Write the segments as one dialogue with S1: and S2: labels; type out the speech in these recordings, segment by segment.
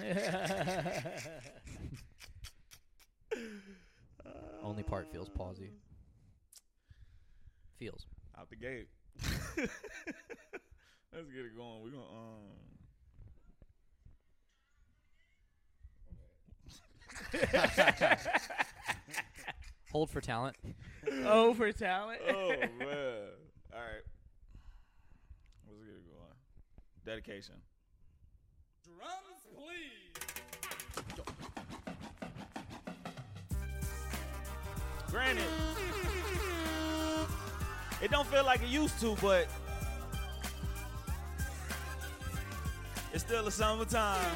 S1: Only part feels palsy. Feels.
S2: Out the gate. Let's get it going. We're gonna um
S1: Hold for talent.
S3: oh, for talent.
S2: Oh man. All right. Let's get it going. Dedication.
S4: Drums, please.
S2: Granted. It don't feel like it used to, but it's still the summertime.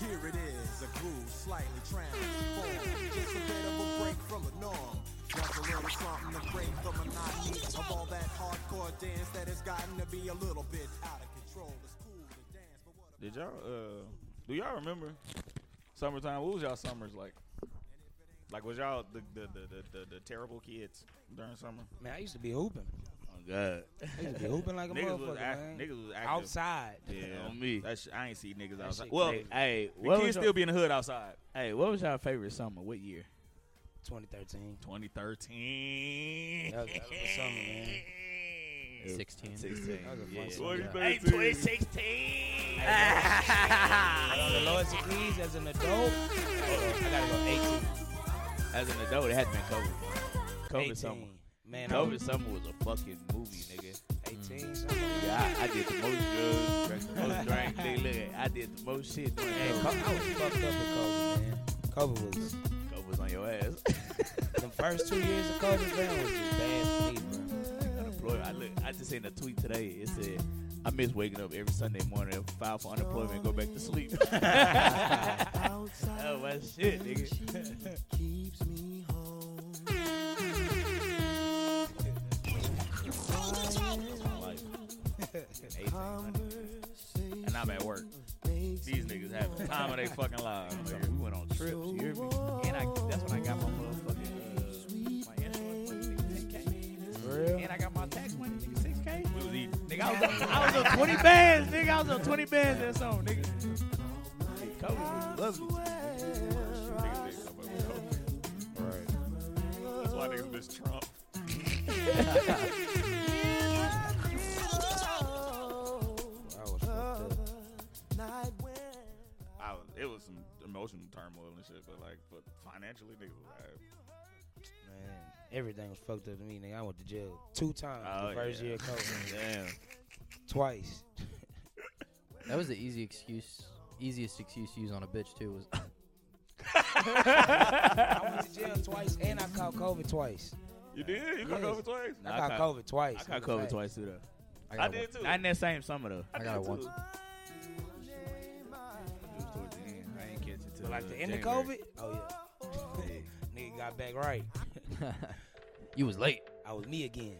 S4: Here it is, a groove slightly transformed. Just a bit of a break from the norm. Just a little something to break the monotony of all that hardcore dance that has gotten to be a little bit out of control. It's cool to dance, but what
S2: Did y'all uh do y'all remember summertime? What was y'all summers like? Like was y'all the the, the, the, the, the terrible kids during summer?
S5: Man, I used to be hooping.
S6: Oh God,
S5: I used to be hooping like a
S2: Niggas
S5: motherfucker,
S2: was, act,
S5: man.
S2: niggas was active.
S5: Outside.
S2: Yeah,
S6: on me.
S2: That shit, I ain't see niggas outside.
S5: shit
S2: Well,
S5: crazy.
S6: Hey,
S2: the
S6: what was
S2: kids
S6: your,
S2: still be in the hood outside.
S6: hey, what was your favorite summer? What year?
S5: 2013.
S2: 2013.
S5: That was, that was the summer, man.
S1: 16.
S6: Sixteen.
S5: That was a fun
S6: Yeah.
S5: summer. On the
S2: Hey,
S5: lowest degrees as an adult. Hold on, I gotta go 18.
S6: As an adult, it had been COVID. COVID
S5: 18.
S6: summer.
S5: Man, I
S6: COVID
S2: Mm-hmm.
S5: was
S6: summer was a fucking movie, nigga.
S5: 18. something.
S6: Yeah, I, I did the most drugs, drank the most drink. Nigga, look, I did the most shit. during
S5: Man,
S6: COVID.
S5: co- I was fucked up with COVID, man. COVID was
S6: COVID was on your ass.
S5: the first two years of COVID, man, was just bad for me, bro.
S6: Unemployment. I look. I just seen a tweet today. It said, "I miss waking up every Sunday morning, file for unemployment, and go back to sleep." that was shit, nigga.
S4: keeps me home?
S6: Like, 18, 19. and I'm at work.
S2: These niggas having the time of their fucking lives.
S6: So we went on trips. You hear me? And I, that's when I got my motherfucking uh, my insurance money, nigga, 10K. And I got my tax money, nigga, 6K.
S2: We was eating.
S6: Nigga, I was, on, I was on 20 bands, nigga. I was on 20 bands that song, nigga. Shit, COVID was lovely.
S2: Niggas been somewhere with COVID. That's why niggas miss Trump.
S5: I was fucked up.
S2: I was, it was some emotional turmoil and shit, but like, but financially, niggas was like,
S5: Man, everything was fucked up to me, nigga. I went to jail two times
S2: Oh,
S5: the first
S2: yeah.
S5: year of COVID.
S6: Damn.
S5: Twice.
S1: That was the easy excuse, easiest excuse to use on a bitch too. Was
S5: I went to jail twice and I caught COVID twice.
S2: you did? You got
S5: Yes.
S2: COVID twice?
S5: I, caught COVID twice.
S6: I got COVID twice, too, though.
S1: I
S2: I
S1: got
S2: did too.
S6: Not in that same summer, though.
S1: I got it once.
S6: It was towards the end. I ain't catch it till
S5: But like
S6: uh,
S5: the end of
S6: January.
S5: COVID, oh yeah. Nigga got back right.
S1: you was late.
S5: I was me again.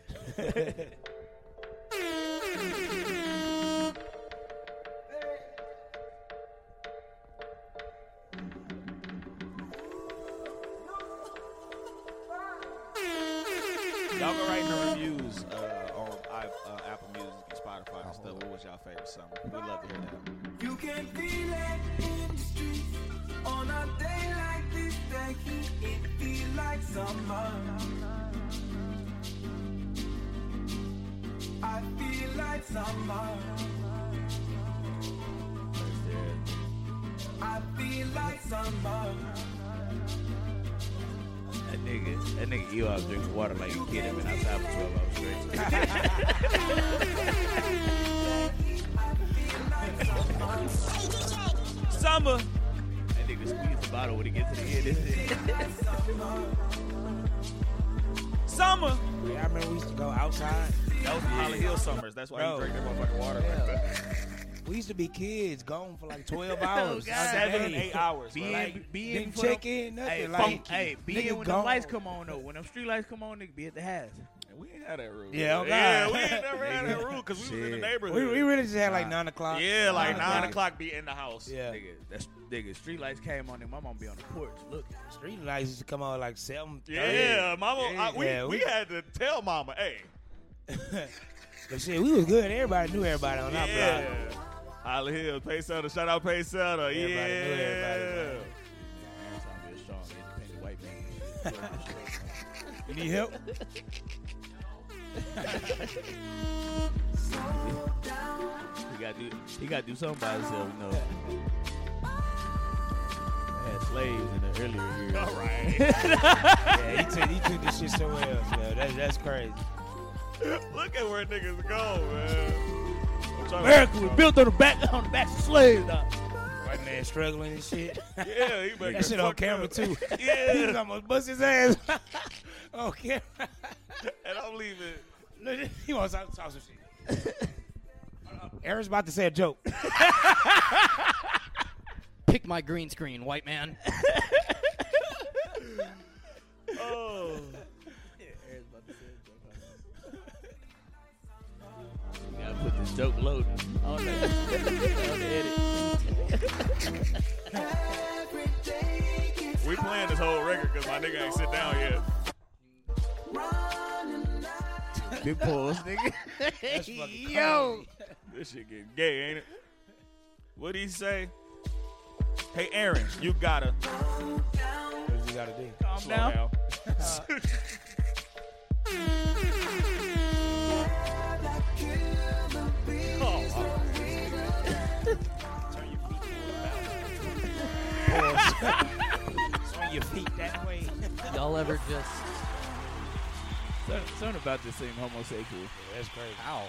S2: Y'all go write in the reviews uh, on I, uh, Apple Music and Spotify
S5: Oh.
S2: and stuff. What was y'all favorite song? We love to hear that.
S4: You can feel it in the streets on a day like this. That heat, it feel like summer. I feel like summer. I feel like summer.
S6: That nigga, that nigga, you out drinking water like a kid and been outside for 12 hours straight.
S2: Summer.
S6: That nigga squeeze the bottle when he gets to the end. That's it.
S2: Summer.
S5: Yeah, I remember we used to go outside.
S2: That was the Holly Hill Summers. That's why you
S5: Bro.
S2: drink that motherfucking water.
S5: Hell. We used to be kids, gone for like 12
S3: Oh,
S5: hours.
S3: God.
S2: Seven,
S5: Hey,
S2: eight hours. bro.
S6: Being,
S2: Like,
S6: being
S5: Didn't
S6: for
S5: check
S6: them-
S5: in, nothing.
S6: Hey,
S5: like,
S6: funky. hey, being
S5: nigga
S6: when
S5: gone.
S6: the lights come on though, when them street lights come on, nigga, be at the house.
S2: we ain't had that rule.
S5: Yeah, oh,
S2: yeah,
S5: God.
S2: we ain't never had that rule because we was in the
S5: Shit.
S2: neighborhood.
S5: We, we really just had like
S6: Nah.
S5: 9 o'clock.
S2: yeah, like
S5: Nine
S2: nine
S5: o'clock.
S2: o'clock, be in the house.
S5: Yeah.
S6: Nigga, that's nigga. Street lights came on, and my mom be on the porch looking.
S5: Street lights used to come out like 7
S2: Yeah, mama,
S5: Yeah.
S2: I, we,
S5: Yeah,
S2: we
S5: we-
S2: had to tell mama, hey,
S5: But shit, we was good. Everybody knew everybody on our
S2: yeah.
S5: block.
S2: Holly Hill, Pay Sutter, shout out Pay Sutter,
S5: Everybody knew
S2: yeah.
S5: everybody,
S6: Man, I'm trying to be a strong, independent white man.
S5: You need help?
S6: he got to do. He got to do something by himself, you know. I had slaves in the earlier years.
S2: All right,
S5: yeah, he took, he took this shit somewhere else, man. That's, that's crazy.
S2: look at where niggas go, man. I'm trying to-
S6: America was built on the back on the backs of slaves. Dog.
S5: White man struggling and shit.
S2: Yeah, he
S5: That shit on camera, too. He was
S2: Yeah,
S5: almost bust his ass on camera.
S2: and I'm leaving.
S5: Look, he wants to talk, talk some shit. Aaron's about to say a joke.
S1: Pick my green screen, white man.
S2: Oh,
S6: You gotta put this joke load on that. on the edit.
S2: we playing this whole record because my nigga ain't sit down yet.
S6: Big pause, nigga.
S5: That's fucking Yo.
S2: This shit getting gay, ain't it? What'd he say? Hey, Aaron, you gotta
S5: What you gotta do?
S3: Calm
S2: slow
S3: down.
S2: down.
S5: On your feet that way.
S1: Y'all ever just
S6: Some- Something about this seem homosexual.
S5: that's crazy.
S1: ow,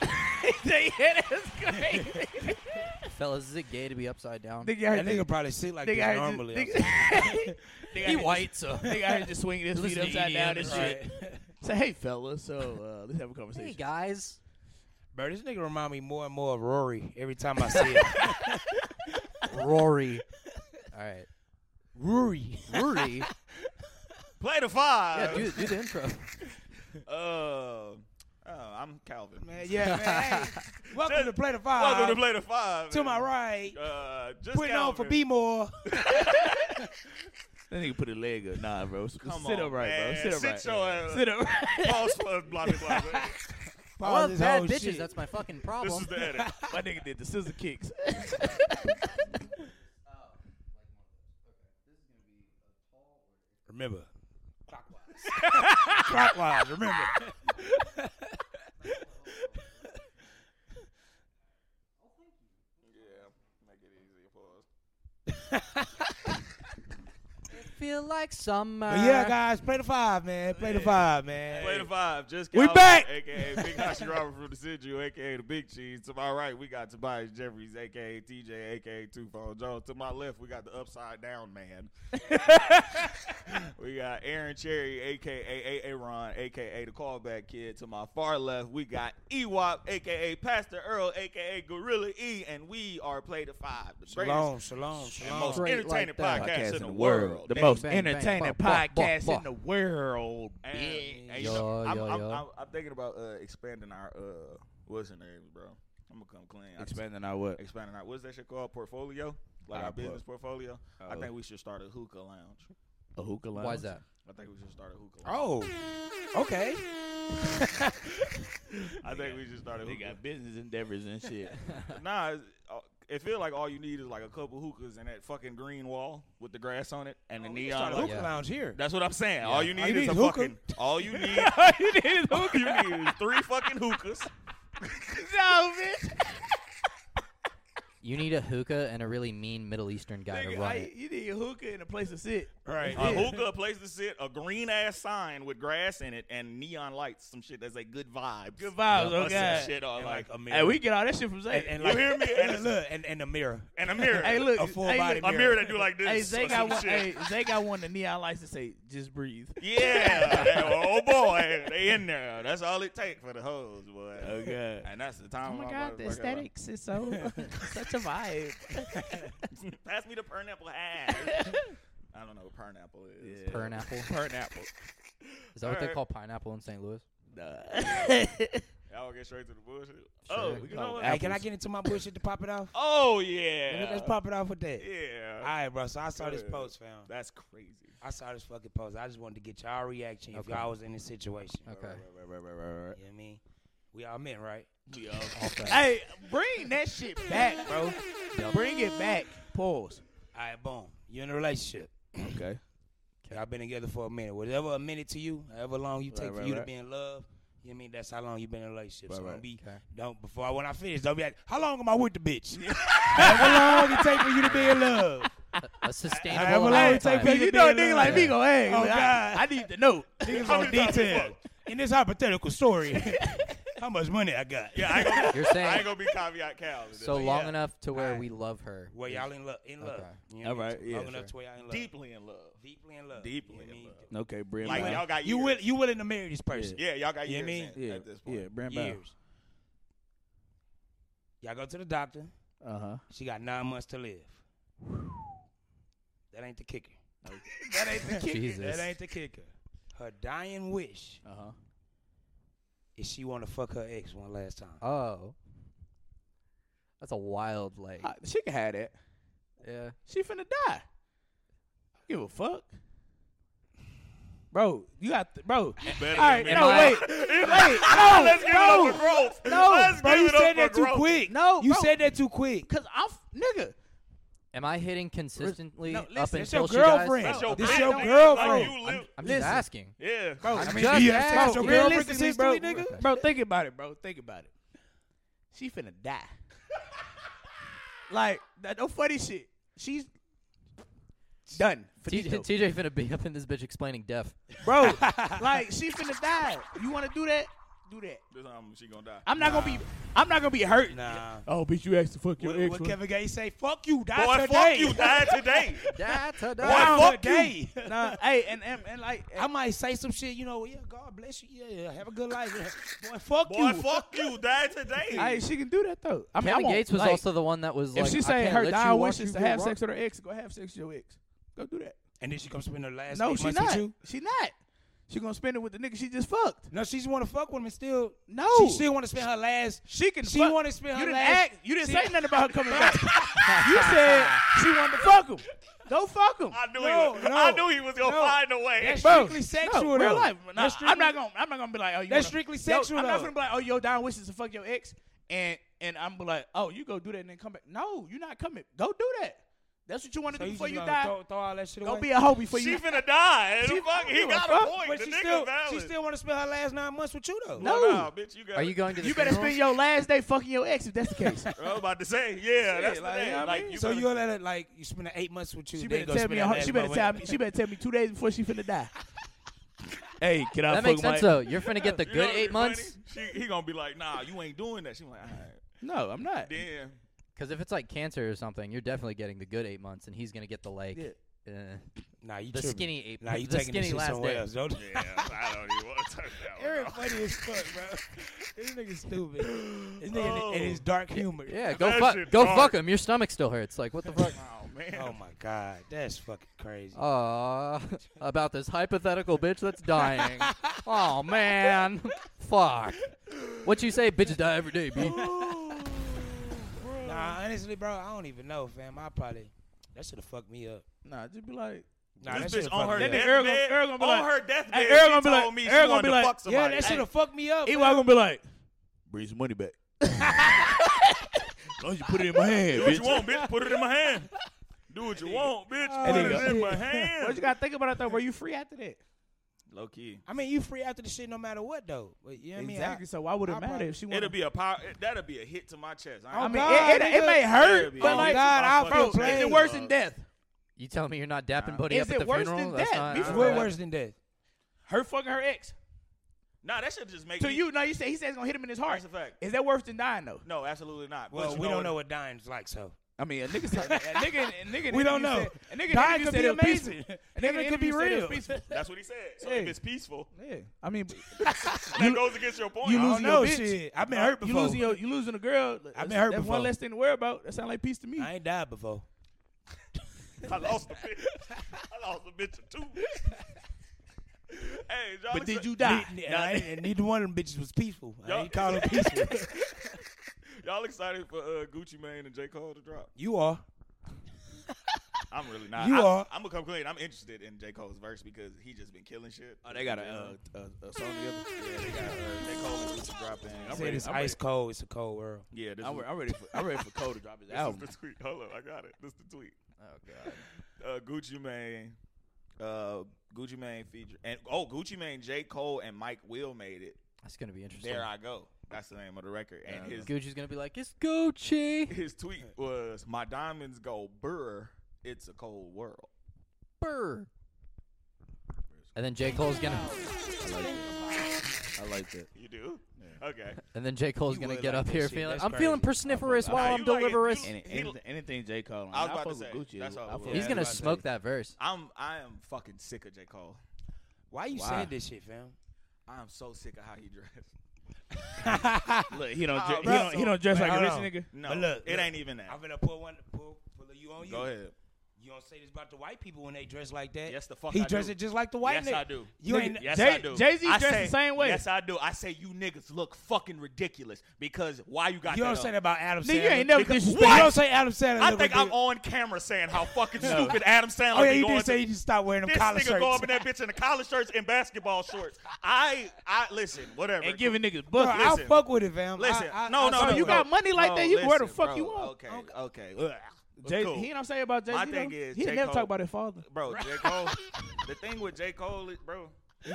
S3: they hit us crazy.
S1: fellas? Is it gay to be upside down?
S3: Nigga, I
S5: That
S3: heard you-
S5: nigga probably sit like
S3: nigga, I
S5: this
S3: heard you-
S5: normally.
S3: nigga-
S6: Nigga,
S1: He white, so
S6: Nigga, I heard just swinging his feet
S1: Listen to
S6: upside down
S1: EDM
S6: and
S1: and
S6: shit. Say, hey, fella. So uh, let's have a conversation.
S1: hey guys,
S5: Bro, this nigga remind me more and more of Rory every time I see him. Rory.
S1: all right,
S5: Rory.
S1: Rory.
S2: Play the five.
S1: yeah, do, do the intro.
S2: Uh, oh, I'm Calvin.
S5: Man, yeah, man. Hey, welcome to Play the Five.
S2: Welcome to Play the Five.
S5: To my
S2: man.
S5: right,
S2: Uh, just
S5: putting on for
S2: Calvin.
S5: B More.
S6: That nigga put a leg up. Nah, bro. S-
S2: Come
S6: sit
S2: on,
S6: up right,
S2: man.
S6: bro. Sit up
S2: Sit
S6: right.
S2: your ass.
S6: Sit up right.
S2: Pause for blah, blah, blah. blah.
S5: Oh,
S1: I love bad bitches. That's my fucking
S2: this
S1: problem.
S2: is the edit.
S6: My nigga did the scissor kicks.
S5: Remember, clockwise. clockwise. Remember.
S2: Yeah, make it easy. Pause.
S1: Feel like summer.
S5: But yeah, guys, play the five, man. Play the five, man.
S2: Play the five. Just
S5: We
S2: Calvin,
S5: back!
S2: AKA Big Hashi Robert from the Sidrew, AKA the Big Cheese. To my right, we got Tobias Jeffries, AKA TJ, AKA Two Phone Jones. To my left, we got the Upside Down Man. we got Aaron Cherry, AKA Aaron, AKA the Callback Kid. To my far left, we got E Ewop, AKA Pastor Earl, AKA Gorilla E, and we are Play the Five. The
S5: Shalom, shalom,
S2: greatest and most
S5: shalom.
S1: Straight
S2: entertaining
S1: like
S2: podcast,
S1: that.
S2: in the world.
S6: The
S2: They-
S6: most
S1: Bang, bang,
S6: entertaining
S1: bang, bang,
S6: podcast
S1: bang.
S6: in the world.
S2: And,
S6: bitch.
S2: and you know,
S1: Yo,
S2: I'm,
S1: yo,
S2: I'm,
S1: yo.
S2: I'm, I'm thinking about uh, expanding our uh, what's the name, bro? I'm gonna come clean. I just-
S6: Expanding our what?
S2: expanding our what's that shit called? Portfolio, like our,
S6: Our
S2: business portfolio. I
S6: Oh.
S2: think we should start a hookah lounge.
S6: A hookah lounge.
S1: Why is that?
S2: I think we should start a hookah. Lounge.
S5: Oh, okay.
S2: I think we should start a
S6: They
S2: hookah.
S6: got business endeavors and shit.
S2: Nah, it's, uh, it feels like all you need is like a couple hookahs and that fucking green wall with the grass on it and the
S5: Oh, We
S2: neon.
S5: start a
S2: light.
S5: hookah
S1: Yeah.
S5: lounge here.
S2: That's what I'm saying. All you need
S5: All you
S2: is
S5: need
S2: a
S5: is hookah.
S2: fucking. All you need.
S6: you did
S2: all you need is three fucking hookahs.
S6: No, bitch.
S1: You need a hookah and a really mean Middle Eastern guy to
S6: Nigga,
S1: run
S6: I,
S1: it.
S6: you need a hookah and a place to sit.
S5: Right.
S2: A hookah, a place to sit, a green ass sign with grass in it, and neon lights, some shit that's a good vibe.
S6: Good vibes,
S1: Yup.
S6: oh
S2: Or some
S6: God.
S2: shit, or
S5: And
S2: like,
S5: like a mirror.
S6: Hey, we get all that shit from Zay.
S5: and, and
S2: You
S5: like,
S2: hear me?
S5: And look, and, and a mirror.
S2: and a mirror.
S6: hey, look,
S5: a full
S6: hey,
S5: body
S6: look,
S2: a mirror that do like this.
S6: Hey,
S2: or
S6: Zay
S2: some
S6: got one.
S2: shit.
S6: Hey, Zay got one. The neon lights that say "Just breathe."
S2: Yeah. that- oh boy, they they in there. That's all it takes for the hoes, boy.
S6: Oh god.
S2: And that's the time.
S3: Oh my
S2: I'm
S3: god,
S2: motherfucking
S3: the
S2: life.
S3: aesthetics is so such a vibe.
S2: Pass me the pineapple hat. I don't know what pineapple is.
S6: Yeah.
S1: Pineapple.
S6: Pineapple.
S1: Is that what they
S2: Alright.
S1: call pineapple in St. Louis?
S2: Y'all get straight to the bullshit.
S1: Sure.
S2: Oh, you know what?
S5: Hey, can I get into my bullshit to pop it off?
S2: Oh
S5: Let me-
S2: yeah.
S5: Let's pop it off with that.
S2: Yeah.
S5: All right, bro. So I saw this
S2: Good.
S5: post, fam.
S2: that's crazy.
S5: I saw this fucking post. I just wanted to get y'all reaction if
S1: Okay.
S5: y'all was in this situation.
S1: Okay.
S6: Right, right, right, right, right.
S5: You know what I mean? We all men, right?
S6: We
S1: All
S6: all-
S1: facts.
S6: Hey, bring that shit back, bro. Bring it back. Pause.
S5: All right, boom. You're in a relationship.
S6: Okay.
S5: Y'all been together for a minute. Whatever a minute to you, however long you
S6: Right,
S5: take for
S6: right,
S5: you to
S6: right.
S5: be in love, you know what I mean? That's how long you been in a relationship.
S6: Right,
S5: so
S6: right.
S5: don't be,
S1: Okay.
S5: don't, before I, when I finish, don't be like, how long am I with the bitch? however long it take for you to be in love.
S1: A
S5: Have a
S1: sustainable
S5: long
S1: amount of
S5: take
S1: time.
S5: for
S6: Cause you know a nigga like me
S5: Yeah.
S6: go, hey,
S5: Oh,
S6: I-
S5: God.
S6: I, need to know.
S5: Niggas
S2: How
S5: on
S2: many times we
S5: detail. In this hypothetical story, how much money I got?
S2: Yeah, I ain't gonna,
S1: You're
S2: I ain't
S1: saying
S2: gonna be caveat Cal. with
S1: so
S2: this.
S1: long
S5: Yeah.
S1: enough to where
S5: Alright.
S1: we love her.
S5: Where y'all in love? In love.
S1: Okay.
S5: You know
S6: All
S5: what I mean?
S6: right, yeah,
S5: Long
S6: sure.
S5: enough to where y'all in love.
S2: deeply in love.
S5: Deeply in love.
S2: Deeply
S5: You know
S2: in
S5: what I mean?
S2: love.
S6: Okay, bring
S2: Like
S6: back.
S2: y'all got
S5: You
S2: years
S5: will,
S2: in.
S5: you willing to marry this person?
S2: Yeah, y'all got
S5: You
S2: years
S5: know what I mean?
S2: in
S6: yeah,
S2: at this point.
S6: yeah, bring back.
S5: Years. Y'all go to the doctor.
S6: Uh huh.
S5: She got nine months to live. That ain't the kicker. that ain't the kicker.
S1: Jesus.
S5: That ain't the kicker. Her dying wish
S6: Uh huh.
S5: is she want to fuck her ex one last time.
S1: Oh. That's a wild like.
S6: Uh, She can have that.
S1: Yeah.
S6: She finna die. I don't give a fuck. Bro, you got th- bro.
S2: Better
S6: All right,
S2: than
S6: no,
S2: me.
S6: wait, wait, no,
S2: Let's give it
S6: no,
S2: up for growth.
S6: no,
S2: Let's
S6: bro,
S2: give
S6: you
S2: it up
S6: said
S2: for
S6: that too
S2: growth.
S6: quick.
S5: No,
S6: you
S5: bro.
S6: said that too quick. Cause I'm f- nigga.
S1: Am I hitting consistently
S5: No,
S1: up
S5: listen, it's
S1: until
S5: your
S1: she dies?
S5: girlfriend.
S2: That's
S5: Bro,
S2: your
S5: this
S2: bitch,
S5: your
S2: nigga.
S5: girlfriend.
S2: Like, you
S1: Oh, I'm,
S2: li-
S1: I'm
S5: Listen.
S1: just asking.
S2: yeah.
S6: Bro,
S1: I'm
S6: I mean,
S1: just
S6: you
S1: asking.
S6: asked your
S1: Bro,
S6: girl
S5: realistically,
S6: consistently,
S5: bro-
S6: nigga. Bro, think about it, bro. Think about it. She finna die. like, that, no funny shit. She's done.
S1: TJ,
S6: Finito.
S1: TJ finna be up in this bitch explaining death.
S6: Bro, like, she finna die. You wanna do that? Do that.
S2: This time she gonna die.
S6: I'm not gonna be. I'm not gonna be hurt.
S5: Nah.
S6: Oh, bitch, you asked to fuck
S5: What, what Kevin Gates say? Fuck you, die
S2: Boy,
S5: today.
S2: fuck you, die today.
S1: Yeah,
S2: Wow.
S1: today.
S2: fuck
S5: today.
S6: nah, hey, and, and and like,
S5: I might say some shit, you know, yeah, God bless you, yeah, yeah, have a good life. yeah. Boy, fuck
S2: Boy,
S5: you.
S2: fuck you, die today.
S6: hey, she can do that though. I mean, I
S1: Kevin
S6: won't,
S1: Gates was
S6: like,
S1: also the one that was
S6: If
S1: like,
S6: she
S1: I
S6: say
S1: can't
S6: her
S1: let
S6: die
S1: you watch
S6: wishes
S1: you
S6: to
S1: get
S6: have
S1: rocked.
S6: sex with her ex, go have sex with your ex. Go do that.
S5: And then she comes spend her last
S6: No,
S5: eight
S6: she
S5: months with
S6: not.
S5: you.
S6: She not. She gonna spend it with the nigga she just fucked.
S5: No, she just want to fuck with him and still.
S6: No,
S5: She still want to spend her last.
S6: She can.
S5: She
S6: fuck.
S5: wanna spend
S6: You
S5: her
S6: didn't
S5: last-
S6: act. You didn't
S5: she-
S6: say nothing about her coming back. you said she wanted to fuck him. Go fuck him.
S2: I knew
S5: No,
S2: he was,
S5: no,
S2: I knew he was gonna
S5: no.
S2: find a way.
S5: That's
S6: Bro,
S5: strictly sexual.
S6: No, real
S5: though.
S6: life. Nah,
S5: That's
S6: I'm
S5: strictly-
S6: not gonna. I'm not gonna be like, oh, you.
S5: That's
S6: wanna-
S5: strictly
S6: Yo,
S5: sexual.
S6: I'm not
S5: though.
S6: gonna be like, oh, yo, Don wishes to fuck your ex, and and I'm like, oh, you go do that and then come back. No, you're not coming. Go do that. That's what you want to
S5: So
S6: do
S5: you
S6: before
S5: just
S6: you
S5: gonna
S6: die.
S5: Throw, throw all that shit away.
S6: Don't be a hoe before
S2: she
S6: you.
S2: finna die. and fuck, he
S6: give a
S2: got
S6: fuck,
S2: a point.
S5: But
S2: The
S5: she
S2: nigga
S5: still, she
S2: valid.
S5: still want to spend her last nine months with you though.
S6: No.
S2: Well, nah, bitch, you got
S1: Are you going to the
S6: you better
S1: funeral?
S6: spend your last day fucking your ex if that's the case.
S2: I was about to say, yeah, that's
S6: like,
S2: the
S6: you
S2: thing.
S6: know what I
S2: like,
S6: mean?
S2: you
S5: so
S2: better-
S5: you gonna let her like you spend eight months with you?
S6: She
S5: then
S6: better
S5: go
S6: tell
S5: spend
S6: me.
S5: her
S6: a hun-
S5: last
S6: She better
S5: month
S6: tell
S5: with
S6: me.
S5: you.
S6: She better tell me two days before she finna die. hey, can I
S1: That makes sense though. You're finna get the
S2: You know
S1: good
S2: what'd be
S1: eight months.
S2: funny? She, he gonna be like, nah, you ain't doing that. She like, all right.
S6: No, I'm not.
S2: Then
S1: Because if it's like cancer or something, you're definitely getting the good eight months, and he's gonna get the like uh,
S5: Nah, you
S1: the
S5: tripping.
S1: skinny eight.
S5: Nah, you
S1: the
S5: taking this
S1: skinny
S5: shit
S1: last
S5: somewhere
S1: day.
S5: else. Don't.
S2: yeah, I don't even want to touch that one. Oh,
S5: Eric funny as fuck, bro. This nigga stupid. This nigga
S2: Oh.
S5: and his dark humor.
S1: Yeah, go
S2: That
S1: fuck,
S2: shit
S1: go
S2: dark.
S1: fuck him. Your stomach still hurts. Like what the fuck?
S2: Oh man.
S5: Oh my god, that's fucking crazy.
S2: Oh.
S1: Aw, about this hypothetical bitch that's dying. oh man, fuck. What you say? Bitches die every day, b.
S5: Nah, honestly, bro, I don't even know, fam. I probably that should have fucked me up.
S6: Nah, just be like.
S5: Nah,
S2: this
S5: that
S2: bitch on her
S5: death.
S6: Then
S2: deathbed.
S6: Eric gonna- Eric gonna be
S2: on
S6: like-
S2: her deathbed,
S6: Hey,
S2: she
S6: Eric gonna be
S2: told
S6: like-
S2: me she
S6: Eric gonna
S2: wanted
S6: be
S2: to
S6: like,
S2: fuck
S5: Yeah,
S2: somebody.
S5: that should
S2: Hey,
S5: have fucked me up.
S6: Eli
S5: fam.
S6: gonna be like, bring some money back. Don't you put it in my hand,
S2: do what you want, bitch. Put it in my hand. Do what you want, bitch. Put
S6: nigga-
S2: it in my hand.
S6: But you gotta think about it though. Were you free after that?
S2: Low key.
S5: I mean, you free after the shit no matter what though. But you know what I mean? I-
S6: Exactly. so why would it
S5: I
S6: matter
S5: probably-
S6: if she wanted?
S2: It'll be a power. it- That'll be a hit to my chest.
S5: Oh,
S6: I mean,
S5: God,
S6: it, it, it
S5: nigga.
S6: may hurt,
S2: It'll be
S6: but
S2: all
S6: like,
S5: God, I'll
S6: bro,
S5: feel played.
S6: is it worse than death?
S1: You tell me you're not dapping
S2: Nah.
S1: Buddy
S6: Is
S1: up at
S6: it
S1: the
S6: worse
S1: funeral?
S6: than
S1: That's
S6: that?
S1: not.
S6: Be
S1: I
S5: It's
S1: don't
S5: way
S1: know.
S5: worse than death.
S6: Her fucking her ex.
S2: Nah, that should just make
S6: To
S2: me-
S6: you, no, you say he says it's gonna hit him in his heart.
S2: That's a fact.
S6: Is that worse than dying though?
S2: No, absolutely not.
S5: Well,
S2: But you
S5: we don't
S2: what-
S5: know what dying's like, so
S6: I mean, a nigga, said- a nigga, a nigga,
S5: We don't know.
S6: Said, a nigga,
S5: Dying
S6: nigga
S5: could
S6: said
S5: be
S6: it was peaceful.
S5: amazing.
S6: A
S5: Heaven
S6: nigga
S5: could be
S6: interview said it was
S5: real.
S6: peaceful.
S2: That's what he said. So if
S6: Yeah.
S2: it's peaceful,
S6: Yeah, I mean,
S2: that goes against your point.
S6: you
S5: I don't
S6: losing
S5: know
S6: your bitch.
S5: shit. I've been hurt before.
S6: You losing your, you losing a girl. that's-
S5: been hurt
S6: that's
S5: before.
S6: one less thing to worry about. That sound like peace to me.
S5: I ain't died before.
S2: I lost a bitch. I lost a bitch or two. hey, y'all.
S6: but did
S2: accept-
S6: you die?
S5: Ne- and I ain't- and neither one of them bitches was peaceful. I ain't calling them peaceful.
S2: Y'all excited for uh, Gucci Mane and J Cole to drop?
S5: You are.
S2: I'm really not.
S5: You
S2: I,
S5: are.
S2: I'm gonna come clean. I'm interested in J Cole's verse because he just been killing shit.
S6: Oh, they got a, uh, a, a song together.
S2: Yeah, they got uh, J Cole and Gucci dropping. I'm
S5: Said
S2: ready.
S5: it's
S2: I'm
S5: ice cold. It's a cold world.
S2: ready. Yeah, this
S6: I'm,
S2: is,
S6: re- I'm ready. For, I'm ready for Cole to drop his
S2: this is
S6: album.
S2: the tweet. Hold up, I got it. This is the tweet.
S6: Oh god.
S2: Uh, Gucci Mane, uh, Gucci Mane feature, and oh, Gucci Mane, J Cole, and Mike Will made it.
S1: That's gonna be interesting. Uh,
S2: There I go. That's the name of the record. And his
S1: Gucci's gonna be like, it's Gucci.
S2: his tweet was, "My diamonds go burr. It's a cold world."
S1: Brr. And then J Cole's gonna,
S6: I like that.
S2: You do? Okay.
S1: and then J Cole's
S5: You
S1: gonna
S5: would
S1: get
S5: like
S1: up
S5: that
S1: here
S5: shit.
S1: feeling.
S5: That's
S1: I'm feeling
S5: crazy.
S1: persniferous
S6: I
S1: while
S2: Nah,
S1: I'm
S2: you like it.
S1: delirious.
S2: You-
S6: Any,
S2: he-
S6: anything, anything J Cole. On.
S2: I was about to
S6: fuck
S2: say,
S6: with Gucci.
S2: that's all
S6: I
S2: I
S6: fuck
S2: was
S1: He's
S2: Yeah,
S1: gonna
S2: that's what I
S1: smoke that verse.
S2: I'm I am fucking sick of J Cole.
S5: Why you
S6: Why?
S5: saying this shit, fam?
S2: I am so sick of how he dressed.
S6: Look, he don't.
S2: Oh,
S6: dre- he
S2: bro.
S6: don't. He don't dress
S5: Wait,
S6: like a
S5: hold
S6: rich
S5: on.
S6: nigga.
S2: No,
S5: But look,
S2: it
S5: look.
S2: ain't even that.
S5: I'm gonna pull one, pull, pull you on you.
S2: Go ahead.
S5: You don't say this about the white people when they dress like that.
S2: Yes, the fuck
S5: He
S2: I do.
S5: dresses just like the white
S2: yes,
S5: nigga.
S2: I do.
S5: You
S6: Nigga,
S5: ain't.
S2: Yes,
S6: Jay-
S2: I do.
S6: Jay-Z
S2: I
S6: dressed
S2: say-
S6: the same way.
S2: Yes, I do. I say you niggas look fucking ridiculous because why you got
S5: you
S2: that
S5: don't
S2: up?
S5: say that about Adam.
S6: Nigga,
S5: Sandler.
S6: you ain't never
S5: Because-
S6: disrespect-
S5: You
S2: What?
S5: don't say Adam Sandler.
S2: I
S5: look
S2: think
S5: what
S2: I'm
S5: they-
S2: on camera saying how fucking stupid Adam Sandler
S5: Oh yeah,
S2: be
S5: you
S2: going
S5: did
S2: to-
S5: say you just stop wearing them
S2: This
S5: collar
S2: nigga go up
S5: shirts.
S2: in that bitch in the college shirts and basketball shorts. I, I listen, whatever.
S6: And giving niggas
S5: Bro,
S6: buck.
S5: I'll
S2: listen.
S5: fuck with it, fam.
S2: listen,
S5: I, I,
S2: no,
S5: I,
S2: no,
S5: fuck
S2: no,
S5: with
S6: you
S5: it.
S6: got money like
S2: No,
S6: that, you can wear the
S2: listen,
S6: fuck you
S2: bro.
S6: want.
S2: Okay, okay. Ugh.
S6: Jay,
S2: Cool.
S6: He don't say about Jay.
S2: My
S6: Z,
S2: thing
S6: though.
S2: is,
S6: he
S2: J.
S6: never
S2: Cole-
S6: talk about his father.
S2: Bro, J. Cole, the thing with J. Cole is, bro,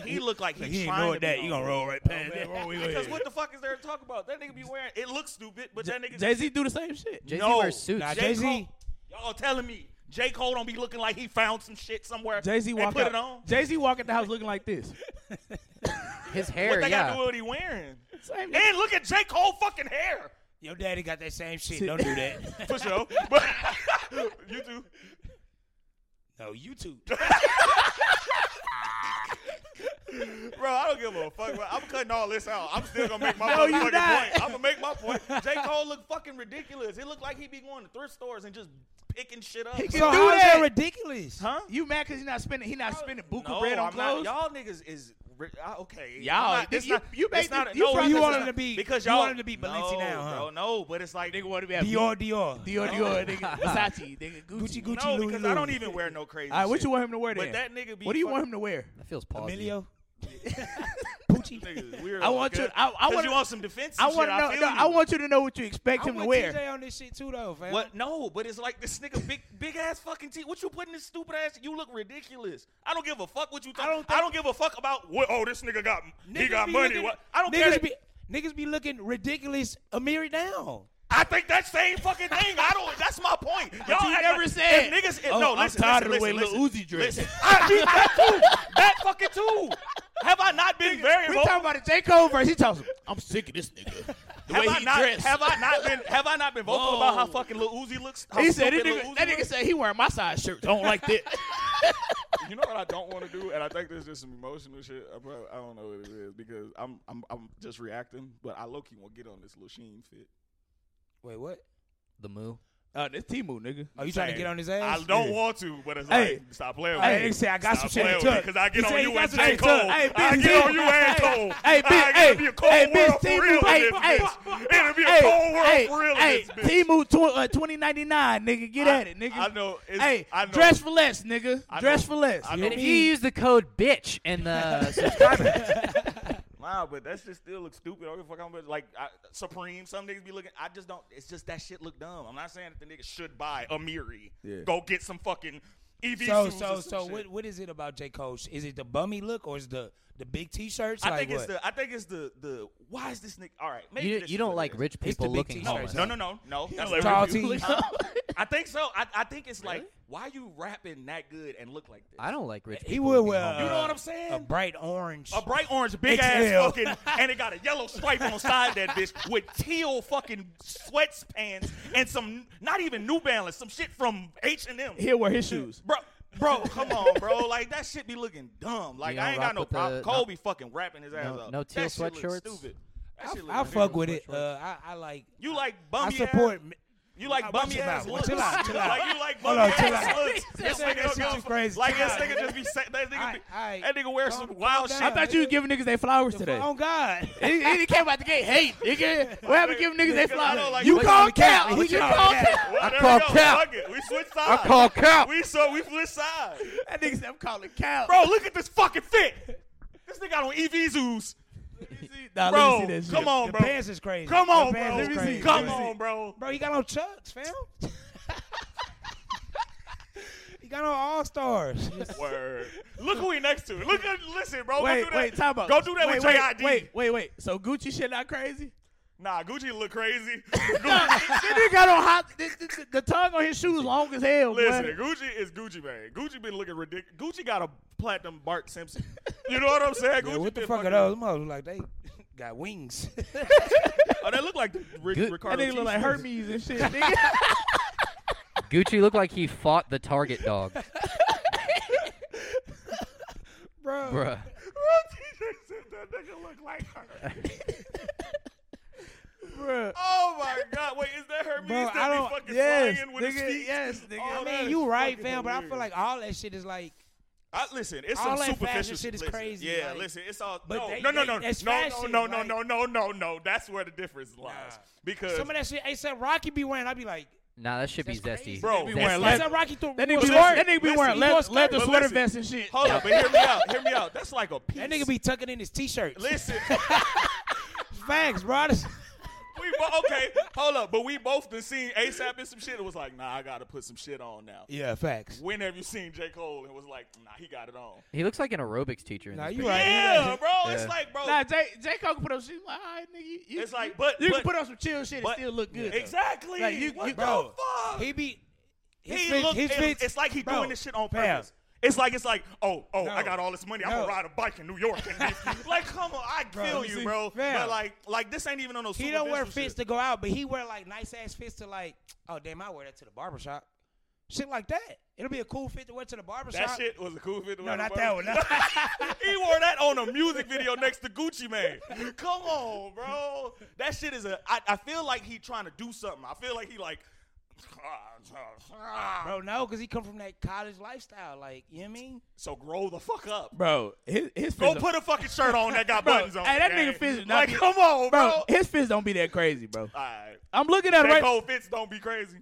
S2: he look like he's
S5: He
S2: trying to
S5: ignored that.
S2: be
S5: You gonna
S2: on.
S5: roll right past
S2: Because
S5: that.
S2: what the fuck is there to talk about? That nigga be wearing, it looks stupid, but that nigga.
S6: Jay Z do the same shit.
S1: Jay Z
S2: no.
S1: wears suits.
S5: Nah,
S2: J.
S5: Jay-Z-
S2: Cole, y'all telling me J. Cole don't be looking like he found some shit somewhere
S6: Jay Z
S2: and
S6: walk
S2: put
S6: out.
S2: it on?
S6: Jay Z walk at the house looking like this.
S1: His
S2: What
S1: hair,
S2: they got to
S1: yeah.
S2: do with what he wearing?
S6: Same nigga.
S2: And look at J. Cole fucking hair.
S5: Your daddy got that same shit. Don't do that.
S2: For sure. But you too.
S5: No, you too.
S2: Bro, I don't give a fuck. bro. I'm cutting all this out. I'm still gonna make my
S6: you
S2: motherfucking
S6: not.
S2: point. I'm gonna make my point. J. Cole look fucking ridiculous. It looked like he be going to thrift stores and just picking shit up.
S6: He
S5: So
S6: do
S5: how is
S6: that.
S5: that ridiculous?
S2: huh?
S6: You mad because you not spending? He not spending buku
S2: no,
S6: bread on
S2: I'm
S6: clothes.
S2: Not, y'all niggas is ri- I- okay.
S6: Y'all-
S2: I'm not, this
S6: you-
S2: not,
S6: you
S2: this
S6: made
S2: not,
S6: it-
S2: no,
S6: you
S2: this
S6: you
S2: is
S6: wanted
S2: not-
S5: to be-
S2: because
S5: you
S2: y'all
S5: wanted to be Balenci
S2: no,
S5: now, huh?
S2: Bro, no, but it's like
S6: nigga want to be at
S5: Dior, Dior,
S6: Dior, Dior, nigga Versace, nigga
S5: Gucci,
S6: Gucci.
S5: Gucci,
S2: no,
S5: Louis,
S2: because I
S5: Louis.
S2: don't even wear no crazy.
S6: All right, what
S2: shit.
S6: you want him to wear then?
S2: But that nigga be.
S6: what do you want him to wear?
S1: That feels positive.
S5: Emilio.
S2: fucking- Niggas weird.
S6: I want you. I, I
S2: 'Cause
S6: want
S2: you want some defensive
S6: I
S2: shit.
S6: want to know.
S2: I, feel
S6: no,
S2: you.
S6: I want you to know what you expect him to wear.
S5: TJ on this shit too, though, fam.
S2: What? No, but it's like this nigga big big ass fucking teeth. What you putting this stupid ass? You look ridiculous. I don't give a fuck what you. Talk. I don't. I don't give a fuck about what. Oh, this nigga got. he
S5: Niggas
S2: got
S5: be
S2: money.
S5: looking-
S2: what? I don't care.
S5: Niggas
S2: that-
S5: be niggas be looking ridiculous a mirror down.
S2: I think that same fucking thing. I don't. That's my point. Y'all
S6: you
S2: act
S6: never
S2: like- if
S6: said,
S2: niggas. If,
S6: "Oh,
S2: no,
S6: I'm
S2: listen,
S6: tired
S2: listen,
S6: of the way
S2: listen,
S6: Lil
S2: listen,
S6: Uzi dress."
S2: listen. I mean, that too. That fucking too. Have I not been
S6: We
S2: very vocal?
S6: talking about a J Cole verse. He tells him, "I'm sick of this nigga." The
S2: Have
S6: way
S2: I
S6: he
S2: not?
S6: dressed.
S2: Have I not been? Have I not been vocal about how
S6: Whoa.
S2: fucking Lil Uzi looks? How
S6: he said,
S2: stupid
S6: that
S2: Lil
S6: nigga,
S2: Uzi
S6: that
S2: looks?
S6: nigga said he wearing my size shirt. Don't like that.
S2: You know what I don't want to do, and I think there's just some emotional shit. I probably I don't know what it is because I'm I'm I'm just reacting, but I low key want to get on this little Sheen fit.
S5: Wait, what?
S1: The moo.
S6: Uh, this Timu, nigga.
S5: Are Oh, you trying to
S2: Hey,
S5: get on his ass?
S2: I don't
S5: Yeah.
S2: want to, but it's
S5: Hey.
S2: like stop playing with
S5: Hey,
S2: me.
S5: nigga say I got some
S2: Stop
S5: shit
S2: playing with
S5: in
S2: me
S5: tuck.
S2: because I get
S5: He
S2: on
S5: said he
S2: you
S5: got
S2: and
S5: some
S2: J
S5: shit in
S2: Cole.
S5: tuck. Hey,
S2: I
S5: bitch,
S2: get
S5: bitch.
S2: on you and
S5: Hey,
S2: Cole.
S5: hey, bitch,
S2: I- it'll
S5: hey,
S2: be a cold
S5: hey, bitch,
S2: world for
S5: Timu,
S2: real. in
S5: hey,
S2: this
S5: hey,
S2: bitch. It'll be a cold world for real. in
S6: hey,
S2: this
S6: hey,
S2: bitch.
S6: Timu, tw- uh, 2099, nigga, get
S2: I-
S6: at it, nigga.
S2: I know. It's,
S6: Hey,
S2: I know.
S6: dress for less, nigga.
S2: I know.
S6: Dress for less.
S2: I know.
S1: And if you use the code bitch uh, in the subscriber,
S2: Wow, but that shit still looks stupid. I don't give a fuck how much. Like I, Supreme, some niggas be looking. I just don't. It's just that shit look dumb. I'm not saying that the niggas should buy a Miri.
S6: Yeah.
S2: Go get some fucking EV.
S5: So
S2: shoes or
S5: so
S2: some
S5: so
S2: shit.
S5: what what is it about J Cole? Is it the bummy look or is the the big T-shirts.
S2: I
S5: like
S2: think
S5: what?
S2: it's the. I think it's the. The why is this nigga? All right, maybe
S1: You,
S2: this
S1: you
S2: is what
S1: don't
S2: it
S1: like
S2: is.
S1: rich
S5: It's the
S1: people
S5: big
S1: looking
S5: t-shirts.
S1: homeless.
S2: No, no, no, no. That's
S6: like
S5: tall
S2: not-
S5: T.
S2: I think so. I, I think it's like why you rapping that good and look like this.
S1: I don't like rich people.
S5: He would
S1: looking
S5: wear.
S1: homeless.
S2: You know what I'm
S5: A
S2: saying?
S5: bright orange.
S2: A bright orange, big
S5: XL.
S2: ass fucking, and it got a yellow stripe on the side of that bitch with teal fucking sweats pants and some not even New Balance, some shit from H and M.
S6: He'll wear his shoes.
S2: Bro, bro, come on, bro. Like that shit be looking dumb. Like
S1: You don't
S2: I ain't
S1: rock
S2: got no
S1: with the-
S2: problem. Cole
S1: no-
S2: be fucking rapping his ass
S1: no-
S2: up.
S1: no teal
S2: that shit look
S1: sweatshorts?
S2: Stupid. That
S5: I,
S2: shit look
S5: I fuck
S2: real
S5: with it.
S2: sweatshorts.
S5: Uh, I, I like.
S2: you like
S5: I
S2: bummy
S5: support.
S2: ass?
S5: m-
S2: You
S5: Now,
S2: like
S5: watch
S2: bummy
S5: your
S2: ass
S5: mouth.
S2: looks?
S5: Chill out, chill out.
S2: Like you like
S5: Hold
S2: bummy
S5: on, chill
S2: ass
S5: out.
S2: looks? This
S5: That shit
S2: nigga don't
S5: too
S2: give a fuck.
S5: crazy.
S2: Like
S5: Chill
S2: this
S5: out.
S2: nigga just be saying that nigga.
S5: Aight,
S2: Be,
S5: aight.
S2: That nigga wears
S5: Calm-
S2: some wild
S5: calm
S2: shit.
S5: down.
S6: I thought you was giving niggas they flowers today.
S5: Oh God.
S6: He, he came out the gate hate, nigga. What happened giving niggas they
S2: Nigga, I don't
S6: flowers?
S2: like-
S6: you
S2: What
S6: call
S5: you call
S6: cap.
S5: cap?
S6: We
S5: What you
S6: just
S5: call
S6: call
S5: cap?
S6: cap.
S2: Well,
S1: I
S2: there
S1: call
S2: we go.
S1: cap.
S2: Fuck it. We switch sides.
S1: I call cow.
S2: We so we switch sides.
S6: That nigga said I'm calling cap.
S2: Bro, look at this fucking fit. This nigga got on EVZoos.
S6: nah,
S2: Bro,
S6: let me see that shit.
S2: come on,
S5: The
S2: bro.
S5: pants is crazy.
S2: Come on,
S5: The pants
S2: bro.
S6: Let
S5: is
S6: me
S5: crazy.
S6: see.
S2: Come
S6: Let me
S2: on, bro.
S5: Bro, he got on chucks, fam. he got on all stars.
S2: Word. Look who he next to. Look at listen, bro. go
S6: Wait,
S2: do that.
S6: wait, time out.
S2: Go do that
S6: wait,
S2: with
S6: wait,
S2: JID.
S6: Wait, wait, wait. So Gucci shit not crazy?
S2: Nah, Gucci look crazy.
S6: Nah,
S2: Gucci,
S6: this nigga got on hot. This, this, the tongue on his shoes long as hell. boy.
S2: listen, Gucci is Gucci man. Gucci been looking ridiculous. Gucci got a platinum Bart Simpson. You know what I'm saying?
S5: Yeah,
S2: Gucci
S5: what the
S2: been
S5: fuck are
S2: fucking-
S5: those? Mother like they got wings.
S2: Oh, they look like Rick,
S1: Good-
S6: That
S2: Ricardo.
S6: nigga look like
S2: T-shirts.
S6: Hermes and shit, nigga.
S1: Gucci looked like he fought the Target dog,
S5: bro.
S1: bruh.
S2: Bro, TJ said that nigga look like her.
S6: Bruh.
S2: Oh my god! Wait, is that Hermes
S5: Bro,
S2: that
S5: I don't-
S2: be fucking
S6: yes,
S2: swinging with his
S6: nigga,
S2: feet?
S6: yes, nigga.
S2: Oh,
S5: I
S2: that
S5: mean,
S2: is
S5: you right,
S2: fucking
S5: fam, but I
S2: hilarious.
S5: feel like all that shit is like
S2: I, listen, it's some
S5: all that fashion
S2: superficial
S5: shit is
S2: listen,
S5: crazy,
S2: Yeah,
S5: like-
S2: listen, it's all
S5: But
S2: no,
S5: they-
S2: no, no,
S5: they-
S2: no,
S5: that's
S2: no,
S5: fashion,
S2: no, no,
S5: like-
S2: no, no, no, no. That's where the difference lies
S5: Nah.
S2: because
S5: some of that shit ASAP Rocky be wearing. I'd be like,
S1: Nah, that should be
S5: That's
S1: zesty.
S5: crazy.
S2: Bro,
S1: Zesty.
S2: be wearing leather-
S5: ASAP Rocky threw
S6: That
S5: wore
S6: nigga be
S2: Listen,
S6: wearing, that nigga be
S2: listen,
S6: wearing
S2: he
S6: leather,
S5: was crazy.
S6: leather
S2: But
S6: sweater
S2: listen,
S6: vests and shit.
S2: hold up, but hear me out, hear me out. That's like a piece.
S5: that nigga be tucking in his t-shirt.
S2: listen.
S5: Facts, bro. That's-
S2: we bo- okay, hold up, but we both been seeing ASAP and some shit. It was like, nah, I gotta put some shit on now.
S5: yeah, facts.
S2: When have you seen J Cole and was like, nah, he got it on?
S1: He looks like an aerobics teacher. In
S5: Nah,
S1: this
S5: you
S1: picture.
S5: right.
S2: Yeah, bro,
S1: Yeah.
S2: it's like, bro,
S6: Nah, J, J. Cole can put on shit. Like, all right, nigga. You, you-
S2: it's like, but
S6: you
S2: but,
S6: can put on some chill shit and
S2: but-
S6: still look good. though.
S2: Exactly.
S6: Like, you-
S2: what
S6: you-
S2: the
S5: bro,
S2: fuck?
S5: He be his
S2: He
S5: fits-
S2: look,
S5: his
S2: it-
S5: fits-
S2: it's like he
S5: bro,
S2: doing this shit on
S5: fam.
S2: purpose. It's like it's like, oh, oh, I
S5: No.
S2: got all this money. I'm
S5: No.
S2: gonna ride a bike in New York. And be- like, come on, I
S5: Bro,
S2: feel
S5: you
S2: you,
S5: see,
S2: bro.
S5: fam.
S2: But like, like this ain't even on no.
S5: He don't wear
S2: superficial
S5: fits
S2: shit.
S5: to go out, but he wear like nice ass fits to like, oh damn, I wear that to the barbershop. Shit like that. It'll be a cool fit to wear to the barbershop.
S2: That shit was a cool fit. to
S5: No,
S2: wear,
S5: not
S2: bro.
S5: that one. no.
S2: he wore that on a music video next to Gucci Man. Come on, bro. That shit is a. I, I feel like he trying to do something. I feel like he like.
S5: bro, no, cause he come from that college lifestyle. Like, you know what I mean?
S2: So grow the fuck up.
S6: Bro, his, his
S2: Go
S6: fist
S2: put a fucking shirt on that got
S6: Bro,
S2: buttons on.
S6: hey, that
S2: it,
S6: nigga
S2: gang.
S6: fist is not
S2: Like,
S6: be-
S2: come on,
S6: bro,
S2: bro. Uh,
S6: his fist don't be that crazy, bro.
S2: All right.
S6: I'm looking at it
S2: That
S6: right.
S2: cold fits don't be crazy.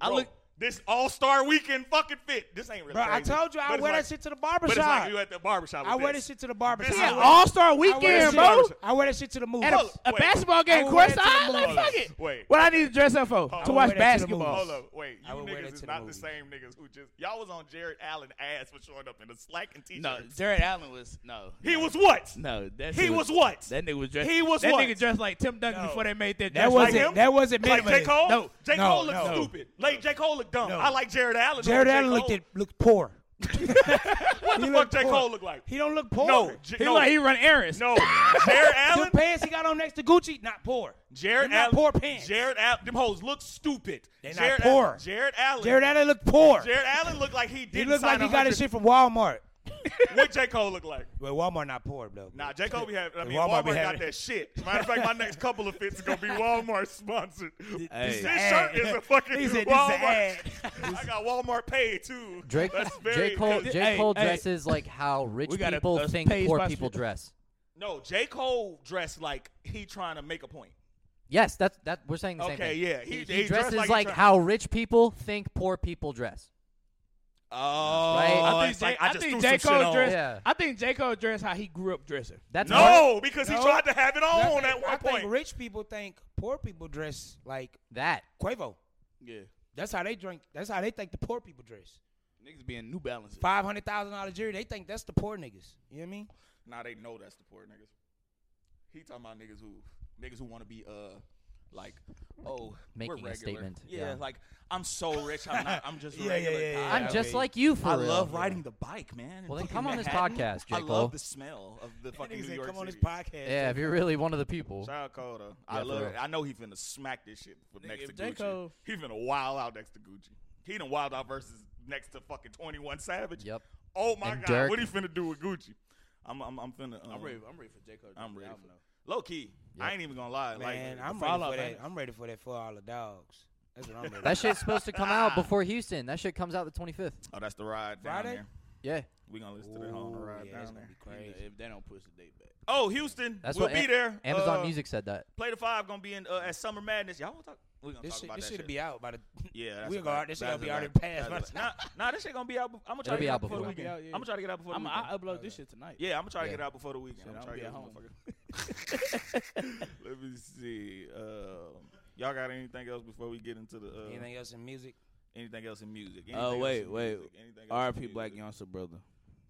S6: I
S2: Bro,
S6: look.
S2: this All Star Weekend fucking fit. This ain't really.
S5: Bro, I
S2: crazy.
S5: told you
S2: But
S5: I
S2: it's
S5: wear
S2: like-
S5: that shit to the
S2: But it's
S5: barbershop.
S2: like you at the barbershop. With
S5: I wear
S2: this
S5: this shit to the barbershop.
S2: This
S5: I
S6: Yeah,
S2: is
S5: wear-
S6: All Star
S5: I wear this
S6: weekend,
S5: shit-
S6: bro.
S5: I wear that shit to the movie.
S6: At a, a
S2: Wait.
S6: basketball game,
S5: I
S6: course
S5: wear that to
S6: I
S5: the
S6: like,
S5: movies.
S6: fuck it.
S2: Wait.
S6: What I need to dress up for
S2: I
S6: to
S5: wear
S6: watch
S5: that to the
S6: basketball.
S5: movies.
S2: Hold up, wait.
S5: I
S2: You
S5: would wear that
S2: niggas
S5: to
S2: is
S5: the
S2: not the
S5: movies.
S2: same niggas who just y'all was on Jared Allen ass for showing up in a slack and t-shirt.
S6: No, Jared Allen was no.
S2: he
S6: no,
S2: was what?
S6: no. That
S2: He
S6: shit
S2: was what?
S6: That nigga was dressed.
S2: He was
S6: that
S2: what?
S6: nigga dressed like Tim Duncan
S2: No.
S6: before they made that.
S5: That
S6: dress
S5: wasn't
S2: him?
S5: that wasn't
S2: Like
S5: minimalism.
S2: J Cole?
S6: No,
S2: J
S5: no,
S2: Cole looked
S5: no.
S2: stupid. Like J Cole looked dumb.
S5: No.
S2: I like Jared Allen.
S5: Jared
S2: over J.
S5: Allen looked
S2: Cole.
S5: at, looked poor.
S2: What the
S5: he
S2: fuck?
S5: looked
S2: J
S5: poor.
S2: Cole looked like?
S5: He don't look poor.
S2: No, J-
S6: He
S2: no,
S6: like he run errands.
S2: no. Jared
S5: The
S2: Allen.
S5: pants he got on next to Gucci, not poor.
S2: Jared
S5: Them not
S2: Allen.
S5: poor pants.
S2: Jared Allen. Them hoes look stupid.
S5: They not
S2: Jared
S5: poor.
S2: Allen- Jared Allen.
S5: Jared Allen looked poor.
S2: Jared Allen looked like he didn't
S5: he looked
S2: sign
S5: like he got
S2: 100
S5: his shit from Walmart.
S2: What J Cole look like?
S5: Well, Walmart not poor though.
S2: Nah, J. Cole be having. I mean,
S5: Walmart
S2: Walmart,
S5: be
S2: got
S5: having-
S2: that shit. Matter of fact, my next couple of fits is gonna be Walmart sponsored.
S6: Hey.
S2: This shirt is a fucking
S5: He said, "This is an
S2: Walmart. I got Walmart paid too.
S1: Drake,
S2: That's very
S1: J. Cole,
S2: good.
S1: J.
S6: Hey,
S1: Cole
S6: hey.
S1: dresses like how rich
S6: We got a-
S1: people
S6: a
S1: think
S6: paid
S1: poor
S6: sponsor.
S1: people dress.
S2: No, J. Cole dressed like he trying to make a point.
S1: Yes, that's that. We're saying the same
S2: Okay,
S1: thing.
S2: yeah,
S1: he,
S2: he-
S1: he
S2: he dressed
S1: dresses
S2: like
S1: like,
S2: he try-
S1: how rich people think poor people dress.
S2: Oh,
S1: I
S6: I
S2: it's like
S6: think, J- I
S2: just
S6: think
S2: threw some
S6: J.
S2: shit
S6: Cole
S2: on.
S6: dressed.
S1: Yeah.
S6: I think J. Cole dressed how he grew up dressing.
S1: That's part-
S2: No, because he
S5: No.
S2: tried to have it
S5: I
S2: on
S5: think-
S2: at
S5: I
S2: one
S5: think
S2: point.
S5: rich people think poor people dress like
S1: that.
S5: Quavo.
S6: Yeah,
S5: That's how they drink. That's how they think the poor people dress.
S6: niggas being New Balance.
S5: Five hundred thousand dollar jury. They think that's the poor niggas. You know what I mean?
S2: Nah, they know that's the poor niggas. He talking about niggas who niggas who want to be uh like oh
S1: Making
S2: we're
S1: a
S2: regular.
S1: statement,
S2: Yeah,
S1: yeah.
S2: like I'm so rich. I'm not. I'm just a
S6: Yeah, yeah,
S2: regular.
S6: yeah, yeah.
S2: guy.
S1: I'm
S6: Yeah,
S1: just
S6: okay.
S1: like you for
S2: I
S1: real.
S2: love riding the bike, man. in
S1: Well, then
S2: fucking
S1: come on this
S2: Manhattan.
S1: podcast, J.
S2: I love
S1: Cole.
S2: the smell of the
S5: That
S2: fucking
S5: nigga
S2: New
S5: said,
S2: York
S5: come on this
S2: City.
S5: podcast.
S1: Yeah, if you're really one of the people.
S2: Shout out Cole, though.
S1: Yeah,
S2: I
S1: for
S2: love it.
S1: real.
S2: I know he finna smack this shit for next
S6: if
S2: to
S6: J.
S2: Gucci.
S6: Cole-
S2: He finna wild out next to Gucci. He done wild out versus next to fucking 21 Savage.
S1: Yep.
S2: Oh my
S1: And
S2: god,
S1: Dirk.
S2: what he finna do with Gucci? I'm I'm, I'm finna. Um,
S6: I'm ready. I'm ready for J Cole. to
S2: I'm
S6: drop the
S2: ready.
S6: album,
S2: For,
S6: though.
S2: low key, I ain't even gonna lie.
S5: Man,
S2: like,
S5: I'm
S2: the
S5: ready
S2: fallout
S5: for that.
S2: package-
S5: I'm ready for that for all the dogs. That's what I'm ready.
S1: That shit's supposed to come out before Houston. That shit comes out the 25th.
S2: Oh, that's the ride down
S5: Friday?
S2: there.
S1: Yeah.
S2: We gonna listen
S5: for.
S2: to that on the
S5: Ooh,
S2: ride
S5: yeah, it's
S2: down there.
S5: gonna be
S6: You know,
S5: crazy.
S6: If they don't push the date back.
S2: Oh, Houston,
S1: That's
S2: we'll
S1: what
S2: be
S1: Am-
S2: there.
S1: Amazon
S2: Uh,
S1: Music said that.
S2: Play the five gonna be in uh, at Summer Madness. Y'all wanna talk? We gonna
S5: This
S2: talk
S5: shit,
S2: about
S5: this
S2: that
S5: shit
S2: shit.
S5: will be out by the.
S2: Yeah, that's
S5: We
S2: a
S5: gonna
S2: fact.
S5: this shit gonna
S2: That's
S5: be
S2: a
S5: already
S2: fact.
S5: passed by
S2: That's a fact. Nah, nah, this shit gonna be out. I'm gonna try
S1: It'll
S2: to
S1: be
S2: get
S1: out
S2: out before the
S1: before.
S2: weekend.
S6: Yeah, yeah.
S2: I'm gonna try to get out before the
S6: I'm,
S2: weekend.
S6: I upload this shit tonight.
S2: Yeah, I'm gonna try to
S1: Yeah.
S2: get out before the weekend.
S6: Shit,
S2: I'm
S6: I'll
S2: trying to
S6: be
S2: get
S6: at
S2: this
S6: home.
S2: motherfucker. Let me see. Um, y'all got anything else before we get into the uh, anything?
S5: Anything else in music?
S2: else in music? Anything
S6: Oh
S2: else
S6: wait,
S2: in
S6: wait.
S2: music? Anything else in
S6: R.P.
S2: music?
S6: Black Youngster brother.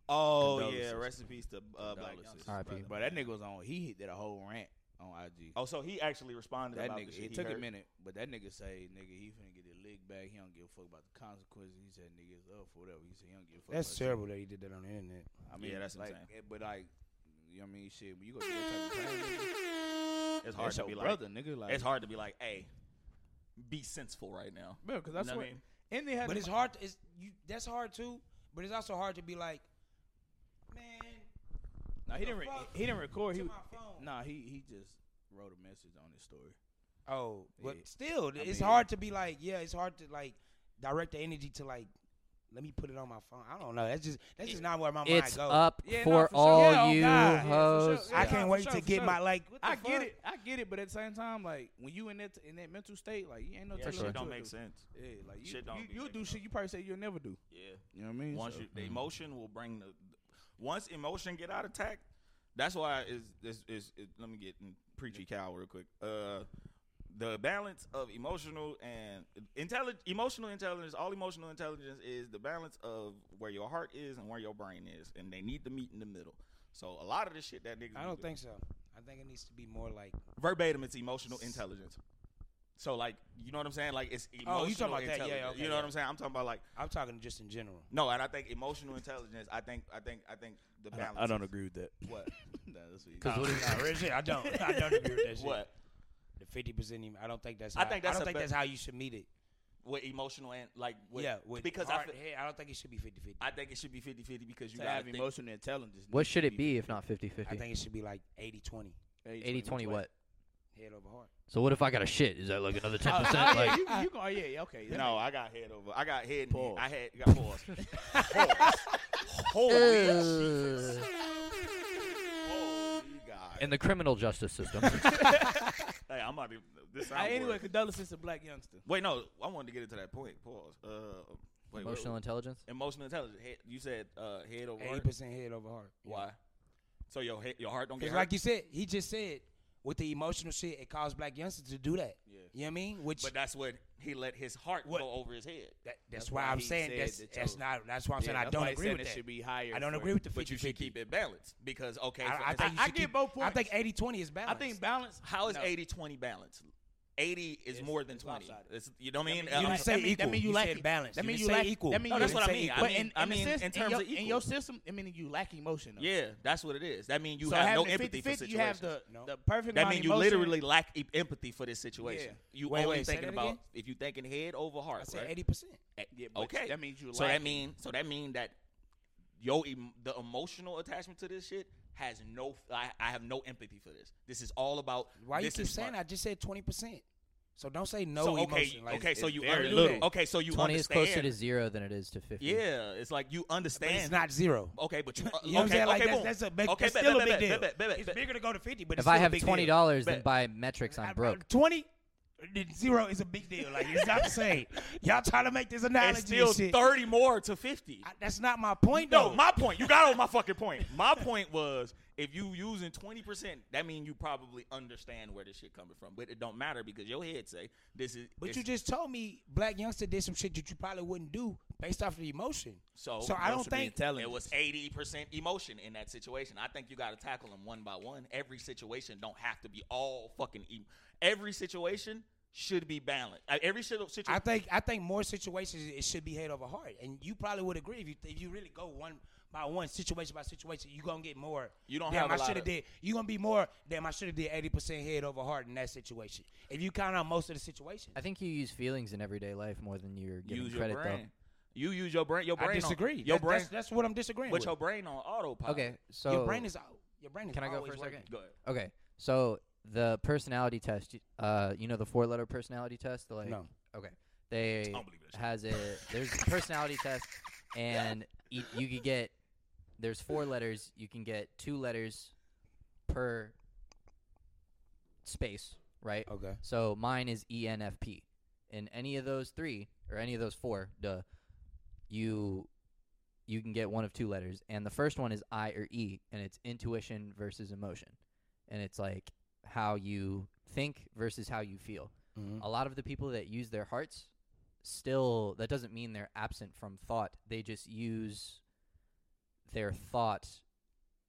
S2: Oh yeah,
S6: Condolences.
S2: recipes to uh, Black
S6: Condolences.
S2: Youngster.
S1: R.I.P..
S6: But that nigga was on. He did a whole rant on IG.
S2: Oh, so he actually responded
S6: that
S2: about
S6: nigga.
S2: the shit
S6: It
S2: he
S6: took a
S2: heard.
S6: minute, but that nigga say, nigga, he finna get his leg back. He don't give a fuck about the consequences. He said, nigga, it's up for whatever. He said, he don't give a fuck.
S5: That's
S6: about
S5: terrible that he did that on the internet.
S6: shit. I mean,
S2: Yeah, that's
S6: like,
S2: insane.
S6: eh, But like, you know what I mean? Shit, when you go through that type of thing,
S2: It's hard
S6: that's
S2: to be
S6: your brother, nigga. Like,
S2: like. It's hard to be like, hey, be senseful right now.
S6: bro, because that's
S2: You know
S6: what.
S2: what I mean?
S6: And they had.
S5: But it's hard. To, it's you. That's hard too. But it's also hard to be like, man,
S6: Nah, he
S5: the
S6: didn't. Re-
S5: fuck
S6: he didn't record.
S5: to
S6: He.
S5: my phone.
S6: Nah, he he just wrote a message on his story.
S5: Oh, but
S6: Yeah.
S5: still,
S6: I
S5: it's
S6: mean-
S5: hard to be like, yeah, it's hard to like direct the energy to like, let me put it on my phone. I don't know. That's just that's just not where my
S1: It's
S5: mind goes.
S1: up
S6: Yeah, no,
S1: for,
S6: for sure.
S1: all
S5: Yeah, oh,
S1: you
S5: God. Yeah,
S6: for
S1: hoes.
S6: sure.
S5: I
S6: Yeah,
S5: can't
S6: for
S5: wait
S6: sure,
S5: to
S6: for
S5: get
S6: sure.
S5: my like. what the
S6: I
S5: fuck?
S6: get it. I get it. But at the same time, like when you in that in that mental state, like you ain't no
S2: Yeah,
S6: telling
S2: shit
S6: what
S2: don't
S6: you'll
S2: make
S6: do.
S2: sense.
S6: Yeah, like you,
S2: Shit don't be
S6: you will do
S2: making
S6: shit you probably say you'll never do.
S2: Yeah.
S6: You know what I mean?
S2: Once
S6: So-
S2: you, the
S5: mm-hmm.
S2: emotion will bring the once emotion get out of tact. That's why is this is it- let me get in preachy cow real quick. Uh, the balance of emotional and intelligent emotional intelligence, all emotional intelligence is the balance of where your heart is and where your brain is, and they need to meet in the middle. So a lot of the shit that niggas
S5: I
S2: be
S5: don't
S2: doing-
S5: think so. I think it needs to be more like.
S2: verbatim it's emotional intelligence. So like you know what I'm saying? Like it's emotional
S5: Oh, you talking about that. Yeah,
S2: intelligence.
S5: okay,
S2: you know
S5: yeah.
S2: what I'm saying? I'm talking about like
S5: I'm talking just in general.
S2: no, and I think emotional intelligence. I think I think I think the
S6: I
S2: balance.
S6: don't, I don't
S2: is-
S6: agree with that.
S2: What?
S6: Nah, that's what you-
S1: Because
S5: Nah, real shit, I don't. I don't agree with that shit.
S2: What?
S5: The fifty percent. I don't think that's.
S2: I
S5: How, I
S2: think that's
S5: don't
S2: a
S5: think
S2: bet-
S5: that's how you should meet it.
S2: With emotional and like with,
S5: yeah, with
S2: because I
S5: hard,
S2: feel,
S5: hey, I don't think it should be 50-50. I,
S2: I think it should be 50-50 because you
S6: to
S2: gotta
S6: have
S2: think,
S6: emotional intelligence.
S1: What
S6: needs
S1: should
S6: to
S1: it be if not 50 50?
S5: think it should be like 80-20,
S1: 80 20 what?
S5: head over heart.
S1: So what if I got a shit? Is that like another 10%?
S6: Oh, oh, yeah,
S1: like,
S6: you, you going? Yeah, yeah, okay. that
S2: No, I got head over. I got head.
S6: Pause.
S2: And, I had got pause. pause. Holy
S5: Oh,
S2: Jesus. Holy God.
S1: in the criminal justice system.
S2: hey, I'm about to. This
S6: makes-
S2: sound
S6: Hey, anyway,
S2: weird.
S6: condolences to Black Youngster.
S2: Wait, no. I wanted to get into that point. Pause. Uh, wait, wait,
S1: Emotional
S2: wait.
S1: intelligence?
S2: emotional intelligence. Head, you said uh, head over.
S5: Eighty
S2: heart?
S5: percent head over heart.
S2: Why? So your head, your heart don't get
S5: Because
S2: hurt.
S5: like you said, he just said with the emotional shit, it caused black youngsters to do that.
S6: Yeah.
S5: You know what I mean? Which
S2: but that's what he let his heart
S5: What?
S2: go over his head.
S5: that, that's,
S6: that's
S5: why,
S6: why
S5: I'm
S6: he
S5: saying
S6: said
S5: that's
S6: that
S5: that's
S6: your-
S5: not that's why I'm saying I
S6: that's
S5: don't
S6: why he
S5: agree
S6: said
S5: with
S6: it
S5: that.
S6: should be higher.
S5: I don't
S6: for
S5: agree
S6: you.
S5: with the 50-50.
S2: But you should keep it balanced because okay,
S5: I, I
S2: if-
S5: think you
S6: I
S5: should
S6: get
S5: keep-
S6: both
S5: I
S6: points.
S5: think 80-20 is
S6: I
S5: balanced.
S6: think balance.
S2: How is
S6: no.
S2: 80-20 balanced? 80 is
S6: It's-
S2: more than
S6: it's
S2: 20.
S6: lopsided.
S2: It's, you know what I mean?
S5: you
S2: Uh,
S5: didn't
S6: That
S5: say
S6: mean- that
S5: equal.
S6: mean you
S5: You
S6: lack
S5: said
S6: it.
S5: balance.
S6: That
S5: You
S6: mean
S5: didn't
S6: you
S5: say
S6: lack.
S5: equal.
S6: That mean
S5: No,
S6: you
S5: that's
S6: lack
S5: what I
S6: it.
S5: mean. I
S6: But
S2: mean-
S6: in,
S2: I
S6: in the
S2: mean,
S6: sense-
S2: in
S6: your-
S2: terms of
S6: in
S2: equal.
S6: your system, I mean you lack emotion. though.
S2: yeah, that's what it is. That means you
S6: so
S2: have
S6: having
S2: no
S6: the
S2: empathy
S6: 50-50,
S2: for situations.
S6: You have the,
S5: No.
S6: the perfect.
S2: that
S6: amount
S2: means
S6: of
S2: you
S6: emotion.
S2: literally lack e- empathy for this situation.
S6: Yeah.
S2: You
S5: Wait,
S2: only
S5: wait, say
S2: thinking
S5: that
S2: about
S5: again?
S2: if you thinking head over heart.
S5: I said
S2: right?
S5: eighty percent.
S6: Yeah, but
S2: Okay,
S6: That means you.
S2: So
S6: lack
S2: that
S6: it.
S2: mean so that mean that your em- the emotional attachment to this shit has no. I, I have no empathy for this. This is all about.
S5: Why
S2: this
S5: you keep
S2: is
S5: saying
S2: smart.
S5: I just said twenty percent? So don't say no
S2: so, okay,
S5: emotion. Like,
S2: okay, so
S6: it's
S2: you
S6: very
S2: under-
S5: little.
S2: Okay, so you
S1: 20 is
S2: understand.
S1: closer to zero than it is to 50.
S2: Yeah, it's like you
S5: but
S2: understand.
S5: it's not zero.
S2: Okay, but you, uh,
S5: You know what I'm
S2: okay,
S5: saying? Like
S2: okay,
S5: that's,
S2: boom.
S5: that's a big,
S2: okay,
S5: that's
S2: bet,
S5: still
S2: bet,
S5: a big
S2: bet,
S5: deal.
S2: bet, bet, bet,
S5: it's
S2: bet.
S5: bigger to go to fifty, but it's
S1: If I
S5: still a
S1: have
S5: big
S1: twenty
S5: deal.
S1: dollars, then
S2: Bet.
S1: by metrics I'm broke.
S5: Twenty, zero is a big deal. Like it's not the same. Y'all trying to make this analogy
S2: It's still
S5: and shit.
S2: thirty more to fifty.
S5: I- that's not my point.
S2: no,
S5: though.
S2: my point. You got on my fucking point. My point was if you using twenty percent, that means you probably understand where this shit coming from. But it don't matter because your head say this is.
S5: but
S2: it's-
S5: you just told me black youngster did some shit that you probably wouldn't do based off the emotion.
S2: So,
S5: So I don't
S2: emotion being
S5: think-
S2: telling. it was eighty percent emotion in that situation. I think you got to tackle them one by one. Every situation don't have to be all fucking. Em- Every situation should be balanced. Uh, Every situation.
S5: I think I think more situations it should be head over heart, and you probably would agree if you if you really go one by one situation by situation, you are gonna get more.
S2: You don't
S5: damn,
S2: have a
S5: I
S2: lot
S5: should
S2: of-
S5: have did. You gonna be more. Damn, I should have did eighty percent head over heart in that situation. If you count out most of the situations,
S1: I think you use feelings in everyday life more than you're giving
S2: use your
S1: credit
S2: brain. You use your brain. Your
S5: I,
S2: brain. on-
S5: disagree.
S2: your
S5: That-
S2: brain.
S5: That's, that's what I'm disagreeing
S2: but
S5: with.
S2: your brain on
S1: though.
S2: autopilot.
S1: Okay, so
S5: your brain is out. Your brain is
S1: Can I go
S5: always
S1: for a
S5: working.
S1: second?
S2: Go ahead.
S1: okay. So the personality test, y- uh, you know the four-letter personality test, the like
S5: No.
S1: okay, they
S2: I don't believe that shit.
S1: has a there's a personality test, and you, you could get there's four letters. You can get two letters per space, right?
S5: Okay.
S1: So mine is E ENFP. In any of those three or any of those four, duh, you you can get one of two letters, and the first one is I or E, and it's intuition versus emotion, and it's like how you think versus how you feel. A lot of the people that use their hearts still that doesn't mean they're absent from thought. They just use their thought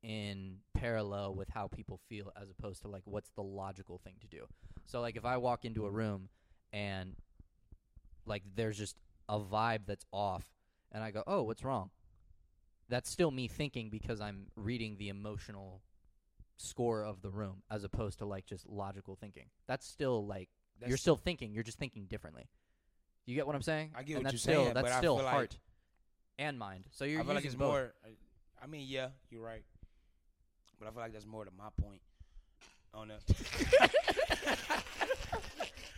S1: in parallel with how people feel as opposed to like what's the logical thing to do. So like if I walk into a room and like there's just a vibe that's off and I go, "Oh, what's wrong?" That's still me thinking because I'm reading the emotional score of the room as opposed to like just logical thinking. That's still like you're
S5: That's-
S1: still thinking, you're just thinking differently. You get what I'm saying?
S5: I get
S1: and
S5: what
S1: that's
S5: you're
S1: still,
S5: saying,
S1: That's
S5: but I
S1: still
S5: feel like-
S1: heart and mind. So you're
S5: I feel
S1: using
S5: like it's
S1: both.
S5: more. I mean, yeah, you're right, but I feel like that's more to my point. Oh, On the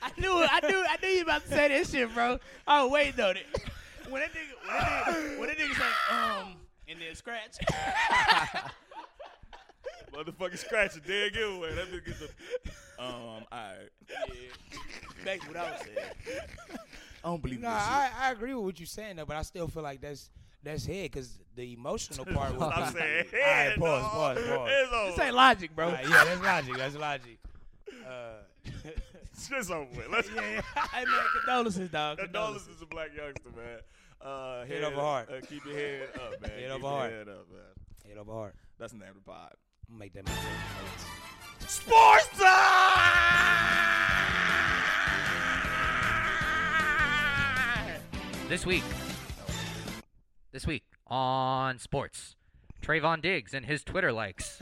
S3: I knew it. I knew. I knew you about to say this shit, bro. Oh wait, no. that- When that nigga, when that nigga, when that nigga's like, um, and then scratch.
S2: Motherfucker scratch a dead giveaway. That bitch gets a. Um, I.
S6: Back what I was saying. I don't believe
S5: No,
S6: this shit.
S5: I, I agree with what you're saying though, but I still feel like that's that's head because the emotional part was.
S1: Stop
S2: saying
S5: All right,
S2: head,
S5: pause,
S2: dog.
S5: pause, pause.
S2: It's over.
S3: Oh.
S5: This ain't logic, bro. yeah, that's logic. That's logic. Uh,
S2: Shit's over with. Let's
S3: yeah, yeah. Hey man, condolences, dog.
S2: Condolences to Black Youngster, man. Uh,
S5: Head over heart.
S2: Uh, keep your head up, man.
S5: Head
S2: Keep
S5: over
S2: your
S5: heart.
S2: Head up, man.
S5: head over heart.
S2: That's the name of the pod.
S5: I'm gonna make that myself.
S2: Sports time!
S1: This week. This week on sports. Trayvon Diggs and his Twitter likes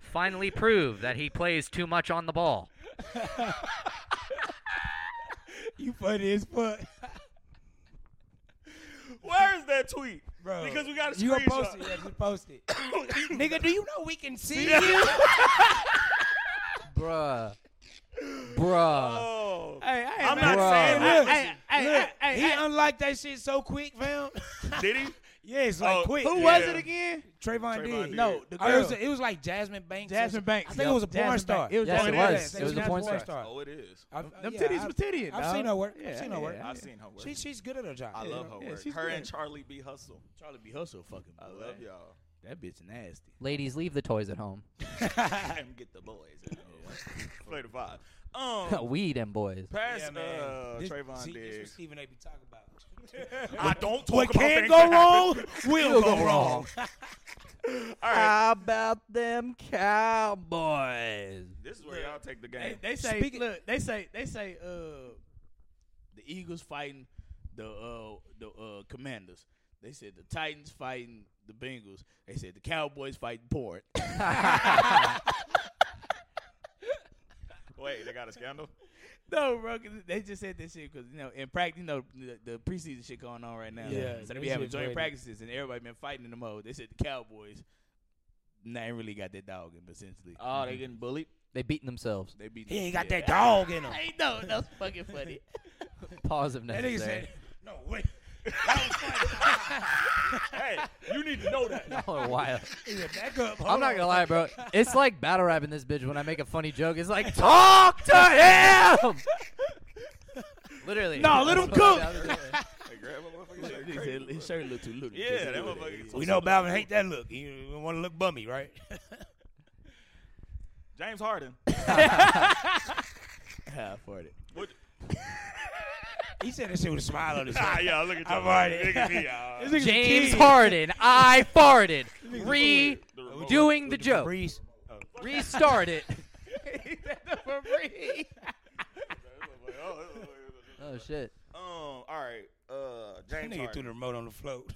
S1: finally prove that he plays too much on the ball.
S5: You funny as fuck,
S2: Where is that tweet?
S5: bro.
S2: Because we got a
S5: You gonna post
S2: screenshot.
S5: it? Yeah, just post it. Nigga, do you know we can see
S2: Yeah.
S5: you?
S1: Bruh. Bruh.
S2: Oh.
S3: Hey, I ain't
S2: I'm
S3: mad.
S2: not
S1: Bruh.
S2: saying
S5: Hey,
S2: that.
S3: Hey, hey,
S5: Look,
S3: hey, hey,
S5: he
S3: hey.
S5: unlocked that shit so quick, fam.
S2: Did he?
S5: yeah, it's like
S2: Oh,
S5: quick.
S2: who
S3: Who
S5: Yeah.
S3: was
S2: Yeah.
S3: it again?
S5: Trayvon,
S2: Trayvon
S5: did.
S2: Diggs.
S3: No, the
S5: Oh, it, was
S3: girl.
S5: a, it was like Jasmine Banks. or
S3: Jasmine
S5: something.
S3: Banks.
S5: I think it was a
S3: Jasmine
S5: porn
S3: Banks.
S5: star.
S3: It was
S1: Yes,
S3: Jasmine
S1: it was.
S3: Banks.
S1: It was a porn star.
S2: Oh, it is.
S5: I've-
S3: Them
S5: yeah,
S3: titties
S5: I've-
S3: was tittying.
S5: I've
S3: dog.
S5: seen her work. I've
S3: Yeah,
S5: seen her work.
S3: yeah,
S2: I've
S3: yeah.
S2: seen her work.
S5: She, she's good at her job.
S2: I
S5: Yeah.
S2: love her
S6: yeah,
S2: work.
S6: she's
S2: Her
S6: good.
S2: and Charlie B. Hustle.
S6: Charlie B. Hustle fucking
S2: I
S6: boy.
S2: love y'all.
S6: That bitch nasty.
S1: Ladies, leave the toys at home.
S2: and get the boys. in there. Play the vibe. Um,
S1: we them boys.
S2: pass
S5: Yeah, man.
S2: uh,
S5: This-
S2: Trayvon
S5: see, This is what
S2: Diggs.
S5: Stephen A. be talking about.
S2: I don't talk
S5: What
S2: about
S5: can
S2: things
S5: go
S2: that happen.
S5: wrong will go wrong.
S2: All right.
S1: about them Cowboys?
S2: This is where y'all take the game.
S6: They, they say,
S5: Speaking-
S6: look, they say, they say, uh, the Eagles fighting the uh, the uh, Commanders. They said the Titans fighting the Bengals. They said the Cowboys fighting Port.
S2: Wait, they got a scandal?
S6: no, bro, 'cause they just said that shit because you know in practice, you know the, the preseason shit going on right now.
S5: Yeah,
S6: so they
S5: that
S6: be having
S5: shit
S6: joint
S5: crazy.
S6: practices and everybody been fighting in the mode. They said the Cowboys, nah, ain't really got that dog in, but essentially, Mm-hmm.
S2: Oh, they getting bullied.
S1: They beating themselves.
S6: they beat.
S5: He ain't got
S6: yeah.
S5: that dog in him.
S6: I know that's fucking funny.
S1: Pause if
S5: That nigga
S1: necessary.
S5: said, "No way."
S2: hey, you need to know that.
S1: Y'all are wild.
S5: He said, Back up.
S1: I'm not gonna lie,
S5: Oh,
S1: bro. It's like battle rapping this bitch when I make a funny joke. It's like talk to him. Literally.
S6: No, let him cook.
S2: Hey, grab a motherfucker.
S6: He said His shirt look too little.
S2: Yeah, that motherfucker is
S5: We know Balvin hate that look. You want to look bummy, right?
S2: James Harden.
S6: Half farted.
S2: What?
S5: He said that shit with a smile on his
S7: Ah,
S5: face.
S7: yo, look at
S5: I'm
S7: y'all.
S5: already-
S7: Look at me, y'all.
S5: This nigga's a
S1: James
S5: kid.
S1: Harden, I farted.
S7: The
S1: Redoing
S7: remote.
S1: doing the
S5: With
S1: joke.
S5: Febreze.
S1: Restart it. oh shit.
S2: Um. All right. Uh.
S5: That
S2: James.
S5: nigga threw
S2: Harden.
S5: the remote on the float.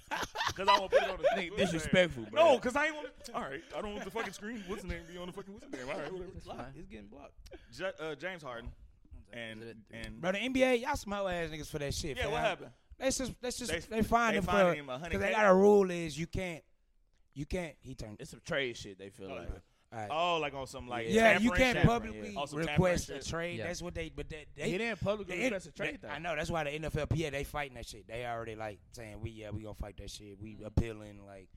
S7: Cause I want to put it on the
S6: Nigga, disrespectful, bro.
S7: No, cause I ain't want to. All right, I don't want the fucking screen. What's the name? Be on the fucking what's the name? All right, whatever.
S1: It's fine.
S6: It's getting blocked.
S2: J- uh, James Harden. And
S1: Is it at three?
S2: and
S5: Bro, the NBA, y'all some hoe ass niggas for that shit.
S2: yeah.
S5: fam.
S2: What happened?
S5: Let's just, let's just,
S2: They-
S5: they, find
S2: they
S5: him
S2: fined
S5: for
S2: him a hundred
S5: because they
S2: K.
S5: got a rule is you can't, you can't. He turned.
S6: It's some trade shit. They feel like.
S5: All right.
S2: Oh, like on something like
S5: yeah, you
S2: tampering
S5: can't
S2: shit?
S5: publicly
S6: yeah.
S2: Also tampering
S5: request a
S2: shit.
S5: trade.
S1: Yeah.
S5: That's what they, but they, they
S6: He didn't publicly
S5: the N-
S6: request a trade
S5: the-
S6: though.
S5: I know that's why the NFLPA they fighting that shit. They already like saying we yeah we gonna fight that shit. We
S6: Mm-hmm.
S5: appealing like,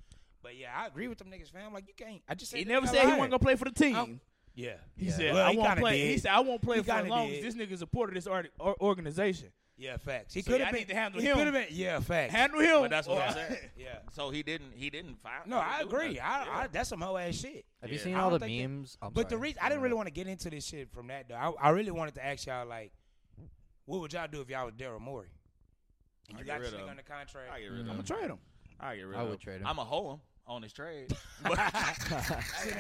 S5: but yeah I agree with them niggas fam. Like you can't. I just said
S6: He
S5: that
S6: never
S5: nigga
S6: said he
S5: lying.
S6: wasn't gonna play for the team.
S5: I'm- Yeah,
S6: he
S1: Yeah.
S6: said
S5: Well,
S6: I
S5: he
S6: won't
S5: kinda
S6: play. He
S5: did.
S6: said I won't play
S5: He
S6: for as
S5: kinda
S6: long
S5: did.
S6: as this nigga supported this art- or- organization.
S5: yeah facts. He
S6: So
S5: could
S6: y'all
S5: have been
S6: need to handle
S5: he
S6: him.
S5: coulda Been, yeah facts.
S6: Handle him.
S2: But that's what
S6: or-
S2: I'm saying.
S5: yeah.
S2: So he didn't. He didn't fire.
S5: No, I agree. I, I that's some hoe ass shit.
S1: Have you
S2: Yeah.
S1: seen
S5: I
S1: all the
S5: don't think that-
S1: memes? I'm
S5: But the
S1: sorry.
S5: reason I didn't really want to get into this shit from that though. I, I really wanted to ask y'all like, what would y'all do if y'all was Daryl Morey? And
S2: I'd
S5: you
S2: get
S5: got
S2: rid
S5: this
S2: of him.
S5: nigga under
S2: I
S5: contract.
S2: get rid of
S1: Mm.
S2: him.
S6: I'ma trade him.
S2: I get rid
S1: I
S2: of.
S1: would
S2: him.
S1: trade him.
S2: I'm a hoe him on his trade.
S5: Send that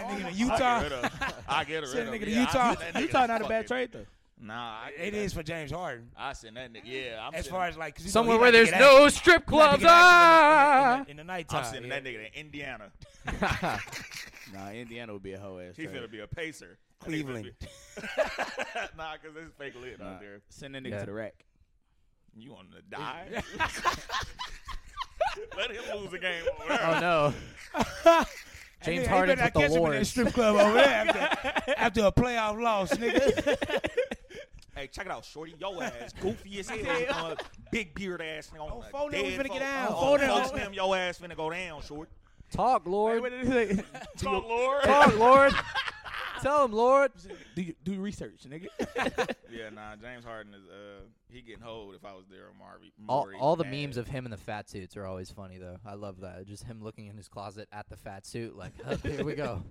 S5: nigga to
S2: I
S5: Utah.
S2: get rid of. him. I get rid
S5: Send
S2: of.
S5: that nigga
S2: him.
S5: to
S2: Yeah, I
S5: Utah.
S2: send that nigga
S6: Utah
S2: to
S6: not a bad
S2: fucking-
S6: trade though.
S2: Nah, I get
S5: It
S2: that.
S5: is for James Harden.
S2: I send that nigga. Yeah, I'm
S5: As
S2: sending-
S5: far as like 'cause you know
S1: Somewhere
S5: he
S1: where
S5: like to
S1: there's
S5: get out-
S1: no strip
S5: he like to
S1: clubs.
S5: get out in the- in the- in
S1: Ah!
S5: the- in the nighttime.
S2: I'm sending
S5: yeah.
S2: that nigga to Indiana.
S6: Nah, Indiana would be a hoe ass.
S2: He's
S6: trade.
S2: gonna be a pacer. That nigga finna
S5: Cleveland.
S2: be- nah, cause it's fake lit
S6: Nah,
S2: out there.
S6: Send that nigga
S1: Yeah.
S6: to the rack.
S2: You want him to die? Let him lose a game. Over there.
S1: Oh no.
S5: Nigga,
S1: James
S5: you
S1: Harden
S5: better
S1: with
S5: not
S1: the
S5: catch him in that
S1: Lord.
S5: strip club over there after, after a playoff loss, nigga.
S2: Hey, check it out, shorty. Yo ass goofy as hell. uh, big beard ass. Nigga,
S5: Oh,
S2: on
S5: phone
S2: dead
S5: them, we finna get down.
S2: Oh,
S5: Phone them.
S2: fuck them. Yo ass finna go down, short.
S1: Talk,
S6: Hey,
S1: Lord.
S6: what did he say?
S2: Talk, Lord.
S1: Talk, Lord. Tell him, Lord.
S6: do you, do research, nigga.
S2: Yeah, nah. James Harden is uh, he getting hold. If I was there, Marvy.
S1: All, all the memes of him in the fat suits are always funny, though. I love that. Just him looking in his closet at the fat suit, like, here we go.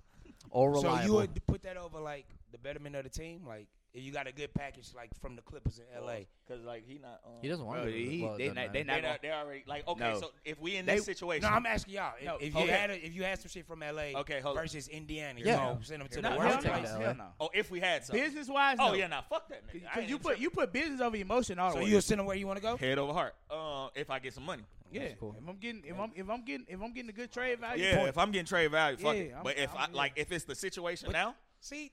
S1: All
S5: so
S1: reliable.
S5: you would put that over like the betterment of the team, like if you got a good package like from the Clippers in L.A.
S2: because like he not. Um,
S1: he doesn't want
S6: Bro,
S1: to.
S6: he-
S1: well, it
S6: they
S1: doesn't
S6: not-
S1: matter.
S6: they not-
S2: They, not, they already like okay.
S6: No.
S2: So if we in
S6: They-
S2: this situation,
S5: No, I'm asking y'all if,
S6: No,
S5: if you
S6: okay.
S5: had a, if you had some shit from L.A.
S2: Okay, hold on.
S5: versus Indiana,
S1: Yeah.
S5: you know, send them to
S1: Nah,
S5: the
S1: hell
S5: world.
S1: no.
S5: place.
S1: Hell no.
S2: oh, if we had something.
S6: Business wise,
S2: Oh yeah, now fuck that nigga. I
S6: because
S2: ain't
S6: you
S2: even
S6: put you put business over emotion all the
S5: So
S6: way.
S5: you'll send them where you want to go.
S2: tripping. head over heart. Uh, if I get some money.
S6: yeah,
S1: That's cool.
S6: if I'm getting if I'm if I'm getting if I'm getting a good trade value,
S2: Yeah,
S6: point,
S2: if I'm getting trade value, fuck
S6: Yeah,
S2: it.
S6: I'm-
S2: But if i
S6: I'm-
S2: like, if it's the situation now,
S5: See,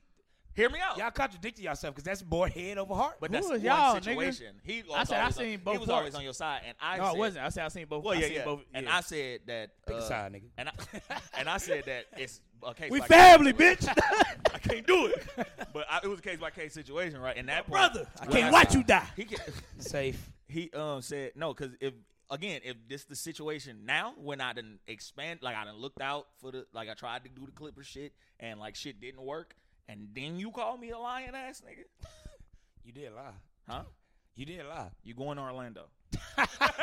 S2: hear me out.
S5: y'all contradicting yourself because that's more head over heart.
S2: But
S6: Who
S2: that's
S6: was
S2: one
S6: y'all, nigga?
S2: situation. He was
S6: I said I
S2: always on-
S6: seen both
S2: He was
S6: parts.
S2: always on your side, and I
S6: no,
S2: said,
S6: it wasn't. I said I seen both.
S2: Well,
S6: I
S2: yeah,
S6: seen
S2: yeah.
S6: both.
S2: And
S6: yeah.
S2: I said that.
S5: Pick a
S2: uh,
S5: side, nigga.
S2: And I and I said that it's a case.
S6: we
S2: by case
S6: family,
S2: situation.
S6: bitch.
S2: I can't do it. But I, it was a case by case situation, right? And that point,
S6: Brother, I
S2: when
S6: can't watch
S2: saw-
S6: you die.
S2: He can,
S5: Safe.
S2: he um said no because if again if this the situation now when I didn't expand like I done looked out for the like I tried to do the Clipper shit and like shit didn't work and then you call me a lying ass nigga,
S5: You did lie.
S2: huh?
S5: You did lie.
S2: You going to Orlando?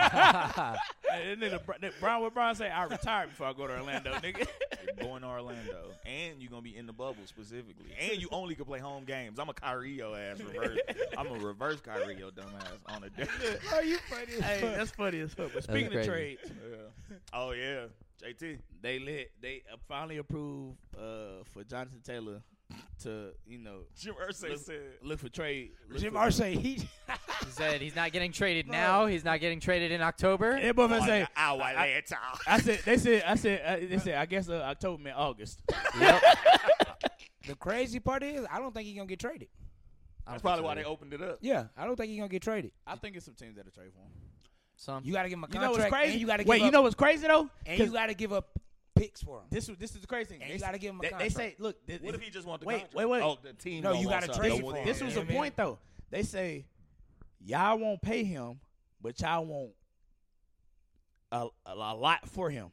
S6: And then the, Br- that Brown, what Brown say? I retire before I go to Orlando, nigga.
S2: You're going to Orlando, and you're gonna be in the bubble specifically, and you only can play home games. I'm a Kyrie yo ass reverse. I'm a reverse Kyrie yo dumbass on a day.
S6: Are you funny? Hey, that's funny as fuck. But speaking of
S1: crazy.
S6: trades,
S2: Yeah. Oh yeah, JT.
S6: they lit. They uh, finally approved uh, for Jonathan Taylor to you know
S2: Jim Irsay
S6: Look-
S2: said.
S6: look for trade. Look
S5: Jim
S6: for,
S5: Irsay, he
S1: he said he's not getting traded now. He's not getting traded in October.
S6: That motherfucker
S2: "On
S6: say.
S2: an hour
S6: I-
S2: later."
S6: I said. They said. I said. Uh, they said. I guess uh, October meant August.
S1: Yep.
S5: the crazy part is I don't think he's gonna get traded.
S2: That's probably why they opened it up.
S5: Yeah, I don't think he's gonna get traded.
S6: I think it's some teams that are trade for him.
S1: Some.
S5: You gotta give him a
S6: You
S5: contract.
S6: know what's crazy?
S5: And you gotta give
S6: Wait,
S5: up,
S6: you know what's crazy though?
S5: and you
S6: 'Cause
S5: gotta give up picks for him.
S6: this was- this is the crazy thing.
S5: And
S6: They
S5: you
S6: s-
S5: gotta give him a
S6: they, they
S5: contract.
S6: say, look, th-
S2: What
S6: this,
S2: if he just want the
S6: Wait,
S2: contract?
S6: wait, wait.
S2: Oh, the team.
S5: No,
S2: gonna
S5: you
S2: want
S5: gotta
S2: something.
S5: trade
S2: They
S5: for
S2: want-
S5: him.
S6: this
S5: Yeah,
S6: was
S5: yeah,
S6: a
S5: man.
S6: point though. They say y'all won't pay him, but y'all want a, a, a lot for him.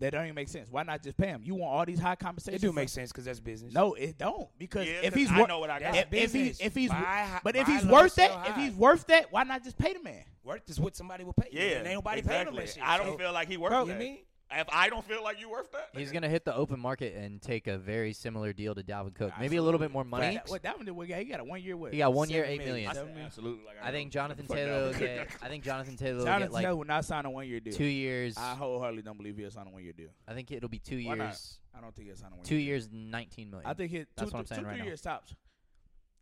S6: That don't even make sense. Why not just pay him? You want all these high
S5: It
S6: conversations?
S5: do make sense because that's business.
S6: No, it don't because
S2: Yeah,
S6: if
S2: 'cause
S6: he's
S2: I
S6: wor-
S2: know what I got.
S5: That's
S6: if, if he
S5: business.
S6: if he's
S5: Buy hi-
S6: but if
S5: buy
S6: he's
S5: low,
S6: worth
S5: sell
S6: that if
S5: high.
S6: he's worth that why not just pay the man?
S5: worth is what somebody will pay you.
S2: Yeah,
S5: and ain't nobody paying him
S2: exactly.
S5: that shit.
S2: I don't
S5: so,
S2: feel like he
S5: Bro,
S2: worked.
S5: you
S2: that.
S5: mean?
S2: If I don't feel like you worth that,
S1: He's
S2: nigga.
S1: gonna hit the open market and take a very similar deal to Dalvin Cook. Maybe a little bit more money.
S6: That, what that one did? What, he got- he got a one year what?
S1: He got one year,
S6: Seven
S1: eight million.
S6: million,
S1: I
S6: seven million.
S2: absolutely. Like,
S1: I think
S2: don't-
S1: Jonathan
S2: fuck
S1: Taylor. Will
S2: that.
S1: get, I think Jonathan Taylor will
S6: Jonathan
S1: get like
S6: Taylor will Uh-huh. not sign a one year deal.
S1: two years.
S6: I wholeheartedly don't believe he'll sign a one year deal.
S1: I think it'll be two
S6: Why not?
S1: years.
S6: I don't think he'll sign a one
S1: Two
S6: year.
S1: years, nineteen million.
S6: I think he'll
S1: That's
S6: two,
S1: what I'm
S6: two-
S1: saying
S6: two,
S1: right
S6: three
S1: now.
S6: years tops.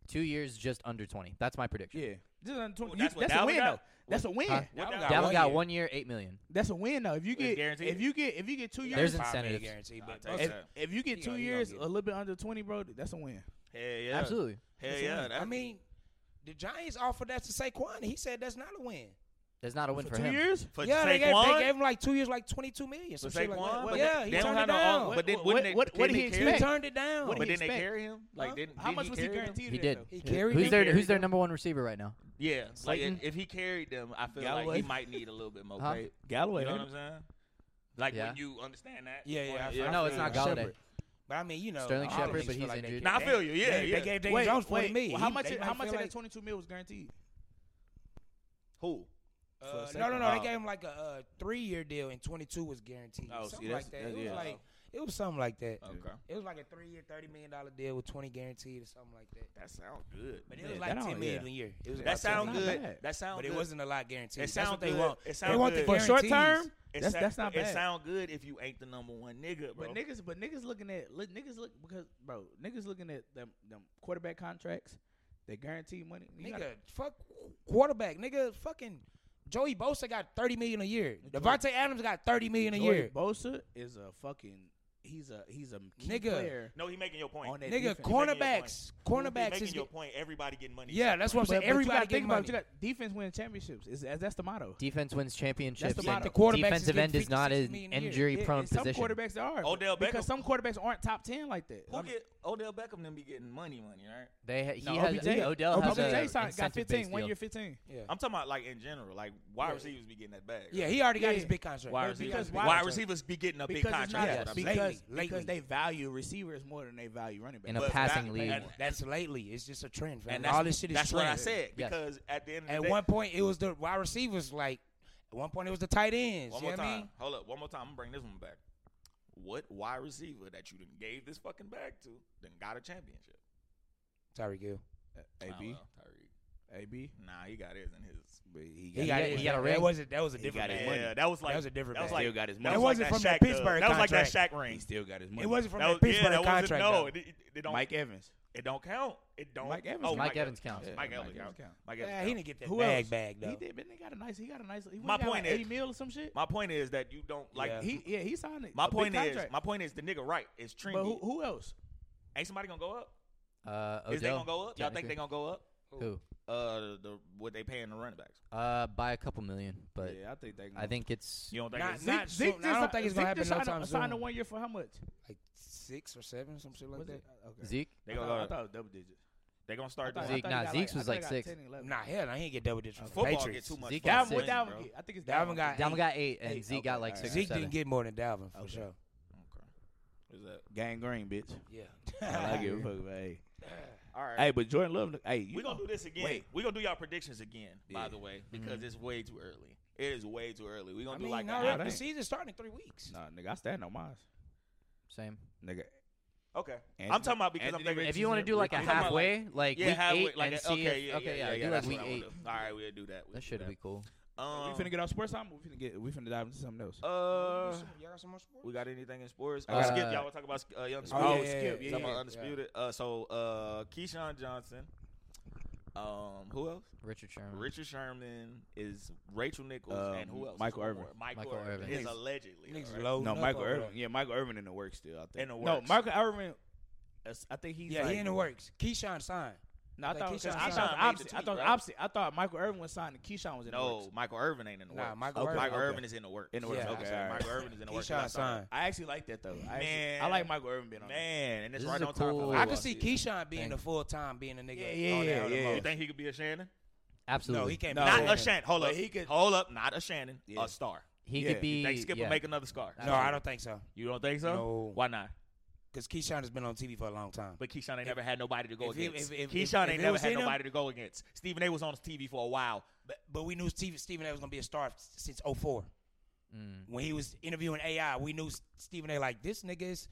S1: two years, just under twenty. That's my prediction.
S6: Yeah, This is under twenty-
S2: Well,
S6: you-
S2: that's what
S6: that's, a
S2: Dalvin
S6: win
S2: got.
S6: though. That's a win.
S1: Huh?
S2: What
S5: Dalvin
S2: Dalvin
S5: got
S1: Dalvin
S5: one
S1: got
S5: year.
S1: one year, eight million.
S6: That's a win though. If you get
S2: guaranteed.
S6: if you get if you get two
S1: There's
S6: years,
S5: Five million
S1: incentives.
S5: guarantee,
S2: I'll
S5: but
S2: take
S6: if,
S2: that.
S6: if you get
S5: He
S6: two
S5: gonna- he gonna
S6: years a
S5: get it.
S6: little bit under twenty, bro, that's a win.
S2: Hell yeah.
S1: Absolutely.
S2: Hell
S5: That's a
S2: yeah.
S5: win.
S2: that-
S5: I mean, the Giants offered that to Saquon. He said that's not a win.
S1: That's not a win for,
S6: two
S1: him.
S6: years.
S2: for
S5: yeah, they gave,
S2: Saquon,
S5: they gave him like two years, like twenty two million. Some
S2: for
S5: shit like that.
S2: Saquon,
S5: Well,
S2: but
S5: yeah,
S2: they,
S5: he
S2: they don't
S5: turned it
S2: have no.
S5: down.
S2: But then,
S6: What-
S2: wouldn't they,
S6: what- what
S2: didn't
S6: did he
S2: they
S5: he
S2: carry him?
S5: turned it down.
S6: What
S2: But
S6: did he
S2: didn't they
S6: expect?
S2: carry him? Like, didn't,
S6: How
S2: didn't
S6: much was he
S2: carry them?
S6: guaranteed?
S1: He
S6: at,
S1: did.
S6: though?
S5: He
S1: Who-
S5: carried
S1: who's
S5: them.
S1: their
S5: He
S1: Who's
S5: carried
S1: their
S5: them.
S1: number one receiver right now?
S2: Yeah, like
S1: Slayton?
S2: if, if he carried them, I feel
S5: Galloway.
S2: like he might need a little bit more
S1: Huh?
S2: pay.
S8: Galloway.
S2: You know what I'm saying? Like
S1: Yeah.
S2: when you understand that.
S5: Yeah, yeah, I
S2: yeah.
S5: feel-
S1: No,
S5: I
S1: it's
S5: feel
S1: not
S5: you.
S1: Galladay.
S5: Shepard. But I mean, you know,
S1: Sterling
S5: all of
S1: Shepard,
S5: them
S1: but
S5: feel
S1: he's
S5: like they
S1: injured.
S5: can't-
S2: Nah, I feel you. Yeah,
S5: they,
S2: yeah.
S5: they gave Daniel Jones forty million.
S6: well, how
S5: He-
S6: much?
S5: they
S6: How much
S5: might feel
S6: of that
S5: like-
S6: twenty-two mil was guaranteed?
S2: Who?
S5: Uh,
S6: For
S5: no, no,
S6: Saquon.
S5: no. They
S2: Oh.
S5: gave him like a uh, three year deal, and twenty two was guaranteed.
S2: Oh, see,
S5: something
S2: that's-
S5: like that.
S2: that-
S5: It was
S2: yeah. Uh.
S5: like it was something like that.
S2: Okay.
S5: It was like a three year, thirty million dollar deal with twenty guaranteed or something like that.
S2: That sounds good.
S5: But it
S6: Yeah,
S5: was
S6: that
S5: like
S6: don't-
S5: ten million
S6: yeah.
S5: a year. It was
S2: That
S5: about 10
S2: sound
S5: million.
S2: good.
S6: bad.
S2: That sound
S5: But
S2: good.
S5: it wasn't a lot guaranteed.
S2: It
S5: That's
S2: sound
S5: what they
S2: good.
S5: want.
S2: It
S5: They
S2: sound
S5: want the
S2: good.
S6: For short term,
S5: guarantees.
S2: It
S6: that's
S2: sa-
S6: that's not
S2: It
S6: bad.
S2: sound good if you ain't the number one nigga, bro.
S6: But niggas, but niggas looking at look, niggas look because bro, niggas looking at them them quarterback contracts, they guarantee money. You gotta-
S5: Nigga, fuck quarterback. Nigga, fucking Joey Bosa got thirty million a year. Devontae Adams got thirty million a
S6: Joey
S5: year.
S6: Bosa is a fucking he's a he's a key
S5: Nigga.
S6: player
S2: no, he making your point.
S6: on that
S5: Nigga,
S6: defense.
S5: cornerbacks,
S2: He
S5: cornerbacks
S2: making
S5: is
S2: your point. Everybody getting money.
S5: yeah. That's what I'm
S6: But,
S5: saying.
S6: but
S5: Everybody
S6: you gotta think
S5: getting
S6: about it.
S5: money.
S6: You got defense win championships. Is that's the motto.
S1: Defense wins championships.
S6: motto.
S1: and
S6: The
S5: quarterbacks is
S1: defensive
S5: getting
S1: end is not
S5: 56
S1: an
S5: million a year.
S1: injury prone
S6: and some
S1: position.
S6: quarterbacks they are.
S2: Odell
S6: because
S2: Beckham-
S6: some quarterbacks aren't top ten like that.
S2: Who
S6: I'm-
S2: get Odell Beckham? Them be getting money, money, right?
S1: They ha- he
S6: no,
S1: has
S6: OBJ,
S1: Odell has
S6: OBJ
S1: a
S6: signed- got
S1: incentive-based
S6: 15, one
S1: deal.
S6: year 15.
S5: Yeah.
S2: I'm talking about like in general, like wide
S5: Yeah.
S2: receivers be getting that bag. right?
S5: Yeah, he already got
S6: Yeah.
S5: his big contract.
S2: Wide
S6: But
S2: receivers,
S6: because
S2: be-
S6: wide
S2: wide
S6: contract.
S2: receivers be getting a big
S6: Because it's
S2: contract.
S6: not
S5: Yeah,
S2: is what I'm
S5: big
S2: saying.
S6: because,
S5: Lately,
S6: because
S5: lately.
S6: they value receivers more than they value running backs.
S1: In a
S2: But
S1: passing
S2: that-
S1: league.
S2: and-
S5: That's lately. It's just a trend. fam.
S2: And
S5: all this shit is
S2: That's
S5: trend.
S2: what I said.
S1: Yes.
S2: Because at the end of the
S5: At
S2: day,
S5: one point, it was the wide receivers. Like at one point, it was the tight ends.
S2: One
S5: you
S2: more
S5: know what I
S2: time.
S5: mean?
S2: Hold up. One more time. I'm bringing this one back. What wide receiver that you didn't gave this fucking bag to then got a championship?
S5: Tyreek Hill.
S2: I
S6: AB,
S2: don't know, Tyreek.
S6: AB,
S2: Nah, he got his and his.
S6: but he got
S5: He got,
S1: got-
S5: it.
S1: he got a
S5: That
S1: ring.
S5: wasn't. That was a
S8: He
S5: different.
S8: got his
S5: bag.
S2: Yeah,
S8: money.
S2: that was like
S5: was a different
S2: That was
S5: bag.
S2: like
S8: Still got his
S2: that
S8: money.
S2: was
S5: It
S2: like
S5: wasn't from
S2: Shaq
S5: that
S2: dub.
S5: Pittsburgh
S2: That was like that
S5: contract.
S2: Shaq ring.
S8: He still got his money.
S5: It wasn't from
S2: That was,
S5: that
S2: yeah,
S5: Pittsburgh
S2: that wasn't,
S5: contract.
S2: no,
S5: though.
S2: it, it, it don't.
S6: Mike Evans.
S2: it don't count. It don't.
S6: Mike Evans
S2: Oh,
S6: counts.
S1: Mike Evans counts.
S2: Yeah, Mike Evans
S6: Evans
S2: counts.
S6: counts.
S2: Mike
S5: Yeah,
S2: Evans
S5: he
S2: counts.
S5: didn't get that
S6: Who
S5: bag
S6: else?
S5: bag though.
S6: He did, but he got a nice. He got a nice. He
S2: My
S6: got
S2: point
S6: like
S2: is-
S6: 80 mil or some shit.
S2: My point is that you don't like.
S5: Yeah.
S6: he yeah he signed it.
S2: My
S6: a big
S2: point is.
S6: contract.
S2: My point is the nigga right. It's
S6: but
S2: Trinity.
S6: who, who else?
S2: Ain't somebody gonna go up?
S1: Uh, Odell.
S2: Is they gonna go up? Y'all think
S1: technically.
S2: they gonna go up?
S1: Who?
S2: Uh, the, the what they paying the running backs?
S1: Uh, by a couple million, but
S6: yeah, I think they.
S1: I think it's
S2: You don't think?
S5: Not-
S2: it's-
S5: not soon. I don't
S6: just-
S5: think it's gonna
S6: Zeke just
S5: happen no
S6: signed a-
S5: time
S6: Signed a
S5: soon.
S6: one year for how much?
S5: like six or seven, some shit like
S6: Was
S5: that.
S6: it? Okay.
S1: Zeke.
S2: They
S6: I
S2: gonna
S6: thought,
S2: go
S6: I
S2: up.
S6: thought it was double digits.
S2: They gonna
S6: I
S2: start
S6: thought- I
S2: doing.
S1: Zeke-
S6: thought he
S1: nah,
S6: got
S1: Zeke's
S6: I
S1: was
S6: thought he
S1: like
S6: got
S1: six.
S6: 10, 11.
S5: Nah, hell, no, he ain't get double digits from the
S2: Football get
S5: Patriots.
S2: too much.
S1: Zeke
S2: fucking
S1: got
S6: Dalvin,
S1: six,
S6: what
S2: money,
S6: Dalvin
S2: bro.
S6: get? I think it's
S5: Dalvin got
S1: Dalvin
S5: eight.
S1: got eight, and
S6: Eight,
S1: Zeke
S6: okay,
S1: got like
S6: alright.
S1: six. or
S5: Zeke
S1: seven.
S5: didn't get more than Dalvin for
S6: Okay.
S5: sure.
S2: Is that?
S6: Gang green, bitch.
S5: Yeah,
S8: I don't give a fuck about hey.
S2: All right.
S8: Hey, but Jordan Love, hey, you
S2: We're gonna do this again.
S8: Wait.
S2: We're gonna do y'all predictions again, by
S8: Yeah.
S2: the way, because it's way too early. It is way too early. We're gonna
S5: I
S2: do
S5: mean,
S2: like a
S5: no,
S2: half-
S5: the
S6: ain't.
S5: season's starting in three weeks.
S6: Nah, nigga, I stand on mine.
S1: Same.
S6: Nigga,
S2: Okay. I'm
S8: Anthony-
S2: talking about because
S8: Anthony
S2: I'm thinking
S1: If you want to do like a
S2: We're talking about,
S1: halfway, like,
S2: yeah,
S1: week
S2: halfway,
S1: eight,
S2: like
S1: and
S2: a,
S1: see
S2: okay,
S1: if
S2: yeah,
S1: okay,
S2: yeah, yeah,
S1: do like
S2: that's
S1: week
S2: what I
S1: eight.
S2: wanna do. All right, we'll do that. We'll
S1: That
S2: do
S1: should
S2: that.
S1: be cool.
S2: Um,
S6: we finna get off sports time. or We finna get. We finna dive into something else.
S2: Uh,
S5: Y'all got some more sports?
S2: we got anything in sports?
S1: Uh,
S2: Uh, Skip, y'all want to talk about uh, Young Skip?
S5: Oh, yeah, yeah, yeah,
S2: Talking about
S5: yeah.
S2: undisputed. Uh, so uh, Keyshawn Johnson. Um, who else?
S1: Richard Sherman.
S2: Richard Sherman is Rachel Nichols
S8: Um,
S2: and who else?
S8: Michael
S2: One
S8: Irvin.
S2: more. Michael,
S1: Michael
S2: Irvin,
S1: Irvin.
S2: is
S1: Niggas-
S2: allegedly
S5: Niggas
S2: alright.
S5: loading
S8: No,
S5: up
S8: Michael
S5: over
S8: Irvin.
S5: there.
S8: Yeah, Michael Irvin in the work still. I think.
S2: In the
S8: No,
S2: works.
S8: Michael Irvin. as- I think he's.
S5: Yeah,
S8: like,
S5: he in the works. Keyshawn signed.
S6: No, I
S5: Like
S6: thought
S5: Keyshawn
S6: because I
S5: signed.
S6: thought the
S2: Made the
S6: opposite. I
S2: tweet,
S6: thought the
S2: right?
S6: opposite. I thought Michael Irvin was signed and Keyshawn was in the
S2: No,
S6: works.
S2: Michael Irvin ain't in the
S5: Nah,
S2: works.
S5: Michael Irvin-
S2: Michael
S5: okay.
S2: Irvin is in the works.
S8: In the works,
S5: Yeah.
S2: I'm
S8: okay,
S2: sorry,
S8: alright.
S2: Michael Irvin is in the works.
S5: Keyshawn
S2: I saw
S5: signed.
S8: I actually like that though. I, actually, I
S2: Man.
S8: like Michael Irvin being
S2: that.
S8: on. there.
S2: Man, and it's
S1: This
S2: right
S1: is a
S2: on time.
S1: cool-
S2: for
S1: Oh,
S5: I
S1: I
S5: could see
S1: see.
S5: Keyshawn being
S1: Thank
S5: the full time being a nigga.
S8: Yeah,
S5: on
S8: yeah,
S5: that
S8: yeah.
S5: motherfucker.
S2: You think he could be a Shannon?
S1: Absolutely.
S5: No, he can't.
S8: No.
S5: be
S2: Not
S5: Shannon.
S2: a Shannon. Hold
S8: But
S2: up.
S8: he could-
S2: Hold up. Not a Shannon.
S8: Yeah.
S2: A star.
S1: He
S8: Yeah.
S1: could be.
S2: You think Skip
S1: yeah.
S2: will make another scar?
S5: No, I don't think so.
S2: You don't think so?
S5: No.
S2: Why not?
S5: Because Keyshawn has been on TV for a long time.
S2: But Keyshawn ain't never had nobody to go
S5: if he-
S2: against.
S5: if- if- if-
S2: Keyshawn
S5: if
S2: ain't
S5: it
S2: never
S5: was
S2: had
S5: in him-
S2: nobody to go against. Stephen A was on his TV for a while.
S5: But, but we knew Steve, Stephen A was going to be a star f- since 04.
S1: Mm.
S5: When he was interviewing AI, we knew S- Stephen A. Like this nigga is,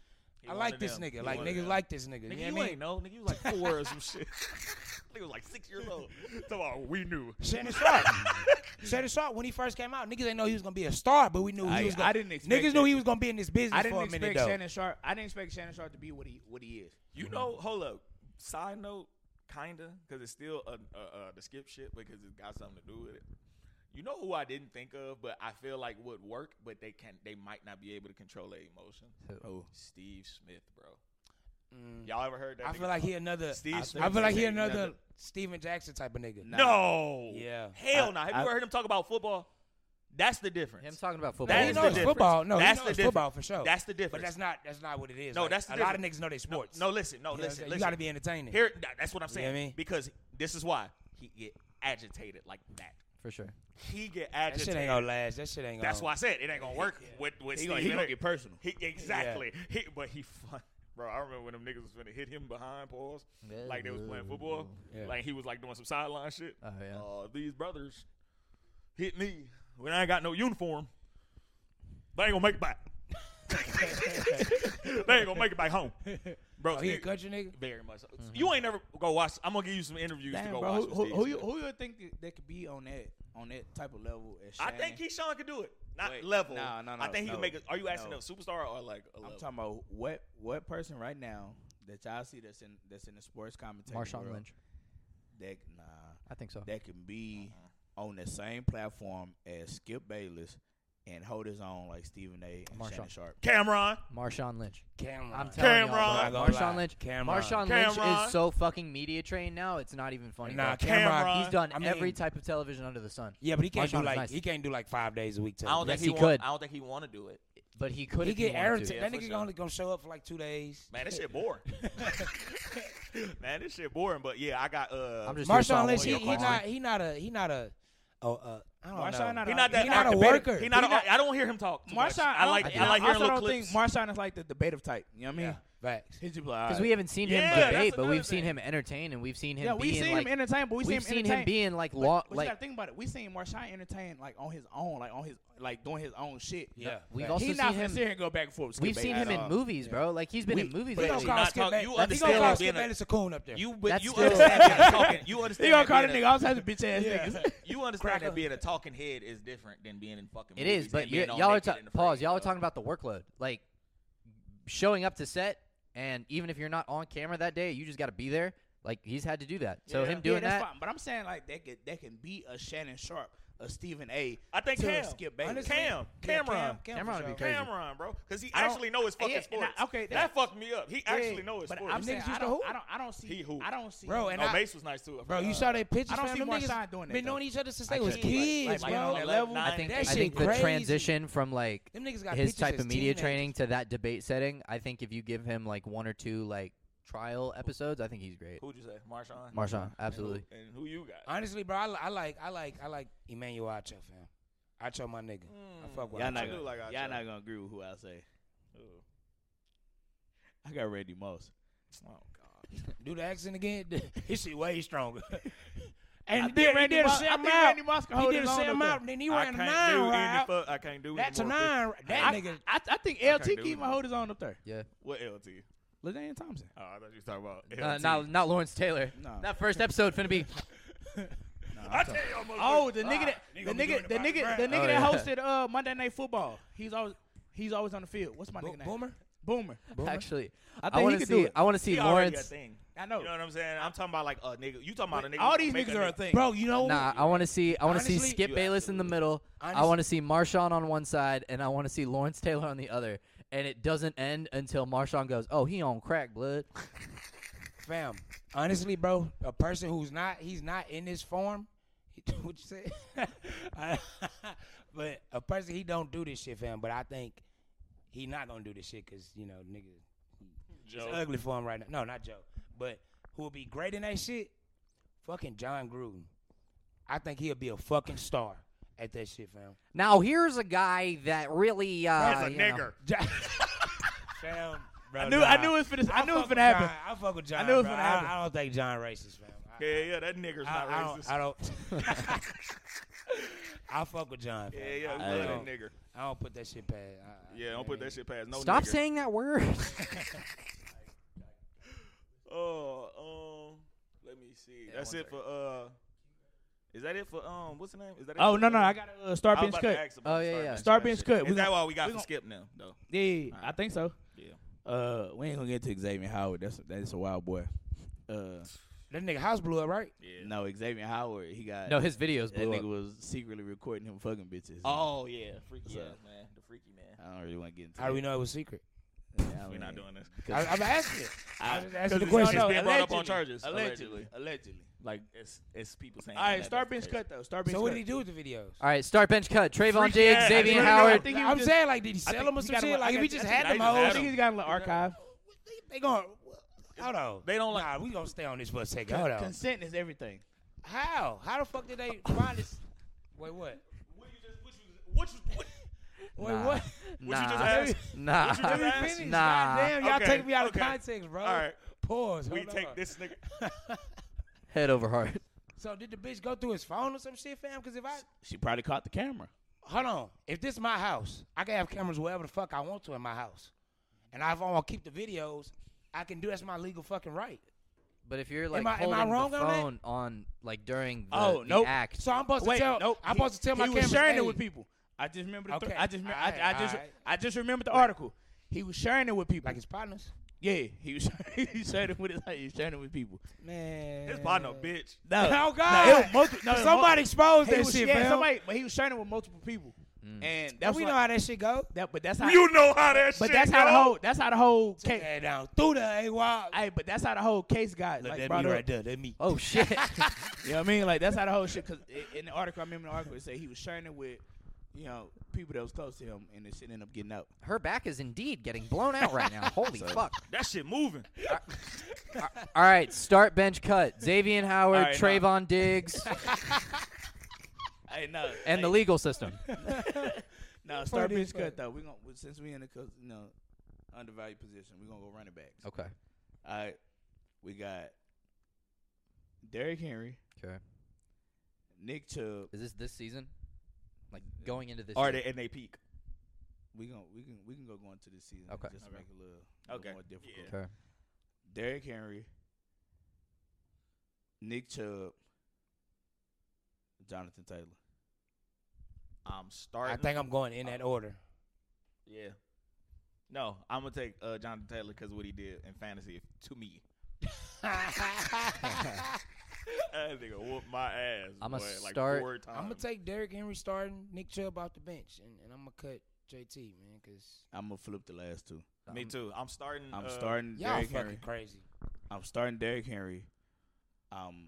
S5: I
S2: one
S5: like
S2: of
S5: this
S2: them.
S5: nigga.
S2: He
S5: Like
S2: one of
S5: niggas
S2: them.
S5: like this nigga.
S9: Nigga,
S5: you know
S9: you
S5: what I
S9: ain't
S5: mean?
S9: know. Nigga, you was like four or some shit. nigga was like six years old. Talk about we knew.
S5: Shannon Sharp. Shannon Sharp, when he first came out, niggas didn't know he was gonna be a star, but we knew
S9: I-
S5: he was.
S9: I
S5: Gonna,
S9: didn't expect
S5: Niggas
S9: that.
S5: knew he was gonna be in this business
S9: I
S5: for
S9: didn't
S5: a minute
S9: expect
S5: though.
S9: Shannon Sharp.
S6: I didn't expect Shannon Sharp to be what he what he is.
S2: You know, hold up. Side note, kinda, because it's still a, a, a the skip shit because it's got something to do with it. You know who I didn't think of, but I feel like would work, but they can they might not be able to control their emotion.
S1: Who?
S2: Steve Smith, bro.
S9: Mm.
S2: Y'all ever heard that?
S5: I
S2: nigga
S5: feel like he
S2: talk?
S5: another.
S2: Steve
S5: I,
S2: Smith
S5: I feel like
S2: is
S5: he
S2: a-
S5: another
S2: another-
S5: Steven Jackson type of nigga.
S2: No.
S5: Yeah.
S2: Hell no. Have
S9: I-
S2: you ever heard him talk about football? That's the difference.
S1: Him talking about football.
S2: That
S5: he
S2: is
S5: knows
S2: the difference.
S5: football. No,
S2: That's
S5: he
S2: the
S5: knows
S2: difference.
S5: football for sure.
S2: That's the
S5: But
S2: difference.
S5: that's not that's not what it is.
S2: No,
S5: Like,
S2: that's the
S5: a lot of
S2: difference.
S5: niggas know their
S2: No,
S5: sports.
S2: No, listen, no,
S5: You know what I'm
S2: listen,
S5: saying?
S2: listen.
S5: You gotta be entertaining.
S2: Here, tha- that's what I'm
S5: know what
S2: saying.
S5: I mean?
S2: Because this is why he get agitated like that.
S1: for sure.
S2: He get
S5: that
S2: agitated.
S5: shit ain't gonna last. That shit ain't gonna.
S2: That's why I said it ain't gonna work with with
S9: He gonna, he
S2: Steve
S9: gonna
S2: Miller.
S9: get personal.
S2: He, exactly. He, but he fun. Bro, I remember when them niggas was gonna hit him behind balls, like they was playing football,
S5: Yeah.
S2: like he was like doing some sideline shit.
S1: Oh, yeah.
S2: Uh, these brothers hit me when I ain't got no uniform. They ain't gonna make it back. they ain't gonna make it back home, bro.
S5: Oh, he a
S2: Steve-
S5: country nigga.
S2: very much. So. You ain't never go watch. I'm gonna give you some interviews to
S6: Mm-hmm. Damn,
S2: go
S6: bro,
S2: watch.
S6: who,
S2: with
S6: who,
S2: Steve
S6: who, you,
S2: Smith.
S6: who you think that- that could be on that on that type of level? As
S2: I
S6: Shannon?
S2: think Keyshawn could do it. Not
S6: Wait,
S2: level.
S6: no, no, no,
S2: I think he
S6: no,
S2: can make. A, are you asking
S6: no.
S2: a superstar or like a
S6: I'm
S2: level?
S6: talking about what what person right now that y'all see that's in that's in the sports commentary.
S1: Marshawn
S6: world
S1: Lynch.
S6: That nah,
S1: I think so.
S6: that can be
S2: Uh-uh.
S6: on the same platform as Skip Bayless and hold his own like Stephen A. and
S1: Marshawn.
S6: Shannon Sharp.
S2: Cameron.
S1: Marshawn Lynch.
S5: Cameron.
S1: I'm telling
S2: Cameron.
S1: y'all,
S5: I'm
S1: bro.
S5: not gonna
S1: Marshawn
S5: lie.
S1: Lynch.
S5: Cameron.
S1: Marshawn Lynch
S2: Cameron.
S1: is so fucking media trained now. It's not even funny. bro.
S5: Nah, Cameron.
S2: Cameron.
S1: He's done
S5: I mean-
S1: every type of television under the sun.
S5: Yeah, but he can't
S1: Marshawn
S5: do
S1: is
S5: like
S1: nice.
S5: he can't do like five days a week. Till
S2: I don't
S1: Yes,
S2: think
S1: he
S2: he, want,
S1: could.
S2: I don't think he want to do it.
S1: But he could.
S5: he
S1: if he
S5: get
S1: wanted to.
S5: irritated.
S2: Yeah,
S5: That
S2: for
S5: nigga
S2: sure.
S5: only gonna show up for like two days.
S2: Man, this shit boring. Man, this shit boring. But yeah, I got. Uh,
S1: I'm just here so I
S5: Marshawn Lynch,
S1: won't
S5: he,
S1: get
S5: he
S1: called.
S5: not he not a he not a oh uh I don't
S6: Marshawn
S5: know.
S6: not
S2: He not that.
S5: He not a
S2: academic.
S5: worker.
S2: He not.
S6: He
S2: a-
S6: not-
S2: I don't hear him talk. too much.
S6: Marshawn,
S2: I like. I,
S1: I
S2: like hearing
S6: also
S2: little
S6: don't
S2: clips.
S6: think Marshawn is like the debative type. You know what I mean?
S5: Facts.
S6: He's just like,
S1: Because we haven't seen
S2: Yeah,
S1: him
S2: that's
S1: debate, but
S2: another
S1: we've seen
S2: thing.
S1: him entertain, and we've seen him.
S6: yeah,
S1: be
S6: we
S1: in,
S6: seen
S1: like,
S6: him entertain, but we
S1: We've
S6: seen him
S1: seen
S6: entertain.
S1: him being like
S6: But-
S1: law,
S6: but you
S1: like
S6: gotta think about it. We seen Marshawn entertain like on his own, like on his like doing his own shit.
S5: Yeah.
S1: We've
S5: Facts.
S1: also
S6: he
S1: seen
S6: not gonna
S1: him-
S6: sit here and go back and forth. with Skip
S1: we've
S6: Bayless
S1: seen
S6: at
S1: him in
S6: all.
S1: movies, bro. Like he's been
S5: We-
S1: in movies.
S5: but
S1: lately.
S5: he don't
S2: you
S5: call
S2: not
S5: Skip
S2: talk-
S5: Bayless-
S2: you
S5: He gonna
S2: understand
S5: call
S2: being
S5: Skip
S2: a-
S5: Bayless a coon up there.
S2: You, but
S1: That's
S2: you
S1: still-
S2: understand that talking. You
S6: He
S2: understand
S6: gonna
S2: that
S6: call
S2: being
S6: that nigga
S2: a-
S6: all types of bitch ass niggas.
S2: You understand
S5: Cracker.
S2: that being a talking head is different than being in fucking.
S1: It is,
S2: movies
S1: but
S2: and being
S1: you
S2: on
S1: y'all are
S2: Naked
S1: ta-
S2: and Afraid,
S1: pause. Y'all are
S2: though.
S1: talking about the workload, like showing up to set, and even if you're not on camera that day, you just got to be there. Like he's had to do that. So
S2: Yeah.
S1: him doing
S6: yeah, that's
S1: that,
S6: Fine. But I'm saying like that could that can be a Shannon Sharp, a Stephen A.
S2: I think
S6: to a
S2: Cam.
S6: Skip Bayless.
S5: Honestly,
S2: Cam.
S5: Yeah,
S2: Cameron.
S5: Cam- Cam for
S1: Cameron would be
S5: sure.
S1: crazy.
S2: Cameron, bro, because he
S6: I don't-
S2: actually knows his fucking
S6: yeah, and I-
S2: sports.
S6: okay,
S2: that
S6: that-
S2: fucked me up. He actually knows his
S6: But
S2: sports.
S6: I'm saying,
S5: Niggas used
S6: I
S5: to
S6: don't,
S5: hoop?
S6: I don't I don't see
S2: He hoop.
S6: I don't see
S5: Bro, and
S2: no,
S5: I-
S2: Mace was nice Uh, too. I
S5: Bro, you
S2: forgot.
S5: saw their pictures.
S6: I don't
S5: fam?
S6: see
S5: Them
S6: Marshawn
S5: niggas
S6: doing that,
S5: Been
S6: though.
S5: knowing each other since they was
S1: can't do it.
S5: kids,
S2: Like,
S5: bro.
S2: like,
S5: Them
S2: level-
S1: I
S2: Nine.
S1: think I
S5: That shit
S1: think the
S5: crazy.
S1: transition from like
S5: niggas got
S1: his
S5: pictures
S1: type
S5: as
S1: of media
S5: teenagers.
S1: training to that debate setting, I think if you give him like one or two like trial episodes, I think he's great.
S2: Who'd you say? Marshawn.
S1: Marshawn, absolutely.
S2: And who, and who you got?
S5: Honestly, bro, I, li- I like I like I like Emmanuel Acho, fam. Acho, my nigga. I fuck with.
S2: Y'all
S5: Acho.
S2: not I do like I
S9: y'all
S2: try.
S9: not gonna agree with who I say. I got Randy Moss.
S5: Do the accent again. His shit way stronger.
S6: I
S5: and
S6: think
S5: then he
S6: Randy
S5: did a
S6: Moss- I
S5: Sam
S6: think
S5: out.
S6: Randy Moss can
S5: He
S6: hold
S5: did a
S6: his own
S5: Sam
S6: up
S5: out. Then he
S2: I can't
S5: ran a
S2: do
S5: nine
S2: any
S5: right.
S2: fuck. I can't do
S5: That's a
S2: any more fifty.
S5: nine. That
S6: I,
S5: nigga.
S6: I, I think
S2: can't
S6: LT
S2: do
S6: keep
S2: it.
S6: my hold his own up there.
S1: Yeah.
S2: What LT?
S6: Ladainian Thompson.
S2: Oh, I thought you was talking about LT.
S1: Uh, not not Lawrence Taylor.
S6: No.
S1: That first episode finna be
S2: I tell you, I'm
S6: Oh, the nigga that
S5: nigga
S6: the
S5: gonna be doing
S6: nigga
S5: it
S6: the
S5: by the
S6: nigga the
S5: ground.
S1: Oh,
S6: nigga that
S1: yeah.
S6: hosted uh Monday Night Football. He's always he's always on the field. What's my nigga name?
S5: Boomer.
S6: Boomer.
S1: actually. I,
S6: think he
S1: want to
S6: could
S1: see.
S6: do it.
S1: I want to see
S2: He already a
S1: Lawrence.
S2: thing.
S6: I know.
S2: You know what I'm saying? I'm talking about like a nigga. You talking about a nigga?
S6: All
S2: who
S6: these
S2: make
S6: niggas are a
S2: nigga-
S6: thing.
S5: Bro, you know.
S1: Nah, I want to see. I want to see
S5: Honestly,
S1: Skip
S2: you
S1: Bayless in the
S2: absolutely-
S1: middle. I
S5: Honestly-
S1: want to see Marshawn on one side, and I want to see Lawrence Taylor on the other. And it doesn't end until Marshawn goes, "Oh, he on crack, blood."
S5: Fam, honestly, bro, a person who's not he's not in this form. What you say? I- but a person he don't do this shit, fam. But I think he not gonna do this shit because you know, nigga,
S2: Joe.
S5: it's ugly for him right now. No, not Joe, but who will be great in that shit? Fucking John Gruden. I think he'll be a fucking star at that shit, fam.
S1: Now here's a guy that really. Uh,
S2: That's a
S1: you know-
S2: nigger.
S5: John, fam, bro,
S6: I knew I knew it was for this. I, knew it was
S5: fuck
S6: gonna
S5: with
S6: happen.
S5: John. I fuck with John.
S6: knew it was
S5: bro.
S6: finna happen.
S5: I, I don't think John racist, fam. I
S2: Yeah, yeah, that nigger's
S5: I,
S2: not
S5: I
S2: racist.
S5: don't. I don't. I fuck with John. fam.
S2: yeah, yeah, we
S5: I,
S2: love
S5: don't,
S2: that nigger.
S5: I don't put that shit past. I- I-
S2: Yeah, don't put that shit past no
S1: Stop
S2: nigger.
S1: saying that word.
S2: Oh, um, let me see. That's
S1: one
S2: it for uh. Is that it for um? What's the name? Is that? It
S3: Oh
S2: for,
S3: no no,
S2: uh,
S3: I got to uh, star
S2: I was
S3: bench
S2: about
S3: cut.
S2: to ask about
S1: Oh, yeah,
S2: Star
S1: yeah.
S2: Bench
S3: Star
S2: Cut
S3: bench
S2: shit.
S3: cut. We
S2: Is that
S3: gon-
S2: why we got
S3: we
S2: to
S3: gon-
S2: skip now? Though.
S3: Yeah, yeah, yeah, I
S2: Alright.
S3: think so.
S2: Yeah.
S6: Uh, we ain't gonna get to Xavier Howard. That's that's a wild boy. Uh,
S5: That nigga house blew up, right?
S2: Yeah.
S6: no, Xavier Howard. He got
S1: no, his videos
S6: that
S1: blew
S6: nigga
S1: up.
S6: was secretly recording him fucking bitches.
S2: Oh yeah, freaky
S6: So-
S2: ass man, the freaky man.
S6: I don't really want to get into.
S5: How do we know it was secret?
S2: We're not doing this.
S5: I, I'm asking. you. I
S6: I-
S5: was just asking the
S2: it's- no,
S5: question.
S2: no, being brought up on charges.
S6: Allegedly,
S2: Allegedly.
S6: allegedly.
S2: Like it's it's people saying.
S6: All right, star bench cut though. Star bench
S5: so
S6: cut.
S5: what did he do with the videos?
S1: All right, start bench cut. Trayvon
S3: Freaky
S1: Diggs,
S3: ass.
S1: Xavier
S3: No, no, no, I
S1: Howard.
S3: think he
S5: I'm
S3: just-
S5: saying, like, did he
S3: I
S5: sell
S3: think
S5: them or
S3: he
S5: some
S3: got a
S5: shit?
S3: little- I
S5: Like, if we
S3: think-
S5: just
S3: I
S5: had
S3: think-
S5: them
S2: I
S3: I
S5: hoes,
S3: think he's got a little archive.
S5: they going. Hold on.
S2: They don't like.
S5: Nah, we gonna stay on this for a second. Hold on.
S6: Consent is everything.
S5: How? How the fuck did they find this? Wait, what?
S2: What you just? What you? What you? What,
S5: Wait,
S1: Nah.
S2: what
S5: what?
S2: you just
S1: Nah,
S2: asked?
S1: nah,
S2: What you just
S5: Let me
S2: asked?
S5: finish.
S1: Nah.
S5: Goddamn, y'all
S2: Okay,
S5: take me out
S2: okay.
S5: of context, bro.
S2: All right,
S5: Pause.
S2: we
S5: Hold
S2: take
S5: on.
S2: this nigga.
S1: head over heart.
S5: So did the bitch go through his phone or some shit, fam? Because if I
S6: She probably caught the camera.
S5: hold on, if this my house, I can have cameras wherever the fuck I want to in my house, and if I want to keep the videos, I can do. That's my legal fucking right.
S1: But if you're like
S5: I- am I
S1: holding
S5: wrong
S1: the
S5: on that?
S1: phone on like during the,
S6: Oh,
S1: the
S6: nope.
S1: act,
S5: So I'm supposed to
S6: Wait,
S5: tell.
S6: nope.
S5: I'm
S6: he-
S5: supposed to tell my
S6: he
S5: cameras.
S6: was sharing
S5: hey,
S6: it with people. I just remember. The
S5: Okay.
S6: okay. I just. remember.
S5: Aight,
S6: I, I just.
S5: aight.
S6: I just remember the article. He was sharing it with people.
S5: like his partners.
S6: yeah, he was. Sharing, he was sharing it with. His, he was sharing it with people.
S5: Man,
S2: His partner, bitch.
S6: No,
S5: Oh
S6: No,
S5: God!
S6: it was multi- no, it was
S5: somebody exposed
S6: multi- he
S5: that
S6: was,
S5: shit,
S6: yeah,
S5: fam.
S6: somebody, but he was sharing it with multiple people, and
S5: Now,
S6: that's
S5: we
S6: what-
S5: know how that shit go.
S6: that. But that's how.
S2: You know how that
S6: but
S2: shit.
S6: that's how the
S2: go.
S6: whole. That's how the whole case.
S5: Head down through the AWOL.
S6: Hey, but that's how the whole case got
S5: Look,
S6: like
S5: that
S6: brought
S5: me
S6: up.
S5: right there. That me.
S1: oh shit,
S6: You know what I mean? Like that's how the whole shit. Cause i- in the article, I remember in the article it said he was sharing it with, you know, people that was close to him, and the shit ended up getting out.
S1: her back is indeed getting blown out right now. Holy fuck!
S2: That shit moving.
S1: All right, start bench cut. Xavier Howard,
S6: All right, nah.
S1: Trayvon Diggs,
S6: Hey, no,
S1: and the legal system.
S6: no star
S5: Funny as
S6: bitch cut
S5: fuck.
S6: though. We gonna we- since we in the cus- you know undervalued position, we gonna go running backs.
S1: Okay.
S6: All right, we got Derrick Henry,
S1: Okay.
S6: Nick Chubb.
S1: Is this this season? Like going into this?
S2: Are
S1: year?
S2: they in they peak?
S6: We gonna we can we can go going to this season.
S1: Okay.
S6: just
S2: Okay.
S6: make it a little, little
S2: Okay.
S6: more difficult.
S2: Yeah.
S1: Okay.
S6: Derrick Henry, Nick Chubb, Jonathan Taylor.
S2: I'm starting.
S5: I think I'm going in that order.
S2: Yeah. No, I'm gonna take uh, Jonathan Taylor because what he did in fantasy to me. that nigga whooped my ass.
S1: I'ma
S2: boy,
S1: start-
S2: Like four times.
S5: I'm gonna take Derrick Henry starting, Nick Chubb out the bench, and, and I'm gonna cut JT man, cause
S6: I'm gonna flip the last two.
S2: me too. I'm starting.
S6: I'm
S2: uh,
S6: starting
S5: y'all
S6: Derrick
S5: fucking
S6: Henry.
S5: crazy.
S6: I'm starting Derrick Henry. Um,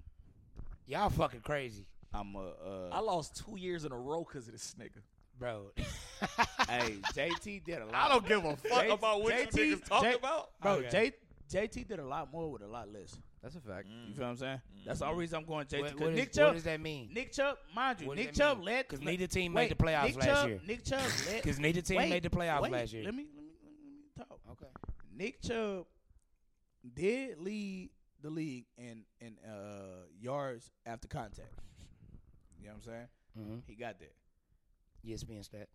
S5: Y'all fucking crazy,
S6: I'm a
S2: I
S6: uh,
S2: lost two years in a row because of this nigga.
S5: bro.
S6: hey JT did a lot.
S2: I don't give a fuck
S6: J-
S2: about what
S6: JT
S2: you niggas talking
S6: J-
S2: about.
S6: bro.
S5: Okay.
S6: J, JT did a lot more with a lot less.
S1: That's a fact.
S2: Mm.
S6: You feel what I'm saying? That's the
S2: Mm-hmm.
S6: only reason I'm going JT.
S5: what,
S6: 'cause
S5: what, is,
S6: Nick
S5: what
S6: Chubb,
S5: does that mean?
S6: Nick Chubb, mind you,
S5: What does
S6: Nick
S5: that mean?
S6: Chubb led
S5: 'Cause
S6: le-
S5: neither team made
S6: wait,
S5: the playoffs
S6: Nick
S5: last
S6: Chubb-
S5: year.
S6: Nick Chubb led
S5: Cause neither team
S6: wait,
S5: made the playoffs
S6: wait,
S5: last year.
S6: Let me let me let me talk.
S5: okay.
S6: Nick Chubb did lead the league in in uh, yards after contact. You know what I'm saying?
S5: Mm-hmm.
S6: He got that.
S5: ESPN stat.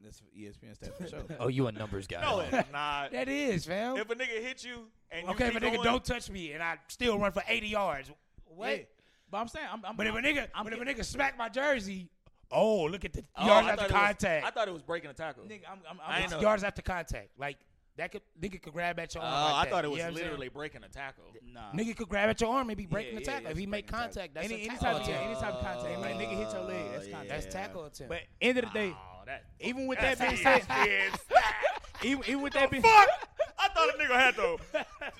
S6: That's ESPN stat for E sure.
S1: Oh, you a numbers guy?
S2: No, it's not.
S5: That is, fam.
S2: if a nigga hit you and you
S5: okay, if
S2: keep
S5: a nigga
S2: going,
S5: don't touch me and I still run for 80 yards, what?
S6: Yeah. But I'm saying, I'm, I'm,
S5: But if a
S6: I'm-
S5: nigga,
S6: I'm
S5: but if a
S6: getting-
S5: nigga smack my jersey, oh look at the
S2: Oh,
S5: yards
S2: I
S5: after
S2: thought it was-
S5: contact.
S2: I thought it was breaking a tackle.
S6: nigga, I'm, I'm,
S2: I
S6: I'm,
S2: ain't know.
S5: yards after contact, like that could nigga could grab at your
S2: Oh,
S5: arm.
S2: I
S5: like that.
S2: thought it
S5: You
S2: was
S5: know what I'm saying?
S2: literally breaking a tackle.
S6: nah.
S5: Nigga could grab at your arm and be breaking
S6: Yeah,
S5: the
S6: yeah,
S5: tackle.
S6: yeah,
S5: if he
S6: it's
S5: make
S6: breaking
S5: contact, that's
S6: any,
S5: a
S6: any
S5: tackle.
S6: type, of-
S5: Oh,
S6: yeah, any type of contact. If a nigga hit your leg, that's
S5: yeah.
S6: contact.
S5: That's tackle attempt.
S6: But end of the day,
S2: that.
S6: even with that being said, even, even with that being
S2: Fuck! I thought a nigga had to.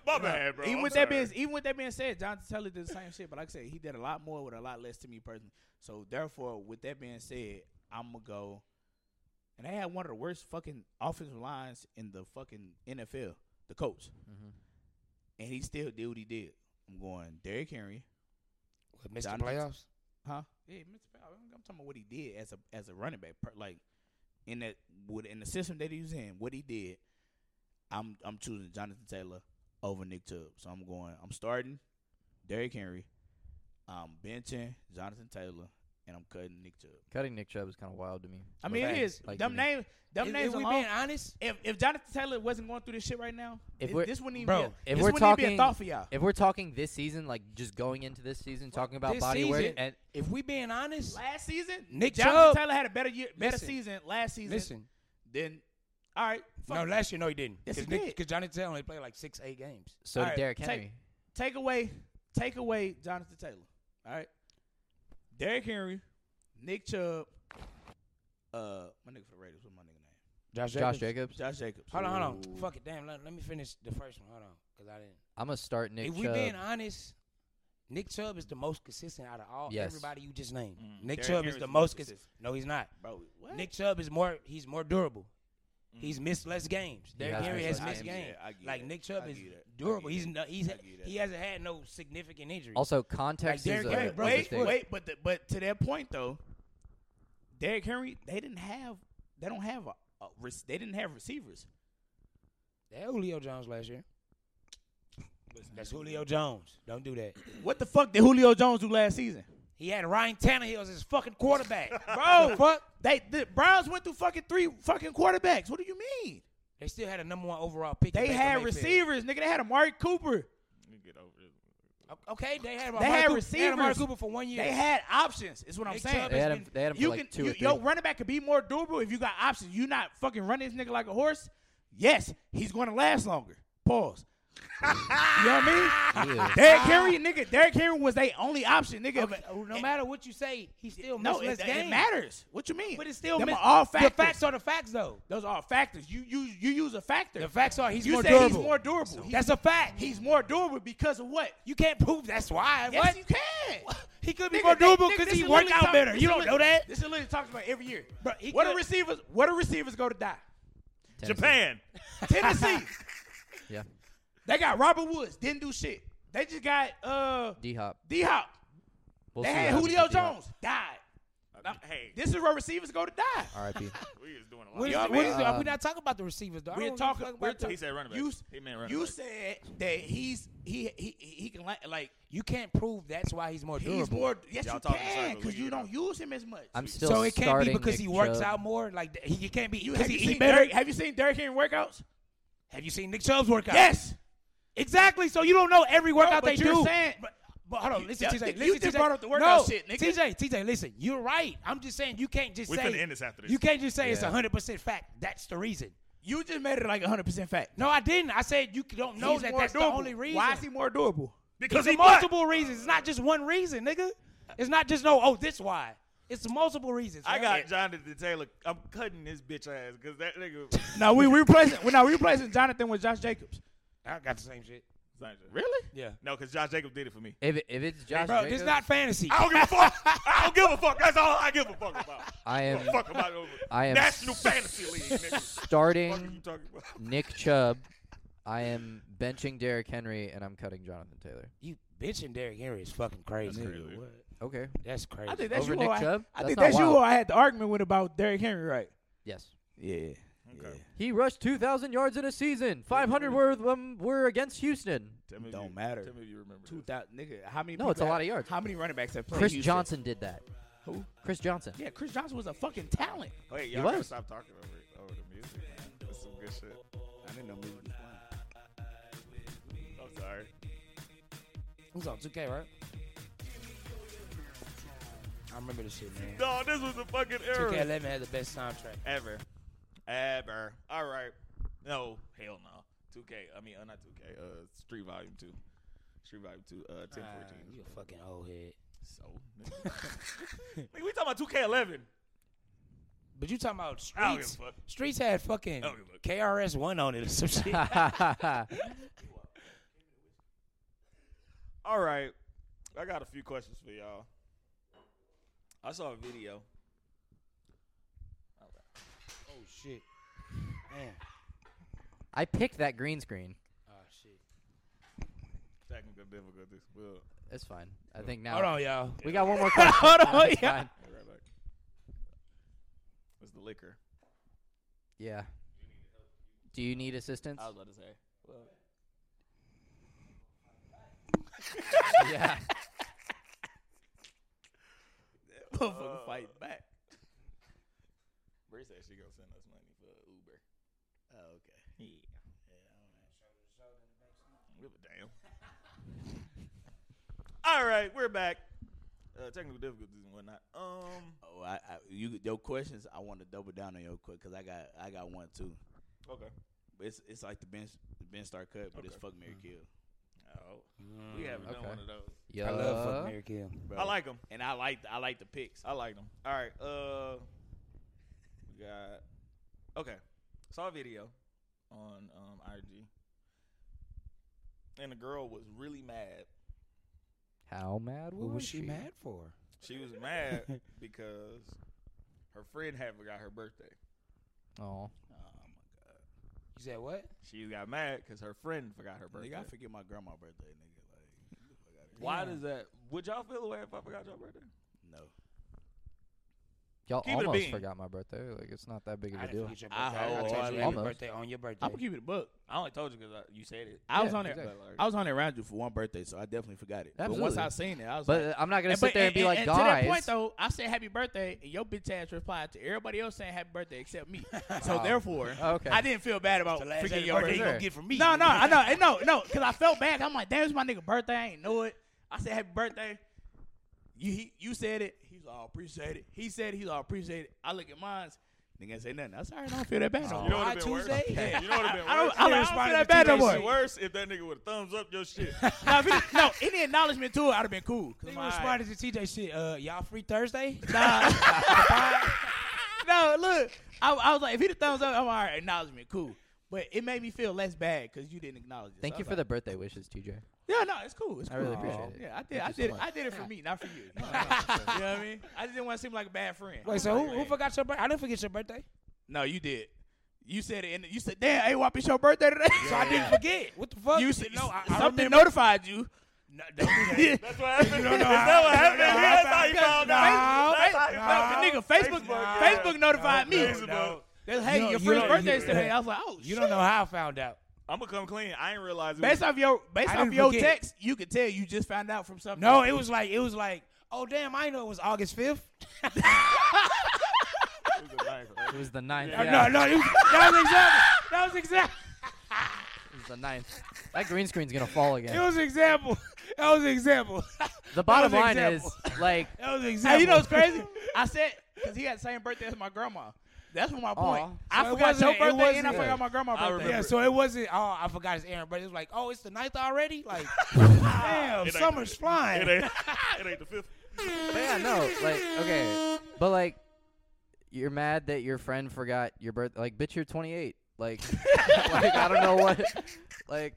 S2: My bad, bro.
S6: even
S2: I'm
S6: with that
S2: sorry.
S6: being even with that being said, Jonathan Taylor did the same shit. But like I said, he did a lot more with a lot less to me personally. So therefore, with that being said, I'm gonna go. And they had one of the worst fucking offensive lines in the fucking NFL. The coach, and he still did what he did. I'm going Derrick Henry,
S5: What, Missed the
S6: Jonathan-
S5: playoffs.
S6: huh? Yeah, Mr. Powell, I'm I'm talking about what he did as a as a running back, per- like in that with in the system that he was in, what he did. I'm I'm choosing Jonathan Taylor over Nick Tubb, so I'm going. I'm starting Derrick Henry. I'm benching Jonathan Taylor, and I'm cutting Nick Chubb.
S1: Cutting Nick Chubb is kind of wild to me.
S6: I mean, it is
S1: Like,
S6: them
S1: to me.
S6: names. Them
S5: If-
S6: names
S5: if we
S6: alone.
S5: being honest,
S6: if if Jonathan Taylor wasn't going through this shit right now,
S1: If
S6: if
S1: we're-
S6: this wouldn't even
S5: Bro,
S6: be a,
S1: if
S6: this
S1: we're
S6: wouldn't even be
S1: talking-
S6: a thought for y'all.
S1: If we're talking this season, like just going into this season, talking about
S5: this
S1: body work,
S5: season,
S1: and
S5: if we being honest,
S6: Last season,
S5: Nick Chubb-
S6: Jonathan Taylor had a better year, better
S5: Listen.
S6: season last season.
S5: listen.
S6: then all right, fuck
S5: No,
S6: it.
S5: last year no, he didn't.
S6: Yes, he did.
S5: Because Johnny Taylor only played like six, eight games.
S1: so
S6: All
S1: did
S6: right,
S1: Derrick
S6: take-
S1: Henry.
S6: take away take away Jonathan Taylor. All right. Derrick Henry, Nick Chubb, uh my nigga for the Raiders, what's my nigga name?
S1: Josh Jacobs.
S6: Josh Jacobs.
S5: Hold on, hold on.
S6: Ooh.
S5: Fuck it, damn. Let, let me finish the first one. Hold on, because I didn't.
S1: I'm gonna start Nick
S5: if we
S1: Chubb.
S5: being honest, Nick Chubb is the most consistent out of all
S1: Yes.
S5: everybody you just named. Nick
S6: Derrick
S5: Chubb
S6: Henry's
S5: is the
S6: the
S5: most
S6: most
S5: consistent.
S6: consistent.
S5: No, he's not.
S6: Bro, what? Mm.
S5: Nick Chubb is more. He's more durable. He's missed less games.
S1: He
S5: Derrick
S1: has
S5: Henry
S1: missed
S5: has
S1: less
S5: missed
S1: games.
S5: games.
S6: Yeah, I get
S5: like
S6: that.
S5: Nick Chubb
S6: I
S5: is
S6: get that. I
S5: durable.
S6: get
S5: He's
S6: that.
S5: no, he's
S6: I get that.
S5: he hasn't had no significant injuries.
S1: also, context
S5: Like
S1: is
S5: Derrick
S1: a,
S5: Henry,
S1: is
S5: bro,
S1: a
S6: wait,
S1: thing.
S6: wait, but the, but to that point though, Derrick Henry, they didn't have they don't have a, a rec- they didn't have receivers.
S5: They had Julio Jones last year. That's Julio Jones. Don't do that.
S6: What the fuck did Julio Jones do last season?
S5: He had Ryan Tannehill as his fucking quarterback.
S6: Bro,
S5: The fuck.
S6: They the Browns went through fucking three fucking quarterbacks. What do you mean?
S5: They still had a number one overall pick. in
S6: They
S5: Baker
S6: had
S5: Mayfield.
S6: receivers, nigga. They had Amari Cooper.
S7: Get over it.
S5: O- Okay, they had.
S6: They
S5: Amari
S6: had
S5: Cooper, They had Amari
S6: receivers.
S5: Cooper for one year.
S6: They had options. Is what I'm
S5: Nick
S6: saying.
S5: Chubb
S1: They
S5: has
S1: had
S5: been-
S1: him. They had him for
S6: you
S1: like
S6: can
S1: two
S6: you,
S1: or three.
S6: your running back could be more durable if you got options. You not fucking running this nigga like a horse. Yes, he's going to last longer. Pause. you know what I mean?
S1: Yeah.
S6: Derrick Henry, nigga. Derrick Henry was their only option, nigga.
S5: Okay,
S6: But-
S5: no matter what you say, he still
S6: no,
S5: missed
S6: it,
S5: less
S6: it
S5: games.
S6: matters. What you mean?
S5: But it's still
S6: Them
S5: miss-
S6: are all factors.
S5: The facts are the facts, though.
S6: Those are all factors. You you you use a factor.
S5: The facts are he's
S6: you
S5: more
S6: say
S5: durable.
S6: he's more durable. He's-
S5: That's a fact.
S6: He's more durable because of what?
S5: you can't prove that's why.
S6: Yes,
S5: what?
S6: you can.
S5: He could be
S6: Nigga,
S5: more
S6: they-
S5: durable
S6: nigga,
S5: because
S6: this
S5: he
S6: is
S5: worked
S6: literally
S5: out better.
S6: talk-
S5: You
S6: this
S5: don't
S6: is
S5: know that.
S6: This is literally talked about every year.
S5: Bro, he
S6: what do
S5: could-
S6: receivers? What do receivers go to die?
S1: Tennessee.
S7: Japan.
S6: Tennessee.
S1: Yeah.
S6: they got Robert Woods. Didn't do shit. They just got uh
S1: D Hop.
S6: D Hop.
S1: We'll
S6: they
S1: see
S6: had
S1: what happens
S6: Julio
S1: with D-Hop.
S6: Jones. Died.
S7: hey,
S6: This is where receivers go to die.
S1: R.I.P.
S7: we is doing a
S5: What
S7: lot.
S5: is,
S6: know what I
S5: what is,
S1: mean?
S5: are we not talking about the receivers, though? I
S6: We're
S5: don't
S6: talking.
S5: give a fuck
S6: We're
S5: about
S6: talking.
S7: He said running back.
S6: You,
S7: He meant running
S6: you
S7: back.
S6: said that he's he he he, he can like, like
S5: the- you can't prove that's why
S1: Oh,
S5: he's more durable.
S6: he's more. Yes,
S7: Y'all
S6: you
S7: talking
S6: can
S7: circles,
S6: because
S7: we
S6: you
S7: get
S6: don't
S7: out.
S6: use him as much.
S1: I'm still
S5: so it can't be
S1: starting
S5: because
S1: Nick
S5: he works
S1: Chubb.
S5: out more. Like th- he, it can't be
S6: you,
S5: because
S6: have,
S5: he
S6: you seen
S5: eat better.
S6: Derrick- have you seen Derrick Henry workouts?
S5: Have you seen Nick Chubb's workout?
S6: Yes.
S5: exactly. So you don't know every workout
S6: but
S5: they
S6: you're
S5: do.
S6: saying-
S5: but, but hold on,
S6: You-
S5: listen,
S6: yeah,
S5: TJ.
S6: you
S5: Listen,
S6: just
S5: TJ.
S6: brought up the workout
S5: no,
S6: shit, nigga.
S5: TJ, TJ, listen. You're right. I'm just saying you can't just
S7: We
S5: say
S7: finna end this after this.
S5: You can't just say it's
S1: Yeah.
S5: 100 percent fact. That's the reason.
S6: You just made it like 100% fact.
S5: No, I didn't. I said you don't know
S6: He's
S5: that
S6: more
S5: that's the
S6: durable.
S5: only reason.
S6: Why is he more durable?
S7: because
S5: It's
S7: he
S5: multiple reasons. It's not just one reason, nigga. It's not just no. Oh, this why. It's multiple reasons.
S7: I
S5: man.
S7: got Jonathan Taylor. I'm cutting this bitch ass because that nigga.
S6: No, we replacing. we now replacing Jonathan with Josh Jacobs.
S5: I got the same shit.
S7: really?
S5: Yeah.
S7: No, because Josh Jacob did it for me.
S1: If, it- if it's Josh
S5: Bro, this
S1: Jacobs,
S5: is not fantasy.
S7: I don't give a fuck. I don't give a fuck. That's all I give a fuck about.
S1: I am
S7: fuck about over.
S1: I am
S7: National Fantasy League. Nigga. Fuck are you
S1: starting
S7: talking about?
S1: Nick Chubb. I am benching Derrick Henry and I'm cutting Jonathan Taylor.
S5: You bitching Derrick Henry is fucking crazy.
S7: That's
S5: Nigga,
S7: crazy.
S5: what?
S1: Okay.
S5: That's crazy.
S6: I think that's
S1: Over
S6: you.
S1: Nick
S6: who I,
S1: Chubb?
S6: I
S1: That's
S6: think
S1: not
S6: that's you.
S1: wild.
S6: Who I had the argument with about Derrick Henry, right?
S1: Yes.
S6: Yeah.
S7: Okay.
S1: He rushed 2,000 yards in a season. 500 were of them were against Houston.
S7: Tell me if
S6: Don't
S7: you-
S6: matter.
S7: Tell me if you remember.
S6: Two thousand, nigga. How many?
S1: No, it's a
S6: people have-
S1: lot of yards.
S6: How many running backs have played?
S1: Chris
S6: Houston?
S1: Johnson did that.
S6: Who?
S1: Chris Johnson.
S6: Yeah, Chris Johnson was a fucking talent.
S7: that. Wait,
S1: It
S7: y'all
S1: was.
S7: gotta stop talking over it- over the music. Man. That's some good shit.
S6: I didn't know music was playing.
S7: I'm sorry.
S5: Who's on 2K, right? I remember this shit, man.
S7: No, this was a fucking error.
S5: 2K11 had the best soundtrack.
S7: Ever. Ever. All right. No, hell no. 2K. I mean, uh, not 2K. Uh, Street Volume 2. Street Volume 2. Uh, 1014.
S5: Ah, you a fucking old head.
S7: So. Nigga, we talking about 2K11.
S5: But you talking about
S7: I don't give a
S5: streets?
S7: fuck.
S5: Streets had fucking
S7: I don't give a fuck.
S5: KRS One on it or some shit.
S7: All right. I got a few questions for y'all. I saw a video.
S5: oh shit, man.
S1: I picked that green screen.
S5: Oh shit.
S7: Technical difficulties. We'll
S1: It's fine. I think now
S5: Hold on, y'all.
S1: we got one more question. Hold on, yeah.
S7: be right back. It's the liquor.
S1: Yeah. Do you need assistance?
S7: about to say.
S1: yeah.
S6: Uh,
S2: she gonna send us money for Uber.
S6: Oh, okay.
S2: Yeah. Give a damn. All right, we're back. Uh, technical difficulties and whatnot. Um.
S6: Oh, I, I you your questions. I want to double down on your quick because I got I got one too.
S2: Okay.
S6: It's it's like the Ben the Ben Star cut, but it's
S2: Okay.
S6: fuck Mary Kill.
S2: Oh, we haven't done
S1: Okay.
S2: one of those.
S1: Yeah.
S5: I love fuck
S6: Uh-huh.
S5: Mary Kill.
S6: Bro.
S2: I like them.
S6: and I like the, I like the picks.
S2: I like them. All right. Uh, we got. Okay, saw a video on um, IG, and the girl was really mad.
S1: How mad was,
S5: What was she mad for?
S2: She was mad because her friend haven't got her birthday.
S1: Oh,
S6: um,
S5: You said what?
S2: She got mad because her friend forgot her birthday.
S6: Nigga, I forget my grandma's birthday, nigga. Like, get the fuck outta here.
S2: Why does that? Would y'all feel away if I forgot your birthday?
S6: no.
S1: y'all
S2: Keep it a
S1: almost
S2: being.
S1: forgot my birthday. Like it's not that big of
S5: I
S1: a
S5: didn't
S1: deal.
S5: forget your
S6: I
S5: birthday. I, I, told you
S1: wholeheartedly-
S5: happy birthday on your birthday.
S6: I'm gonna keep it a book.
S2: I only told you because you said it.
S6: I was
S1: Yeah,
S6: on there.
S1: exactly.
S6: I was on there around you for one birthday, so I definitely forgot it. But once
S1: Absolutely.
S6: I seen it, I was
S1: But
S6: like,
S1: uh, I'm not gonna
S6: And-
S1: sit
S6: but-
S1: there and,
S6: and-
S1: be like,
S6: and
S1: guys.
S6: To that point, though, I said happy birthday, and your bitch ass replied to everybody else saying happy birthday except me. So
S1: Wow.
S6: therefore,
S1: Oh. Okay.
S6: I didn't feel bad about
S5: the last
S6: forgetting
S5: happy
S6: your
S5: birthday
S6: birthday.
S5: you gonna
S1: Sure.
S5: get from me?
S6: No, no, I know, and no, no, because I felt bad. I'm like, damn, it's my nigga birthday. I ain't know it. I said happy birthday. You he, you said it. He's all appreciate it. He said it. He's all appreciate it. I look at mine. Nigga ain't say nothing. I sorry, I don't feel that bad no
S2: You know
S6: more.
S2: what
S5: Why
S2: would've been worse?
S5: Tuesday?
S2: You know what would have been
S6: I
S2: worse?
S6: don't, I, don't- I don't feel that bad no
S2: It'd be
S6: more.
S2: worse if that nigga would have thumbs up your shit.
S6: Nah, if it- no, any acknowledgement to it, I'd have been cool. 'Cause
S5: They
S6: I'm
S5: were
S6: all right.
S5: responded to TJ shit. Uh, y'all free Thursday?
S6: Nah. no, look, I, I was like, if he the thumbs up, I'm all right. Acknowledgement, cool. But it made me feel less bad because you didn't acknowledge it.
S1: Thank
S6: So
S1: you
S6: I
S1: for
S6: was
S1: the birthday wishes, TJ.
S6: like, Yeah, no, it's cool. It's
S1: I
S6: cool.
S1: really appreciate it.
S6: Yeah, I did.
S1: Thank
S6: I
S1: you so
S6: did. it.
S1: much.
S6: I did it for me, not for you. you know what I mean? I just didn't want to seem like a bad friend.
S5: Wait, so who, who forgot your birthday? I didn't forget your birthday.
S6: No, you did. You said it, and you said, "Damn, hey, WAP, it's your birthday today." so I didn't forget.
S5: Forget what the fuck?
S6: You said,
S5: no, I, I
S6: something
S5: remember.
S6: notified you.
S5: No, don't do that.
S6: Yeah.
S2: That's what happened.
S5: don't know
S2: Is
S5: how-
S2: that what
S5: you don't
S2: happened?
S5: know
S2: Yeah,
S5: how
S2: That's how you found out.
S5: I found out.
S2: That's how you
S5: No,
S2: found
S6: nigga, Facebook,
S5: Facebook,
S6: Facebook notified me.
S2: Facebook.
S6: They, hey,
S5: You
S6: your
S5: don't-
S6: friend's
S5: you don't-
S6: birthday is
S5: you-
S6: today. I was like, oh,
S5: You
S6: shit.
S5: don't know how I found out.
S2: I'm gonna come clean. I ain't realize it
S6: Based
S2: was
S6: off your based
S5: I
S6: off
S5: didn't
S6: your
S5: forget.
S6: text, you could tell you just found out from something.
S5: No, it was like it was like, oh damn, I didn't know it was August fifth.
S1: It was the ninth.
S5: No,
S1: yeah.
S5: no, no, it was, that was exactly that was exact.
S1: It was the ninth. That green screen's gonna fall again.
S5: It was an example. That was an example.
S1: the bottom
S5: was an
S1: line
S5: example.
S1: is, like,
S5: That was an example.
S6: Hey, you know what's crazy? I said because he had the same birthday as my grandma. That's what my point.
S1: Aw.
S6: I
S5: So it
S6: forgot your
S5: wasn't- it
S6: birthday and I
S5: wasn't-
S6: forgot my grandma's
S2: I
S6: birthday.
S2: remember.
S5: Yeah, so it wasn't. Oh, I forgot his errand, but it was like, oh, it's the ninth already. Like, damn,
S2: It ain't-
S5: summer's flying.
S2: It ain't, it ain't the fifth.
S1: but yeah, no, like, okay, but like, you're mad that your friend forgot your birth. Like, bitch, you're 28. Like, like I don't know what. Like,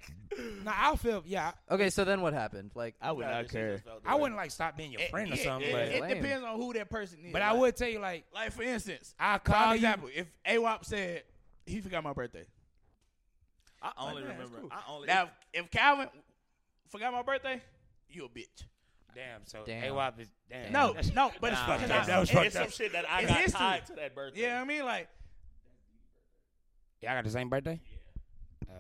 S5: Nah, I'll feel. Yeah,
S1: okay, so then what happened? Like,
S6: I would not care.
S5: I wouldn't like stop being
S6: Eh,
S5: your friend or something,
S6: It,
S5: but
S1: yeah.
S6: it
S1: Lame.
S6: depends on who that person is.
S5: but I
S6: Like-
S5: would tell you like
S6: like for instance.
S5: I
S6: Prime
S5: call you.
S6: example: If AWOP said he forgot my birthday,
S2: I only
S6: Like, man, it's
S2: remember.
S6: cool.
S2: I only.
S6: now if, if Calvin forgot my birthday, you a bitch.
S5: Damn, so
S1: Damn.
S5: AWAP is damn.
S6: No, no, but
S5: Nah,
S6: it's
S5: fucked up. That was
S2: it's
S5: fucked
S2: some
S5: up.
S2: shit that I
S6: It's
S2: got
S6: history.
S2: tied to that birthday.
S6: Yeah, I mean, like
S5: Y'all got the same birthday?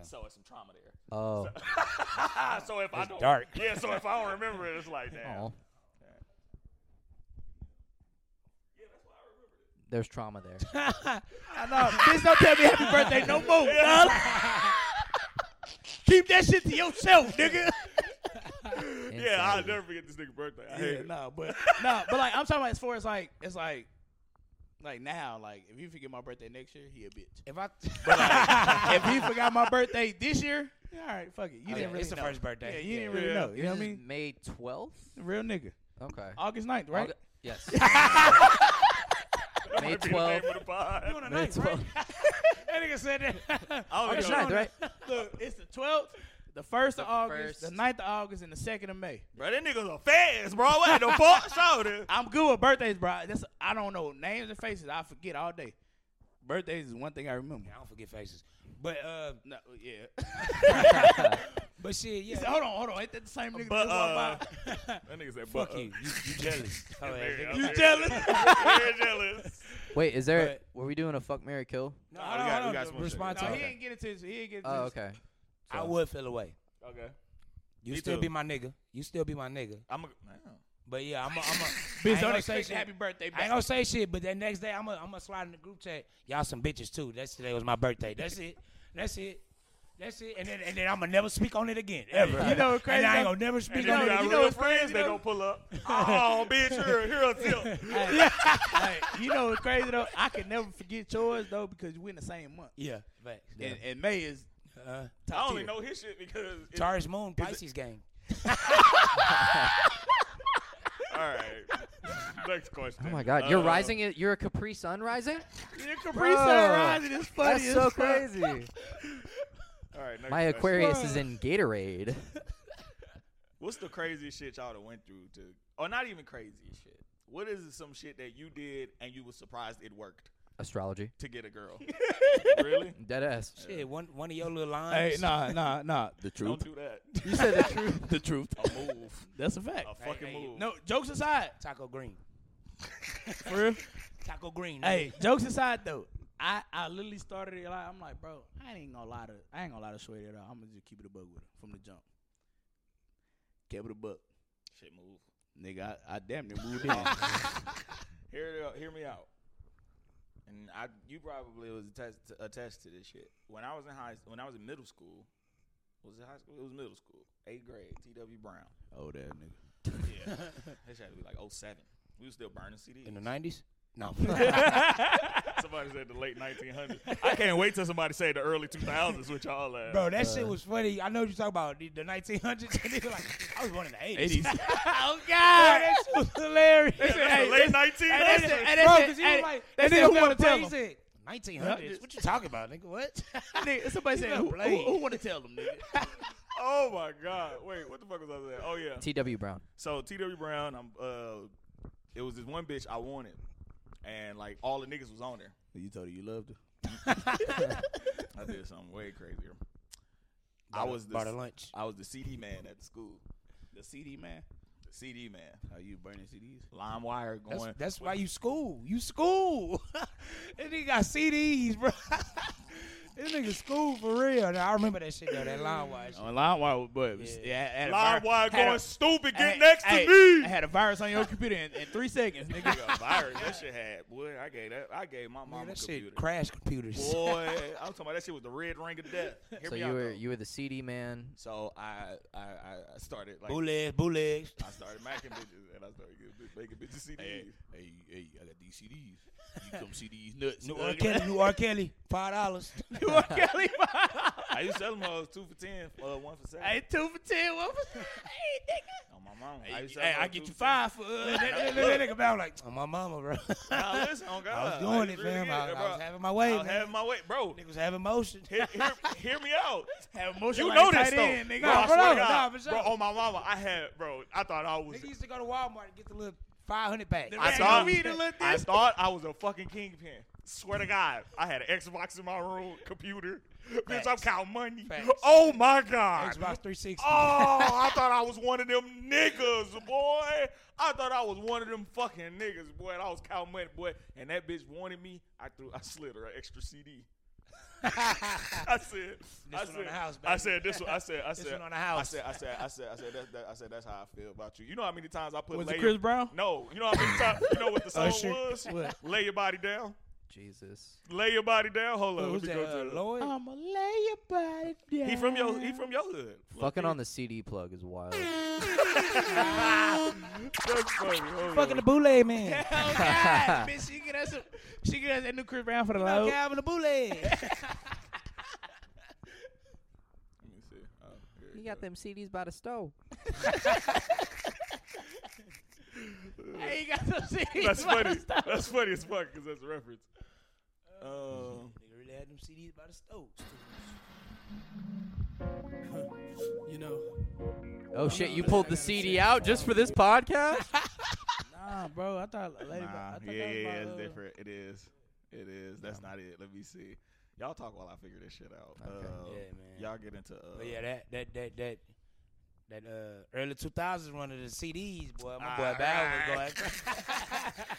S2: So it's some trauma there.
S1: oh,
S2: Ah, so if I
S5: It's
S2: don't.
S5: dark.
S2: Yeah, so if I don't remember it, it's like damn.
S1: oh. There's trauma there.
S6: Bitch, don't tell me happy birthday no more. dog. Keep that shit to yourself, nigga.
S2: Yeah, I'll
S1: Insanity.
S2: never forget this nigga birthday. I hate
S6: Yeah,
S2: it.
S6: nah, but nah, but like I'm talking about as far as like it's like like now, like if you forget my birthday next year, he a bitch.
S5: If I, uh,
S6: if he forgot my birthday this year, yeah, all right, fuck it. You
S5: Oh, Yeah,
S6: didn't really
S5: it's the
S6: know.
S5: first birthday.
S6: Yeah, you didn't
S5: Yeah.
S6: really
S2: Yeah.
S6: know. You know what I
S1: This is
S6: mean?
S1: May 12th.
S6: Real nigga.
S1: Okay.
S6: August 9th, right?
S1: Aug- Yes.
S2: That
S1: May
S2: might be the name
S1: 12th.
S2: of the pod.
S1: May 12th.
S5: that nigga said that.
S2: I don't
S1: August
S2: know.
S1: 9th, right?
S6: Look, it's the 12th, the 1st of August,
S1: first.
S6: the 9th of August, and the 2nd of May.
S2: Bro, that nigga's a fast, bro. What the fuck? Shoulder.
S6: I'm good with birthdays, bro. That's I don't know names and faces. I forget all day. Birthdays is one thing I remember.
S5: I don't forget faces, but uh,
S6: No, yeah.
S5: but shit, yeah.
S6: He said, hold on, hold on. Ain't that the same nigga
S2: But,
S6: that walked
S2: That nigga said,
S5: Fuck
S2: but, uh,
S5: you, you, you jealous? Oh, yeah,
S2: very-
S5: nigga.
S2: I'm very- Very
S6: jealous?
S2: jealous.
S1: Wait, is there? were we doing a fuck, Mary kill?
S5: No,
S2: Oh,
S5: hold
S2: we
S5: on,
S2: got-
S5: hold
S2: we
S5: on.
S2: got some more
S5: Respond
S6: by?
S5: to
S6: No,
S5: it.
S6: he ain't get into this. He ain't get into
S1: Oh,
S6: this.
S1: okay.
S5: I would feel away.
S2: Okay.
S5: You
S2: Me
S5: still
S2: too.
S5: be my nigga. You still be my nigga.
S2: I'm a, man.
S5: But yeah, I'm a, I'm a, I
S6: Bitch,
S5: ain't
S6: don't
S5: gonna say
S6: expect
S5: shit.
S6: happy birthday
S5: I
S6: back.
S5: ain't gonna say shit, but that next day I'm gonna I'm gonna slide in the group chat. Y'all some bitches too. That's today was my birthday. That's it. That's it. That's it. And then and then I'm gonna never speak on it again ever.
S6: You know what crazy
S5: And I ain't
S6: though?
S5: gonna never speak
S2: And
S5: on
S2: then
S5: it.
S2: you got
S5: again.
S6: know
S2: real
S6: what's crazy,
S2: friends, they
S6: though?
S2: gonna pull up. Oh, bitch, you're a hero tip.
S6: Hey, you know what's crazy though? I can never forget yours though because we're in the same month.
S5: Yeah, facts.
S6: And, and May is
S5: Uh,
S6: top
S2: I only
S6: tier.
S2: know his shit because. It, all
S5: Taurus Moon Pisces gang.
S2: right. Next question.
S1: Oh my God, you're
S2: Uh,
S1: rising. i- You're a Capri Sun rising.
S6: Your Capri Sun
S1: Bro,
S6: rising is funny.
S1: That's so
S6: as fuck.
S1: crazy.
S2: All right. Next
S1: My
S2: question.
S1: Aquarius is in Gatorade.
S2: What's the craziest shit y'all done went through to, or not even craziest shit? What is some shit that you did and you was surprised it worked
S1: Astrology.
S2: to get a girl? really?
S1: Dead ass.
S5: Shit, one one of your little
S6: Hey,
S5: lines.
S6: nah, nah, nah. The
S2: Don't do
S6: truth.
S2: that.
S6: You said the truth. the truth.
S2: A move.
S6: That's a fact.
S2: A fucking
S5: hey,
S2: move.
S6: No, jokes aside.
S5: Taco Green.
S6: For real.
S5: Taco Green.
S6: Hey, jokes aside though, I, I literally started it like I'm like, bro, I ain't gonna lie to I ain't gonna lie to Shorty at all. I'm gonna just keep it a bug with her from the jump. Kept it a buck.
S2: Shit move.
S6: Nigga, I, I damn near moved in.
S2: Hear it out- hear me out. And I, you probably was attached to, attached to this shit. When I was in high, when I was in middle school, was it high school? It was middle school, eighth grade. T. W. Brown.
S6: oh that nigga.
S2: Yeah, that shit had to be like 07. We was still burning CDs.
S5: in the nineties. No.
S2: somebody said the late 1900s. I can't wait till somebody say the early 2000s with y'all at.
S5: Bro, that shit was funny. I know what you're talking about. The, the 1900s. And they were like, I was born in the 80s.
S6: oh god.
S5: that shit was hilarious.
S2: They said the late 1900s.
S6: and
S5: Bro,
S6: that's it.
S5: because you
S6: Hey,
S5: were like,
S6: that
S5: that
S6: nigga
S5: nigga
S6: wanna
S5: want to
S6: tell
S5: praise it. 1900s? What you talking about, nigga? What?
S6: nigga, somebody
S5: You
S6: said
S5: better
S6: who,
S5: play.
S6: who, who wanna tell them nigga?
S2: oh my god! Wait, what the fuck was I saying? Oh yeah.
S1: T.W. Brown.
S2: So T.W. Brown, I'm. Uh, it was this one bitch I wanted, and like all the niggas was on there.
S6: you told her you loved her.
S2: I did something way crazier. I was the
S5: Bought a lunch.
S2: I was the CD man at the school.
S6: The CD man.
S2: The CD man.
S6: Are you burning CDs?
S2: LimeWire going.
S5: That's, that's why you school. You school. this nigga got CDs, bro. this nigga school for real. Now, I remember that shit, though, that line wise shit.
S6: On LimeWire, but yeah, yeah had a vir-
S2: LimeWire
S6: had a-
S2: going stupid.
S6: I
S2: Get
S6: had-
S2: next
S6: I had-
S2: to me.
S6: I had a virus on your computer in, in three seconds, nigga.
S2: Nigga, a virus. That shit had boy. I gave that. I gave my
S5: Man,
S2: mom a
S5: that
S2: computer.
S5: shit crash computers.
S2: Boy, I'm talking about that shit was the red ring of death. Hear
S1: So
S2: me
S1: you
S2: out,
S1: were
S2: though.
S1: you were the CD man.
S2: So I I I I started like
S5: Bootlegs, bootlegs.
S2: I started macking bitches and I started getting, making bitches CDs.
S10: Hey, hey, I got these CDs. You come see these nuts.
S5: New R. Kelly, new R. Kelly, five dollars.
S2: I used to sell them hoes two for ten, uh, one for seven.
S6: Hey, two for ten. What was
S2: On my mom.
S6: Hey,
S2: used to sell them
S6: I
S2: hoes
S6: get
S2: two for
S6: you
S2: 10.
S6: five for uh,
S5: that, that- that nigga back like, oh, my mama, bro.
S2: Nah, listen, on God.
S5: I was doing it,
S2: used to really
S5: fam.
S2: get
S5: I,
S2: it,
S5: I
S2: bro.
S5: was having my way,
S2: I was
S5: man.
S2: having my way, bro.
S5: Niggas having motion.
S2: Hear, hear, hear me out.
S6: have motion
S2: You
S6: like
S2: know
S6: tight
S2: this though,
S6: end, nigga.
S2: Bro, I
S5: Nah,
S2: swear
S5: for
S2: to
S5: real.
S2: God.
S5: Nah, for
S2: bro.
S5: sure.
S2: On my mama, I had, bro. I thought I was.
S5: Nigga used to go to Walmart and get the little 500 bag.
S2: I
S6: Yeah,
S2: thought,
S6: you read a little
S2: I
S6: this.
S2: thought I was a fucking kingpin. Swear to God, I had an Xbox in my room, computer. Bitch, I'm
S5: Facts.
S2: counting money.
S5: Facts.
S2: Oh my God.
S5: Xbox 360.
S2: Oh, I thought I was one of them niggas, boy. I thought I was one of them fucking niggas, boy. And I was counting money, boy. And that bitch wanted me. I threw, I slid her an extra CD. I said, I
S5: one
S2: said,
S5: on the house,
S2: I
S5: baby.
S2: said this one. I said, I
S5: This
S2: said,
S5: one on the house.
S2: I said, I said, I said, I said, that, that, I said, that's how I feel about you. You know how many times I put
S6: Was
S2: lay-
S6: it Chris Brown?
S2: No, you know how many times. You know what the song
S5: Usher.
S2: was?
S6: What?
S2: Lay your body down.
S1: Jesus.
S2: Lay your body down. Hold on,
S5: What
S2: let
S5: was
S2: me
S5: that?
S2: go to
S5: Uh,
S2: the-
S5: Lloyd?
S6: I'ma lay your body down.
S2: He from your, he from your hood.
S1: Fucking on the CD plug is wild.
S2: That's funny. Hold
S5: fucking
S2: on.
S5: the boule man.
S6: Oh
S5: Ah,
S6: God, bitch, she get us, a, she get us that new Chris Brown for the low.
S5: Fuck Calvin the boule.
S2: Let me see. Oh, here
S1: He
S2: it
S1: got them CDs by the stove.
S6: Hey, you got some shit.
S2: That's funny. That's funny as fuck because that's a reference. Um,
S5: Nigga really had them CDs by the stove.
S11: You know,
S1: Oh shit, you pulled the CD out just for this podcast?
S6: Nah, bro, I thought lady. I
S2: nah,
S6: thought
S2: yeah,
S6: that was
S2: yeah,
S6: my,
S2: it's
S6: uh,
S2: different. It is. It is. That's not it. Let me see. Y'all
S5: Oh,
S2: talk while I figure this shit out. Uh,
S5: Yeah, man.
S2: Y'all get into. Uh,
S5: But yeah, that that that that that uh, early 2000s run of the CDs, boy. My boy
S2: All
S5: Bad was
S2: right.
S5: going.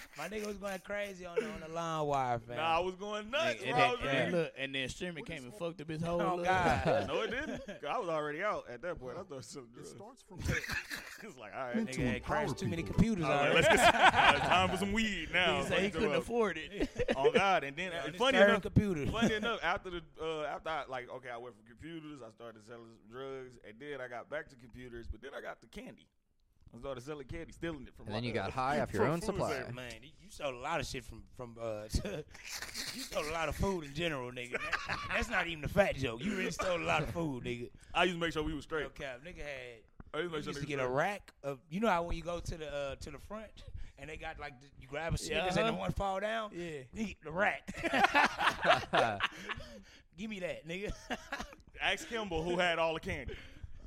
S5: my nigga was going crazy on the, on the line wire, fam.
S2: Nah, I was going nuts,
S5: Nigga, it
S2: bro. I
S5: ain't-
S2: was
S5: it
S2: really-
S5: ain't-
S6: Look, and then streaming came and fucked up his whole.
S5: oh
S6: little-
S5: God,
S2: No, it didn't. 'Cause I was already out at that point. I thought some
S4: It
S2: drugs.
S4: starts from
S2: It's like, all right,
S5: nigga had crashed too many computers.
S2: all right,
S5: already.
S2: let's get some, uh, time for some weed now.
S6: He said he
S2: Let's
S6: couldn't
S2: go.
S6: afford it.
S2: Oh God! And then, uh,
S5: On his
S2: funny
S5: third
S2: enough,
S5: computer.
S2: funny enough, after the uh, after I like okay, I went from computers, I started selling some drugs, and then I got back to computers, but then I got the candy. I started selling candy, stealing it from. my,
S1: And then you
S2: uh,
S1: got high off your
S2: from
S1: own
S2: food
S1: supply.
S2: service.
S5: Man, you- you sold a lot of shit from from. Uh, you sold a lot of food in general, nigga. That- that's not even a fat joke. You really stole a lot of food, nigga.
S2: I used to make sure we was straight.
S5: No cap, nigga had.
S2: I used to
S5: You
S2: make sure
S5: used to
S2: niggas
S5: get a
S2: straight.
S5: rack of. You know how when you go to the uh, to the front and they got like the, you grab a Snickers and
S6: uh-huh.
S5: the one fall down.
S6: yeah.
S5: Nigga, The rack. Give me that, nigga.
S2: Ask Kimball who had all the candy.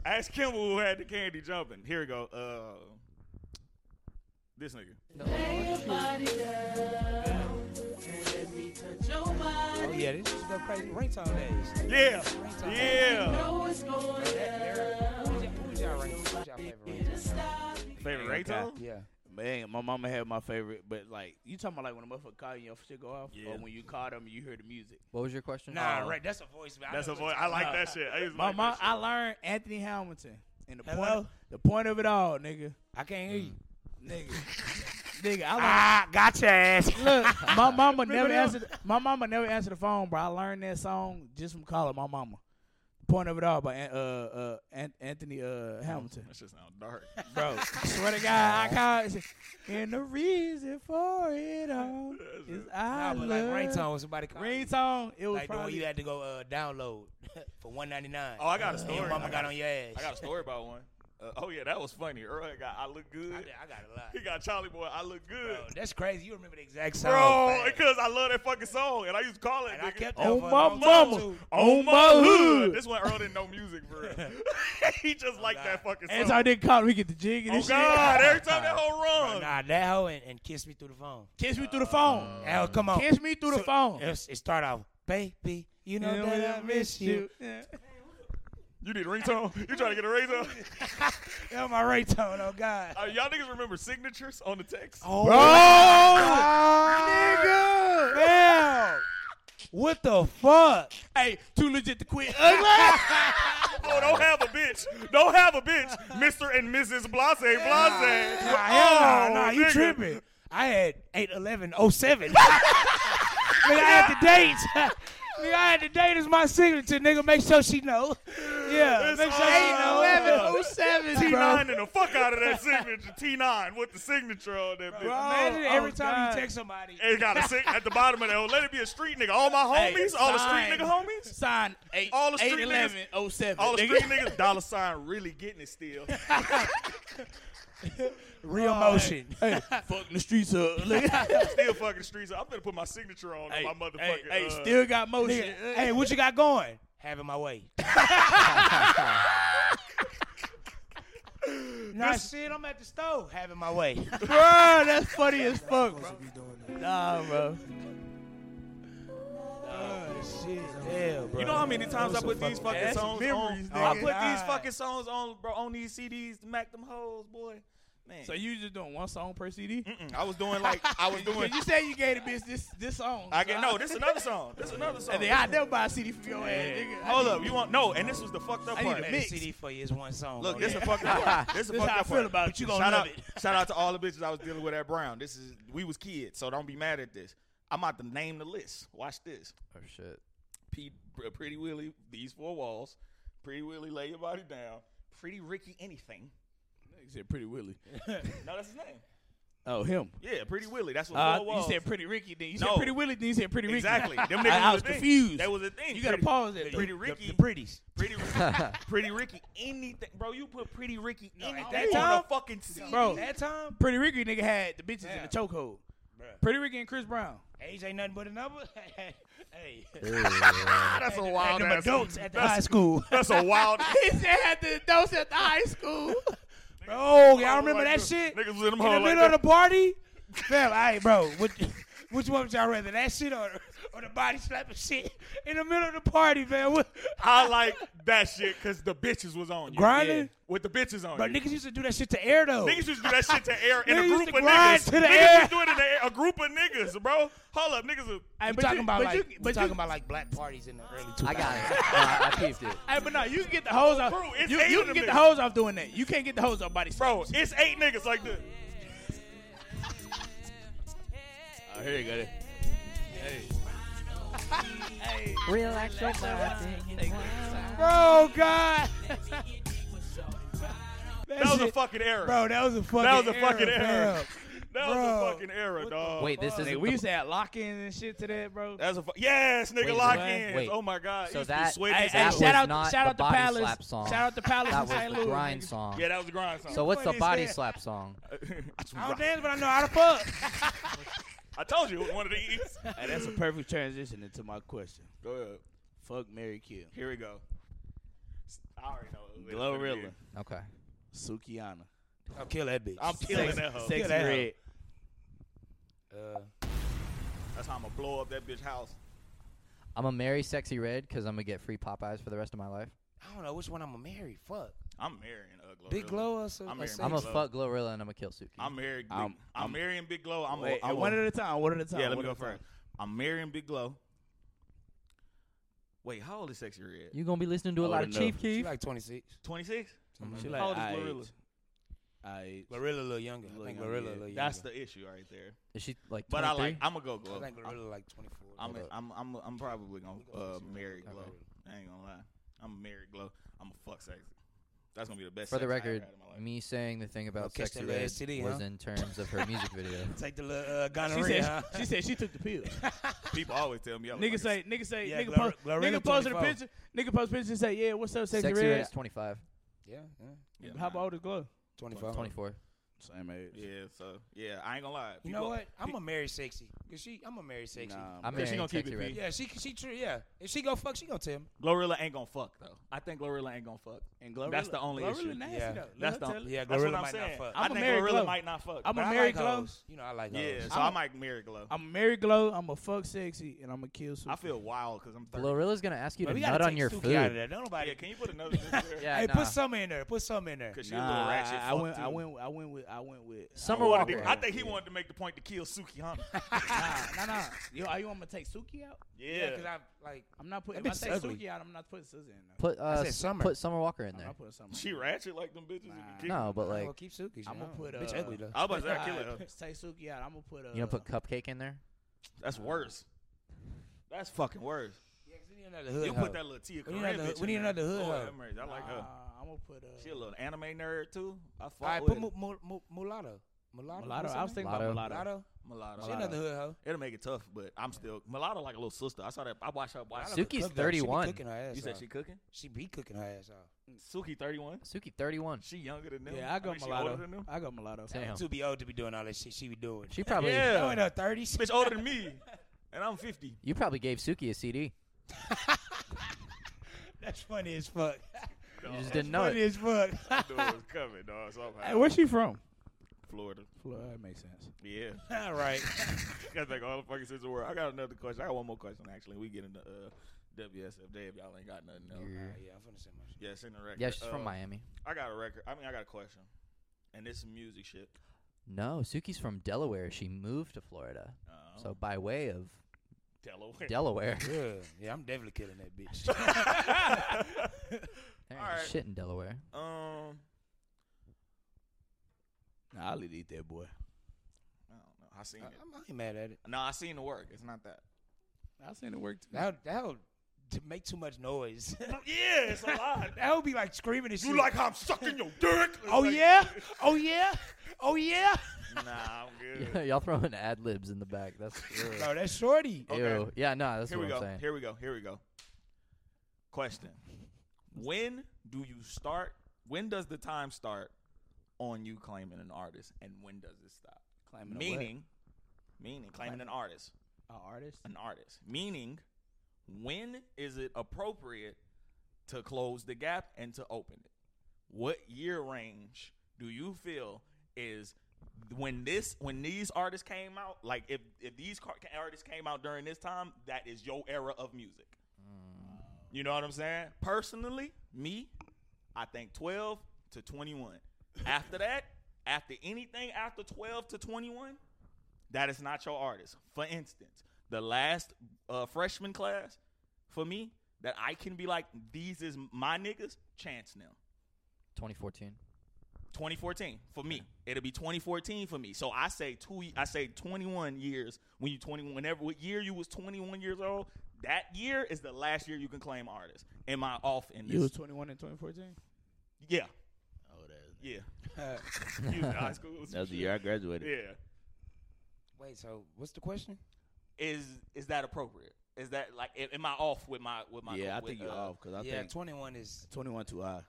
S2: Ask Kimball who had the candy jumping. Here we go. Uh, this nigga.
S5: oh yeah, this is go crazy. Ringtone days.
S2: Yeah,
S5: Ringtone
S2: yeah.
S5: Who's y'all ring- who's y'all favorite ringtone?
S2: Favorite
S1: Okay.
S2: Rayto?
S5: Yeah.
S6: Man, my mama had my favorite, but like you talking about like when a motherfucker call you, and your shit go off,
S2: Yeah.
S6: or when you call them, you hear the music.
S1: What was your question?
S5: Nah,
S1: Oh.
S5: right. That's a voice. man.
S2: That's
S5: know
S2: a
S5: what
S2: voice.
S5: you're
S2: I
S5: talking
S2: like
S5: about.
S2: that shit. I used to
S6: My
S2: like
S6: mom,
S2: that shit.
S6: I learned Anthony Hamilton and the point,
S5: Hello?
S6: of, the point of it all, nigga, Mm.
S5: I can't hear you.
S6: nigga, nigga. I learned,
S5: Ah, gotcha ass.
S6: Look, my mama never
S5: them?
S6: answered. My mama never answered the phone, bro. I learned that song just from calling my mama. Point of it all by An- uh, uh, An- Anthony uh, Hamilton,
S2: That shit sound dark.
S6: bro. swear to God, I called. it, said, And the reason for it all is I
S5: Nah, but like
S6: love
S5: ringtone when somebody called. you.
S6: Ringtone. It was
S5: Like the one
S6: probably
S5: you had to go uh, download for one ninety nine.
S2: Oh, I got a story.
S5: Your mama
S2: I
S5: got on your ass.
S2: I got a story about one. Uh, oh yeah, that was funny. Earl had got I look good.
S5: I, did- I got a lot.
S2: He got Charlie Boy. I look good,
S5: Bro, that's crazy. You remember the exact song.
S2: bro.
S5: fam.
S2: Because I love that fucking song, and I used to call it.
S5: and I
S2: nigga.
S5: kept that
S6: On
S5: for a
S6: my
S5: long time,
S6: mama.
S5: too.
S2: on my hood. This one Earl didn't know music for real. he just liked that fucking song.
S6: As I didn't call, we get the jig and
S2: oh
S6: this
S2: God!
S6: shit.
S2: Every time that whole run.
S5: Nah, that hoe and, and kiss me through the phone.
S6: Kiss me through the phone.
S2: Uh,
S5: Hell, come on.
S6: Kiss me through the
S5: So-
S6: phone.
S5: It, it start off, baby. You know, that I miss you.
S6: Yeah.
S2: You need a ringtone? You trying to get a ringtone?
S5: That my ringtone. Oh God.
S2: Uh, y'all niggas remember signatures on the text?
S5: Oh,
S6: Nigga.
S5: Damn. What the fuck?
S6: Hey, too legit to quit. Ugly.
S2: Oh, don't have a bitch. Don't have a bitch. Mr. and Mrs. Blase, Blase.
S5: Nah, hell
S2: oh,
S5: nah, nah, you
S2: nigga.
S5: tripping. I had 8-11-07. nigga, I had the date. nigga, I had the date as my signature, nigga. Make sure she know. Yeah,
S2: It's
S5: make sure
S2: all-
S5: she know. 8-11-07, bro.
S2: T9 and the fuck out of that signature. T9 with the signature on that bitch.
S5: Imagine
S6: Oh,
S5: every time
S6: God.
S5: you text somebody.
S2: It got a sig at the bottom of that. Oh, Let it be a street nigga. All my homies, all the street
S6: sign.
S2: nigga homies.
S6: Sign eight,
S2: All the street
S6: eight eleven oh seven.
S2: All the
S6: nigga.
S2: street niggas, dollar sign really getting it still.
S5: Real motion.
S2: Oh,
S6: Fucking the streets up. nigga.
S2: Still fucking the streets. I'm gonna put my signature on
S6: hey,
S2: my motherfucker.
S6: hey, hey,
S2: uh,
S6: still got motion.
S5: Nigga, hey, what you got going? Having my way. nah, shit, I'm at the stove. Having my way.
S6: bro, that's funny as fuck,
S4: supposed
S6: bro.
S4: to be doing that.
S6: Nah, bro.
S5: shit, hell, bro.
S2: You know how many times I put these fucking
S6: That's
S2: songs
S6: memories,
S2: on? I put
S6: nigga.
S2: these
S5: God.
S2: fucking songs on, bro, on these CDs to mac them hoes, boy. Man,
S6: So you just doing one song per CD?
S2: Mm-mm, I was doing like I was doing.
S6: Cause you said you gave the bitch this this song.
S2: I get no. This is another song. This is another song.
S6: And then I never buy a CD from your ass, nigga. I
S2: Hold
S6: need-
S2: up, you want no? And this was the fucked up
S6: I need
S2: part.
S6: a
S5: the
S6: mix.
S5: CD for you is one song.
S2: Look,
S5: on
S2: this
S5: there.
S2: is the fucked up part. This is the
S6: This
S2: fucked
S6: how I
S2: up
S6: feel
S2: part.
S6: about it. You gonna
S2: shout
S6: love
S2: out,
S6: it.
S2: shout out to all the bitches I was dealing with at Brown. This is we was kids, so don't be mad at this. I'm about to name the list. Watch this.
S1: Oh shit.
S2: P, Pretty Willie, these four walls. Pretty Willie, lay your body down. Pretty Ricky, anything.
S6: You said Pretty Willie.
S2: No, that's his name.
S6: Oh, him.
S2: Yeah, Pretty Willie. That's what
S6: Uh,
S2: four
S6: you
S2: walls.
S6: said Pretty Ricky, then you
S2: No.
S6: said Pretty Willie, then you said Pretty Ricky.
S2: exactly. Them niggas
S6: I, I was
S2: a thing.
S6: confused.
S2: That was a thing.
S6: you gotta
S2: Pretty-
S6: pause that.
S2: Pretty
S6: Pretty
S5: The-
S2: Ricky.
S5: The pretties.
S2: Pretty Ricky, Pretty Ricky, anything, bro. You put Pretty Ricky anything
S5: at that
S2: on
S5: time-
S2: a fucking CD.
S6: Bro.
S5: That time,
S6: Pretty Ricky nigga had the bitches in the chokehold. Pretty Ricky and Chris Brown.
S5: age ain't nothing but a number. hey,
S2: that's a wild
S5: them adults at the high school.
S2: That's a wild.
S6: he said had the dose at the high school.
S5: bro, y'all remember
S2: like
S5: that
S2: this.
S5: shit?
S2: Niggas was in them
S5: in the
S2: hoes like
S5: middle of the party? Fam, all right, bro. What, Which one would y'all rather? That shit or, or the body slapping shit in the middle of the party, man? What?
S2: I like that shit because the bitches was on you.
S5: Grinding?
S2: With the bitches on
S5: Bro,
S2: you.
S5: niggas used to do that shit to air though.
S2: Niggas used to do that shit to air in a
S5: Niggas used
S2: group
S5: to
S2: of
S5: grind
S2: niggas.
S5: to the
S2: niggas
S5: air.
S2: used to do it in the air. A group of niggas, bro. Hold up, niggas. Are,
S5: I'm
S6: but
S5: talking
S6: you-
S5: about
S6: but
S5: like
S6: you-
S5: we
S6: but
S5: talking
S6: you-
S5: about like black parties in the early 2000s.
S1: I got it. I, I peeped it.
S6: Hey, but no, you can get the hose off.
S2: Bro, it's
S6: you
S2: eight
S6: you
S2: of
S6: can
S2: them
S6: get the
S2: niggas.
S6: hose off doing that. You can't get the hose off body.
S2: bro, it's eight niggas like this.
S12: Oh, here you go. Hey.
S1: Relax your
S5: Bro, God.
S2: That was a fucking error.
S5: Bro, that was a fucking
S2: that was a fucking
S5: error.
S2: error. That
S5: Bro.
S2: was a fucking error, dog.
S1: Wait, this is
S6: Nigga, we used to have lock-ins and shit to that, bro.
S2: That's a fu- yes, nigga.
S1: Wait,
S2: lock
S1: what?
S2: in.
S1: Wait.
S2: Oh my god.
S1: So
S2: Used to
S1: that-
S2: sweat
S1: Hey,
S2: his
S1: hey,
S2: ass.
S1: was
S6: shout out,
S1: not
S6: shout
S1: the
S6: out
S1: body
S6: to Palace.
S1: slap song.
S6: Shout out to Palace
S1: Oh. that
S6: in
S1: was
S6: St.
S1: the
S6: Louis.
S1: grind
S6: nigga.
S1: song.
S2: yeah, that was a grind song.
S1: So what's the
S5: funny as
S1: body
S5: hell.
S1: slap song?
S5: I don't dance, but I know how to fuck.
S2: I told you it was one of these.
S6: Hey, that's a perfect transition into my question.
S2: Go ahead.
S6: Fuck Mary Kill.
S2: Here we go. I already know. what it's gonna
S6: Glorilla.
S2: be.
S1: Okay.
S6: Sukiana.
S5: I'll kill that bitch.
S2: I'm killing that hoe.
S6: Sexy
S5: that hoe.
S6: red.
S5: Uh,
S2: That's how I'm gonna blow up that bitch house.
S1: I'm gonna marry sexy red because I'm gonna get free Popeyes for the rest of my life.
S5: I don't know which one I'm gonna marry. Fuck.
S2: I'm marrying uh, Glorilla.
S5: Big Glow or some-
S2: I'm
S5: or
S2: marrying
S5: some-
S1: I'm gonna
S2: Big Glo.
S1: fuck Glorilla and I'm gonna kill Suki.
S2: I'm married. I'm,
S6: I'm- I'm-
S2: marrying Big Glow. I'm,
S6: Wait,
S2: i
S6: one at a time. One at a time.
S2: yeah. Let me
S6: one
S2: go
S6: at a time.
S2: first. I'm marrying Big Glow. Wait, how old is Sexy Red?
S1: You gonna be listening to a
S6: I
S1: lot of
S6: wouldn't
S1: Chief
S6: know.
S5: She
S1: Keef?
S5: like 26.
S2: 26.
S6: She
S2: how old is
S6: like, I
S2: Glorilla?
S5: Oh,
S6: age. I age.
S5: Glorilla a little younger.
S6: Little
S5: I think
S6: younger,
S5: Glorilla a
S6: yeah.
S5: little younger.
S2: That's the issue right there.
S1: Is she like
S2: But I
S1: 23?
S2: like. I'm gonna go
S5: I
S2: Glow.
S5: think Glorilla like 24.
S2: I'm
S5: Hold up.
S2: I'm I'm I'm probably gonna uh, marry Glow.
S1: Okay.
S2: I ain't gonna lie. I'm married Glow. I'm a fuck sexy. That's gonna be the best.
S1: for
S2: sex
S1: the
S2: I ever
S1: record,
S2: had in my life.
S1: me saying the thing about
S5: catch
S1: sexy
S5: that little
S1: red
S5: STD,
S1: was
S5: huh?
S1: in terms of her music video.
S5: Take the little uh,
S6: She said,
S5: gonorrhea. huh?
S6: she said she took the pill.
S2: people always tell me. I look
S6: nigga
S2: like
S6: say, nigga say,
S5: Yeah,
S6: nigga,
S5: Glor-
S6: post,
S5: Glorilla
S6: nigga posted a
S5: 24.
S6: picture. Nigga post picture and say, yeah, what's up, sexy,
S1: Sexy
S6: red?
S1: red is 25,
S5: Yeah, yeah.
S2: a, yeah,
S6: How
S2: nah.
S6: old is Glow?
S5: 24.
S1: 24.
S6: Same age.
S2: Yeah. So yeah, I ain't gonna lie.
S5: You
S2: People-
S5: know what? I'm gonna marry sexy. Cause she, I'm gonna marry sexy.
S6: Nah,
S1: I'm
S6: man.
S2: she
S1: marrying
S2: gonna keep
S1: sexy
S2: it
S1: red.
S2: pink.
S5: Yeah, she, she, true. Yeah, if she go fuck, she gonna tell me.
S2: Glorilla ain't gonna fuck though. I think Glorilla ain't gonna fuck.
S6: And Glorilla,
S2: That's the only
S6: Glorilla
S2: issue.
S6: Nasty
S5: Yeah.
S6: though.
S2: That's
S6: Let
S2: the
S6: her tell it.
S5: Yeah,
S2: that's what
S5: Glorilla
S2: I'm
S5: might not
S2: saying.
S5: fuck.
S2: I
S6: I'ma
S2: think
S6: marry
S2: Glorilla
S6: Glow.
S2: might not fuck.
S6: I'm
S5: But
S6: gonna
S5: I
S6: marry
S5: like
S6: Glow.
S5: hoes. You know, I like
S2: yeah,
S5: hoes.
S2: so I
S6: I'ma-
S2: might marry Glow.
S6: I'm gonna marry Glow. I'm gonna fuck sexy, and I'm gonna kill. Suki.
S2: I feel wild because I'm thirty.
S1: Glorilla's gonna ask you
S5: But
S1: to
S5: we gotta
S1: nut on
S5: take
S1: your
S5: Suki
S1: food.
S5: Out of there. Don't nobody.
S2: Yeah, can you put another nigga there?
S1: Yeah,
S5: hey,
S1: nah.
S5: put something in there. Put something in there.
S2: Cause she a little
S6: Nah,
S2: ratchet.
S6: I, I
S2: fuck,
S6: went. I
S2: too.
S6: went. I went with. I went with.
S1: Summer
S6: I
S2: Wanted
S6: went
S2: to-
S1: Walker.
S6: with-
S2: I think he wanted to make the point to kill Suki, huh?
S6: nah, nah, nah. Yo, are you want me to take Suki out?
S2: Yeah.
S5: Cause I like.
S6: I'm not putting. If
S5: That
S6: I
S5: bitch
S6: take
S5: is ugly.
S6: Suki out, I'm not putting SZA in. Though.
S1: Put uh,
S5: said
S1: s-
S5: Summer.
S1: put Summer Walker in
S6: I'm
S1: there.
S6: not putting something.
S2: she ratchet like them bitches. if you
S6: Nah.
S2: kick
S1: No,
S2: them.
S1: but like
S5: I'll keep Suki.
S6: I'ma
S5: you know.
S6: put,
S5: bitch
S6: uh,
S5: ugly though.
S2: I was about to say I kill
S6: Alright,
S2: it.
S6: Take Suki out. I'm gonna put. Uh,
S1: you don't put cupcake in there.
S2: That's worse. That's fucking worse.
S5: We need another hood
S2: You
S5: hoe.
S2: put that little Tia
S5: We
S2: Corinne
S5: need another-
S2: bitch
S5: we
S2: in
S5: need
S2: there.
S5: another hood
S2: Lord
S5: hoe.
S2: have mercy, I like
S6: Nah,
S2: her.
S6: I'm gonna put. Uh,
S2: She a little anime nerd too. I fuck
S5: All right,
S2: with
S5: put
S2: it.
S5: mu- mu- mu- mulatto. Mulatto.
S6: Mulatto.
S5: What's
S6: I
S5: her
S6: was
S5: name?
S6: thinking about
S1: Mulatto.
S6: mulatto.
S5: Mulatto.
S2: mulatto.
S5: She another hood hoe.
S2: It'll make it tough, but I'm still mulatto like a little sister. I saw that. I watched her watch.
S1: Suki's
S5: Cook though. She be
S1: 31.
S5: Cooking her ass
S2: You said
S5: off.
S2: she cooking?
S5: She be cooking her ass off.
S2: Suki 31.
S1: Suki 31.
S2: She younger than them.
S6: Yeah, I go
S2: mean, she older
S6: mulatto.
S2: than them.
S6: I go mulatto.
S1: Damn.
S5: Too be old to be doing all that shit she be doing.
S1: She probably
S2: Yeah.
S5: Oh, in her thirties.
S2: Bitch older than me, and I'm 50.
S1: you probably gave Suki a CD.
S5: That's funny as fuck.
S1: You just didn't know
S5: funny
S1: it.
S5: as fuck.
S2: I knew it was coming, dog. Somehow.
S6: Hey, where's she from?
S2: Florida.
S6: Florida. That makes sense.
S2: Yeah.
S5: all right.
S2: Gotta make all the fucking sense of the world. I got another question. I got one more question actually. We get into uh, WSF Day if y'all ain't got nothing else.
S1: Yeah.
S5: yeah, I'm finna say my shit.
S2: Yeah, it's in the record.
S1: Yeah, she's from
S2: Uh,
S1: Miami.
S2: I got a record. I mean, I got a question, and it's some music shit.
S1: No, Suki's from Delaware. She moved to Florida.
S2: Uh,
S1: So by way of
S2: Delaware.
S1: Delaware.
S5: Yeah, yeah, I'm definitely killing that bitch.
S1: There ain't
S2: Alright.
S1: shit in Delaware.
S2: um,
S6: Nah, I'll eat that boy.
S2: I don't know. I seen
S1: Uh,
S5: I,
S2: it.
S5: I'm not mad at it.
S2: No, I seen the work. It's not that.
S6: I seen it work too.
S5: That that would to make too much noise.
S2: yeah, it's a lot.
S5: that would be like screaming and shit.
S2: you like how I'm sucking your dick?
S5: Oh
S2: Like-
S5: yeah, oh yeah, oh yeah.
S2: Nah, I'm good.
S1: Y'all throwing ad libs in the back. That's ew.
S5: No, that's shorty.
S2: Okay.
S1: Ew. Yeah, no, that's
S2: Here
S1: what
S2: we
S1: I'm
S2: go.
S1: saying.
S2: Here we go. Here we go. Question: When do you start? When does the time start on you claiming an artist, and when does it stop?
S6: Climbing a
S2: meaning, meaning claiming an artist,
S6: what? A artist.
S2: an artist. Meaning, when is it appropriate to close the gap and to open it? What year range do you feel is when this when these artists came out, like if if these car- artists came out during this time, that is your era of music. You know what I'm saying? Personally, me, I think 12 to 21. After that, after anything after 12 to 21, that is not your artist. For instance, the last uh, freshman class for me that I can be like these is my niggas, Chance now.
S1: 2014.
S2: 2014 for me. It'll be 2014 for me. So I say two. I say 21 years when you 21. Whenever what year you was 21 years old, that year is the last year you can claim artist. Am I off in this?
S6: You was 21 in 2014.
S2: yeah,
S3: Oh, that's
S2: yeah. you was in high school. or some
S3: that was the
S2: shit.
S3: year I graduated.
S2: Yeah.
S5: Wait, so what's the question?
S2: Is is that appropriate? Is that like? am- Am I off with my with my?
S3: Yeah, I
S2: with,
S3: think you're
S2: uh,
S3: off because I
S5: yeah,
S3: think
S5: 21 is.
S6: 21 too high.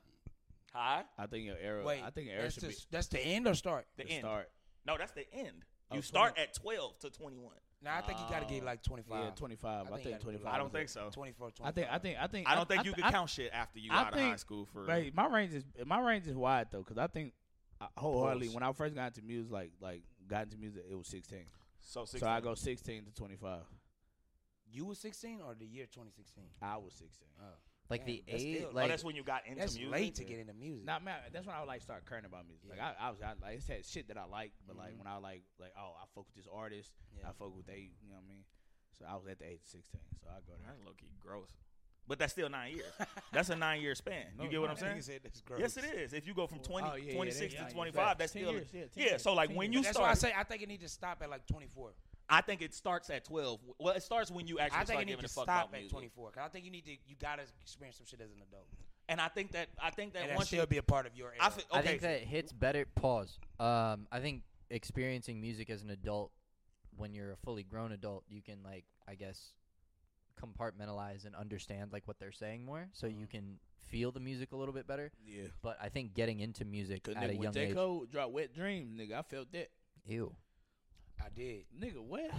S2: High.
S3: I think your era.
S5: Wait,
S3: I think your era
S5: that's,
S3: should
S5: the,
S3: be
S5: that's the end or start?
S2: The,
S3: the
S2: end.
S3: start.
S2: No, that's the end.
S3: Oh,
S2: you start at 12 to 21.
S5: No, I think you got to get
S3: Oh.
S5: like 25.
S6: Yeah, 25. I, think,
S5: you gotta do
S6: 25.
S5: that.
S2: I don't think so.
S5: 24,
S6: I think. I
S5: 25.
S6: think. I think.
S2: I don't think you
S6: th-
S2: can count shit after you
S6: I
S2: out of high
S6: think-
S2: school for.
S6: Right, my range is my range is wide though, because I think I, wholeheartedly
S2: Pause.
S6: when I first got into music, like like got into music, it was 16.
S2: So, Oh, 16.
S6: So I go 16 to 25.
S5: You were 16 or the year 2016?
S6: I was 16.
S5: Oh,
S1: Like
S5: Damn,
S1: the
S5: that's
S1: eight.
S5: still- Oh,
S2: Oh,
S1: like
S2: that's when you got into
S5: that's
S2: music.
S5: late to get into music.
S6: Nah, man, that's when I would like start caring about music.
S5: Yeah.
S6: Like I, I was I, like it's had shit that I like, but like
S5: Mhm.
S6: when I like like oh I fuck with this artist,
S5: Yeah.
S6: I fuck with they, you know what I mean. So I was at the age of 16, so I go there.
S2: That's low key gross. But that's still nine years. that's a nine year span. you get what I'm saying? Yes, it is. If you go from 20,
S6: Oh, yeah, yeah,
S2: 26
S6: that's
S2: to
S6: nine
S2: 25,
S6: years.
S2: that's
S6: 10
S2: still.
S6: years, yeah, 10
S2: yeah,
S6: years,
S2: so like
S6: 10
S2: when
S6: years.
S2: you
S5: that's why I
S2: start,
S5: say I think it need to stop at like 24.
S2: I think it starts at 12. Well, it starts when you actually
S5: I think
S2: start
S5: it need
S2: giving
S5: to
S2: a fuck about
S5: stop at
S2: music.
S5: 24 because I think you need to you gotta experience some shit as an adult,
S2: And I think that I think that
S5: and that
S2: once
S5: should
S2: you,
S5: be a part of your era.
S2: I think okay,
S1: I think that hits better. Pause. Um, I think experiencing music as an adult, when you're a fully grown adult, you can like I guess compartmentalize and understand like what they're saying more, so
S6: Mm-hmm.
S1: you can feel the music a little bit better.
S6: Yeah,
S1: But I think getting into music
S6: cause
S1: at a
S6: nigga when
S1: young
S6: J
S1: age,
S6: Cole dropped Wet Dreams, nigga, I felt that.
S1: ew.
S5: I did.
S6: Nigga, wet,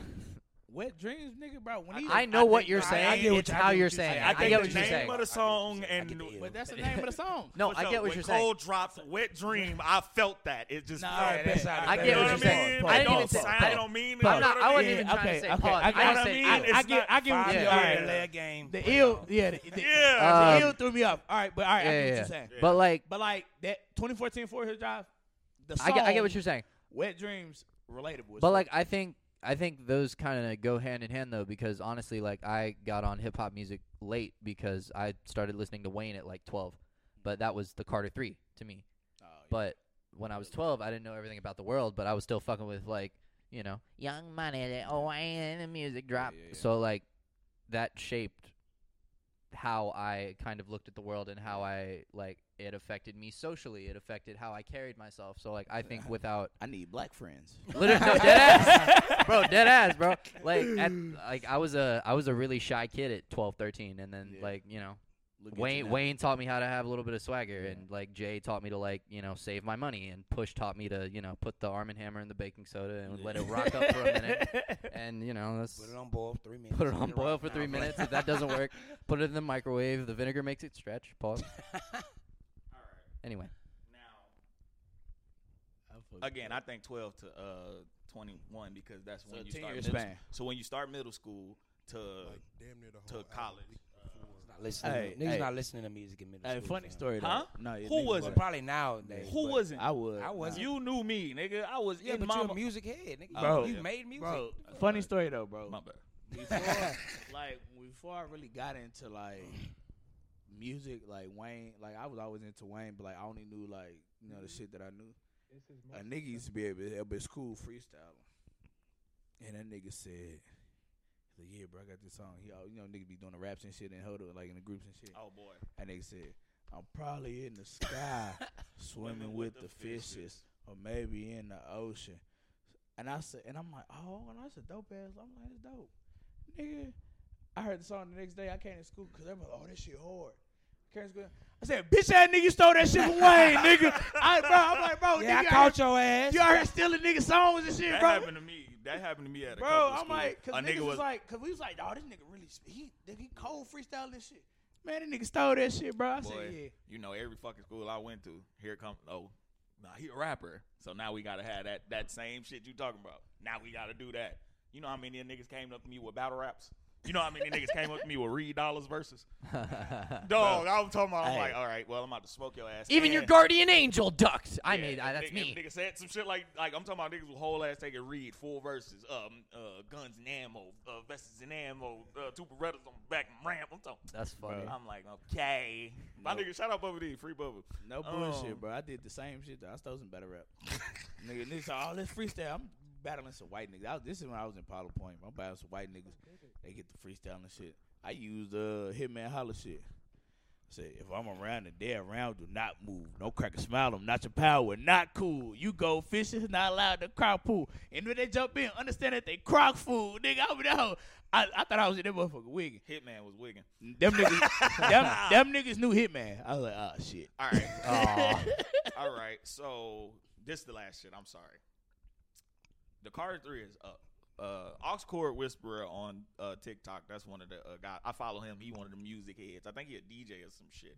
S6: wet dreams, nigga, bro. When he,
S1: I know what
S6: think-
S1: you're
S6: I- I
S1: saying.
S6: get what
S1: it's
S6: you- I
S1: how
S6: get
S1: you're
S6: what you-
S1: saying. it.
S2: I,
S1: I,
S2: think
S1: get
S2: the
S1: what you're
S2: name
S1: saying.
S2: of the song
S5: I
S2: and
S5: get the
S2: w-
S5: ill.
S6: But that's the name of the song.
S1: no,
S2: what's
S1: I
S2: up,
S1: get what
S2: when
S1: you're
S2: Cole
S1: saying.
S2: dropped "Wet Dream," I felt that. It just
S6: Nah,
S2: Yeah,
S6: bet.
S2: that's-
S6: I
S2: you
S1: I
S2: know what
S1: get what you're
S2: mean?
S1: saying.
S2: I
S1: I didn't even
S2: don't
S1: say.
S2: sound- I don't mean.
S1: Pause.
S2: you know what
S1: I wasn't
S2: mean?
S1: even
S6: Yeah,
S1: trying
S6: okay,
S1: to say
S6: okay,
S1: pause.
S6: I
S1: I,
S6: get
S1: just
S6: what I
S1: said
S2: mean.
S1: I-
S2: It's
S6: I get,
S2: not
S6: I get what
S2: five
S6: you
S2: Yeah. years.
S5: Yeah,
S6: all right.
S5: the leg game.
S6: The ill, yeah, the, the,
S2: Yeah.
S1: Um,
S6: the ill threw me off. All right, but all right, I
S1: yeah,
S6: get what
S1: yeah.
S6: you're saying.
S1: But like,
S6: But like that 2014 Four Hill Drive, the song,
S1: I get, I get what you're saying.
S6: Wet Dreams, relatable. as
S1: But
S6: fuck.
S1: like I think I think those kind of go hand in hand though because honestly like I got on hip hop music late because I started listening to Wayne at like 12. But that was the Carter 3 to me.
S6: Oh, yeah.
S1: But when I was 12, I didn't know everything about the world, but I was still fucking with like, you know, Young Money, the Wayne and the music drop.
S6: yeah, yeah.
S1: So like that shaped how I kind of looked at the world and how I like it affected me socially. It affected how I carried myself. So like I think without
S6: I need black friends.
S1: Literally, no, dead ass, bro, dead ass, bro. Like, at, like I was a I was a really shy kid at 12, 13, and then
S6: Yeah.
S1: like you know
S6: Look at you
S1: Wayne
S6: now.
S1: Wayne taught me how to have a little bit of swagger,
S6: Yeah.
S1: and like Jay taught me to like you know save my money, and Push taught me to you know put the Arm and Hammer in the baking soda and let it rock up for a minute, and you know that's.
S5: Put it on boil for three minutes.
S1: Put it on
S5: Get
S1: boil
S5: right
S1: for
S5: now,
S1: three
S5: bro.
S1: minutes. If that doesn't work, put it in the microwave. The vinegar makes it stretch. Pause. Anyway,
S2: Again, I think 12 to uh 21 because that's
S6: So
S2: when you
S6: 10
S2: start
S6: years
S2: middle,
S6: span.
S2: So when you start middle school to
S4: Like damn near the
S2: to
S4: whole
S2: college.
S5: Not listening.
S6: Hey,
S5: niggas
S6: hey.
S5: not listening to music in middle
S6: Hey,
S5: school.
S6: funny
S5: fam.
S6: story. Though.
S2: Huh?
S6: No, yeah,
S2: Who
S6: niggas
S2: was
S5: But
S6: black.
S2: it?
S5: probably nowadays.
S2: who
S5: but-
S2: wasn't?
S6: I would.
S5: I wasn't.
S2: you knew me, nigga. I was
S5: Yeah,
S2: in
S5: but
S2: my
S5: you're a
S2: mu-
S5: music head, nigga.
S6: Bro.
S5: you made music,
S6: bro. Funny story though, bro.
S2: my bad.
S6: Before, like before I really got into like music, like Wayne, like I was always into Wayne, but like I only knew like you know the shit that I knew. A nigga used to be able to help his school freestyle, and that nigga said, he's like, "Yeah, bro, I got this song." He, al- you know, niggas be doing the raps and shit and huddle like in the groups and shit.
S2: Oh boy.
S6: That nigga said, I'm probably in the sky swimming with, the, fishes, or maybe in the ocean. And I said, and I'm like, oh, and that's a dope ass. I'm like, it's dope. Nigga, I heard the song the next day. I came to school because everybody, oh, that shit hard. Came to school. I said, bitch ass nigga you stole that shit from Wayne, nigga. I, bro, I'm like, bro,
S5: Yeah, I
S6: nigga,
S5: caught your ass.
S6: you out here stealing nigga songs and shit,
S2: That
S6: bro.
S2: happened to me. That happened to me at a
S6: Bro,
S2: couple
S6: I'm
S2: school.
S6: like, cause
S2: a
S6: niggas
S2: nigga
S6: was like, cause we was like, oh, this nigga really, sp- he, nigga, he cold freestyle this shit. Man, that nigga stole that shit, bro. I
S2: boy,
S6: said, yeah.
S2: you know every fucking school I went to. Here come oh, nah, he a rapper. So now we gotta have that that same shit you talking about. Now we gotta do that. You know how many niggas came up to me with battle raps? You know how many niggas came up to me with Reed Dollars verses? Dog, I was talking about. I'm like, all right, well, I'm about to smoke your ass.
S1: Even your
S2: and-
S1: guardian angel ducked. I
S2: yeah,
S1: made I,
S2: and
S1: that's
S2: nigga,
S1: me.
S2: Nigga said some shit like like I'm talking about niggas with whole ass taking read full verses, um, uh, guns and ammo, uh, vests and ammo, uh, two Berettas on the back and ramp. I'm talking.
S1: That's funny.
S2: I'm like, okay, my nigga, shout out Bubba D, free Bubba.
S6: No bullshit, bro. I did the same shit. Though. I stole some battle rap. nigga, niggas, all this freestyle. I'm battling some white niggas. I was- this is when I was in Powder Point. bro. I'm battling some white niggas. They get the freestyle and shit. I used uh, Hitman Holler shit. Say, if I'm around and they're around, do not move. Don't crack a smile. I'm not your power. Not cool. You go fishing, not allowed to crowd pool. And when they jump in, understand that they crock food. Nigga, I, know. I, I thought I was in that motherfucker wigging.
S2: Hitman was wigging.
S6: Them niggas, them, them niggas knew Hitman. I was like, oh, shit.
S2: All right,
S1: Aw.
S2: all right. So this the last shit. I'm sorry. The card three is up. Uh, Oxcord Whisperer on uh, TikTok. That's one of the uh, guys I follow him. He one of the music heads. I think he a DJ or some shit.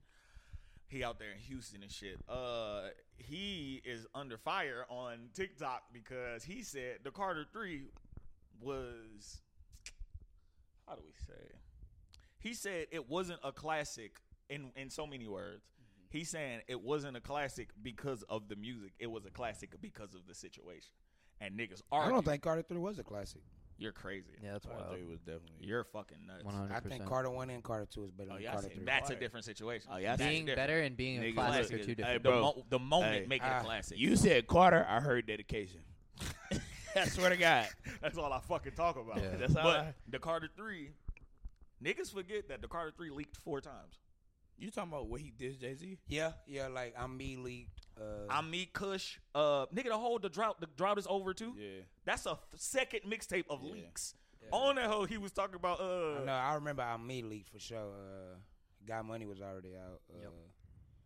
S2: He out there in Houston and shit. Uh, he is under fire on TikTok because he said the Carter Three was. How do we say? it? He said it wasn't a classic in in so many words. He's saying it wasn't a classic because of the music. It was a classic because of the situation. And niggas are.
S5: I don't think Carter Three was a classic.
S2: You're crazy.
S1: yeah, that's wild.
S6: It was definitely.
S2: You're fucking nuts.
S1: One hundred
S5: I think
S1: percent.
S5: Carter One and Carter Two is better
S2: Oh,
S5: than
S2: y'all
S5: Carter
S2: said-
S5: Three.
S2: that's a different situation.
S6: Oh, y'all
S2: That's
S1: Being
S2: different.
S1: better and being a
S6: Nigga,
S1: classic are
S2: classic
S1: two
S2: is-
S1: different.
S2: The,
S6: bro.
S2: mo- the moment
S6: Hey.
S2: make it a
S5: Ah.
S2: classic.
S6: You said Carter, I heard dedication. I swear to God.
S2: That's all I fucking talk about.
S1: Yeah.
S6: That's all
S2: But
S6: I-
S2: the Carter Three, niggas forget that the Carter Three leaked four times.
S6: You talking about what he did, Jay Z?
S5: Yeah, yeah. Like I'm me leaked. Uh,
S2: I mean, Kush, uh, nigga, the whole the drought, the drought is over too.
S6: Yeah.
S2: That's a f- second mixtape of leaks. On that hoe, he was talking about uh,
S5: no, I remember I'm me leaked for sure. Uh, Got Money was already out. Uh,
S1: Yep.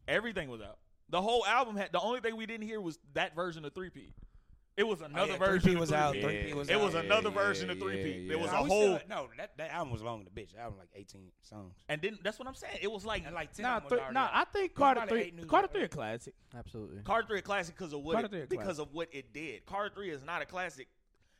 S2: Everything was out. The whole album had. The only thing we didn't hear was that version of Three P. It was another
S5: yeah,
S2: version.
S5: 3P
S2: of
S5: was out,
S2: 3P.
S5: 3P was
S2: it
S5: out.
S2: was
S5: Yeah,
S2: another
S6: yeah,
S2: version of
S6: yeah,
S2: Three P.
S6: yeah.
S2: There was
S5: nah,
S2: a
S5: we
S2: whole.
S5: still- no, that, that album was long. The bitch, that album like 18 songs.
S2: and then that's what I'm saying. It was like
S5: And like 10
S6: Nah,
S5: of them was
S6: three,
S5: already
S6: nah.
S5: out.
S6: I think Carter
S5: probably
S6: three,
S5: eight news
S6: Carter
S5: out.
S6: three, a classic.
S1: Absolutely.
S2: Carter Three a classic because of what
S6: Carter
S2: it-
S6: Three a
S2: because of what it did. Carter Three is not a classic.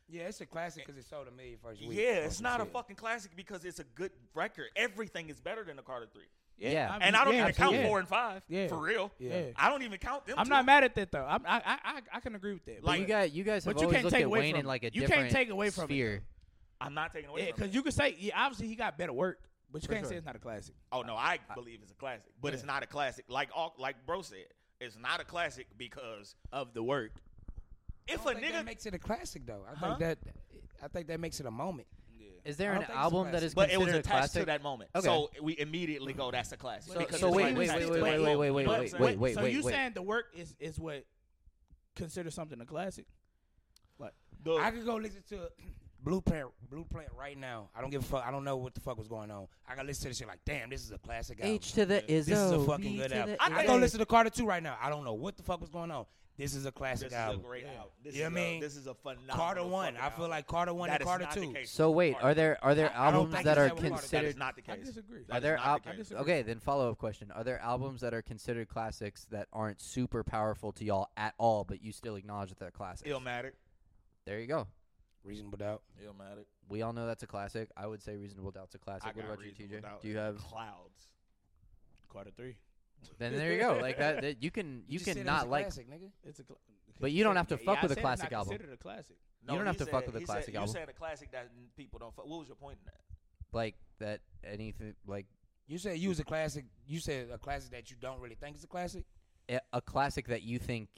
S5: Yeah, it's a classic because it sold a million first week.
S2: Yeah,
S5: or
S2: it's
S5: some
S2: not a
S5: shit.
S2: fucking classic because it's a good record. Everything is better than the Carter Three.
S1: Yeah.
S6: mean,
S2: And I don't
S6: yeah,
S2: even count
S6: absolutely.
S2: four and five
S6: Yeah.
S2: for real.
S6: Yeah.
S2: I don't even count them.
S6: I'm
S2: two.
S6: not mad at that though. I'm, I, I, I, I can agree with that.
S1: But
S2: Like-
S1: you guys, you guys have
S6: But you
S1: always
S6: can't
S1: looked
S6: take
S1: at
S6: away
S1: Wayne
S6: from
S1: in like a
S6: it. You can't
S1: different
S6: take away from it,
S1: sphere.
S2: I'm not taking away.
S6: yeah,
S2: from it.
S6: because you could say, yeah, obviously he got better work, but you can't say it's not a classic.
S2: Oh no, I believe it's a classic, but it's not a classic. Like all, like bro said, it's not a classic because
S6: Of the work,
S2: if
S5: I
S2: a
S5: think that
S2: nigga,
S5: makes it a classic though. I
S2: Huh?
S5: think that I think that makes it a moment.
S1: Is there
S5: I
S1: an
S5: don't think it's a
S1: album that
S5: classic.
S1: is
S2: but it was
S1: considered a
S2: attached
S1: classic?
S2: to that moment,
S1: Okay.
S2: so we immediately go, "That's a classic."
S1: So-
S2: because
S1: so
S2: it's
S1: wait,
S2: like-
S1: wait,
S2: it's
S1: wait,
S2: like-
S1: wait, wait, wait, wait,
S2: but-
S1: wait,
S2: but-
S1: wait, wait,
S6: so you
S1: wait.
S6: saying the work is is what consider something a classic?
S2: the-
S5: I could go listen to Blueprint Blueprint right now. I don't give a fuck. I don't know what the fuck was going on. I gotta listen to this shit like, damn, this is a classic album.
S1: H to the Izzo.
S5: this is a fucking
S1: B
S5: good
S1: to
S5: album.
S1: the
S5: I,
S1: Izzo.
S5: go listen to Carter 2 right now. I don't know what the fuck was going on. This is a classic
S2: this is a
S5: album.
S2: great album. This
S5: You know
S2: is
S5: what I
S2: a-
S5: mean?
S2: this is a phenomenal.
S5: Carter 1.
S2: fucking
S5: I feel
S2: album.
S5: like Carter 1
S2: That
S5: and
S2: is
S5: Carter
S2: not the
S5: 2.
S2: case.
S1: So wait, are there are there
S5: I- I don't
S1: albums
S5: think
S1: that
S5: it's
S1: are
S5: that one part. That is
S2: that is
S1: considered?
S2: not the
S6: I
S2: case.
S6: disagree.
S2: That
S1: Are
S2: is
S1: there
S2: not the
S1: al-
S2: case.
S1: okay? Then follow up question: Are there albums that are considered classics that aren't super powerful to y'all at all, but you still acknowledge that they're classics?
S2: Illmatic.
S1: There you go.
S5: Reasonable doubt.
S2: Illmatic.
S1: We all know that's a classic. I would say Reasonable Doubt's a classic.
S2: I
S1: what
S2: got
S1: about you,
S2: Reasonable
S1: TJ?
S2: Doubt
S1: Do
S2: in
S1: you
S2: the
S1: have?
S2: clouds?
S6: Carter three.
S1: Then there you go. Like that, that you can you
S5: just said it
S1: can
S5: was
S1: not
S5: a
S1: like.
S5: classic, nigga.
S6: It's a. Cl-
S1: But you don't have to
S6: Yeah,
S1: fuck
S6: I
S1: with a
S6: said it's
S1: classic
S6: not
S1: album.
S6: Considered a classic.
S1: You don't
S2: he
S1: have to
S2: said-
S1: fuck with a
S2: he said-
S1: classic album.
S2: You said a classic that n- people don't. fuck. What was your point? in that?
S1: like that anything like
S5: You said you was a classic. You said a classic that you don't really think is a classic.
S1: a, a classic that you think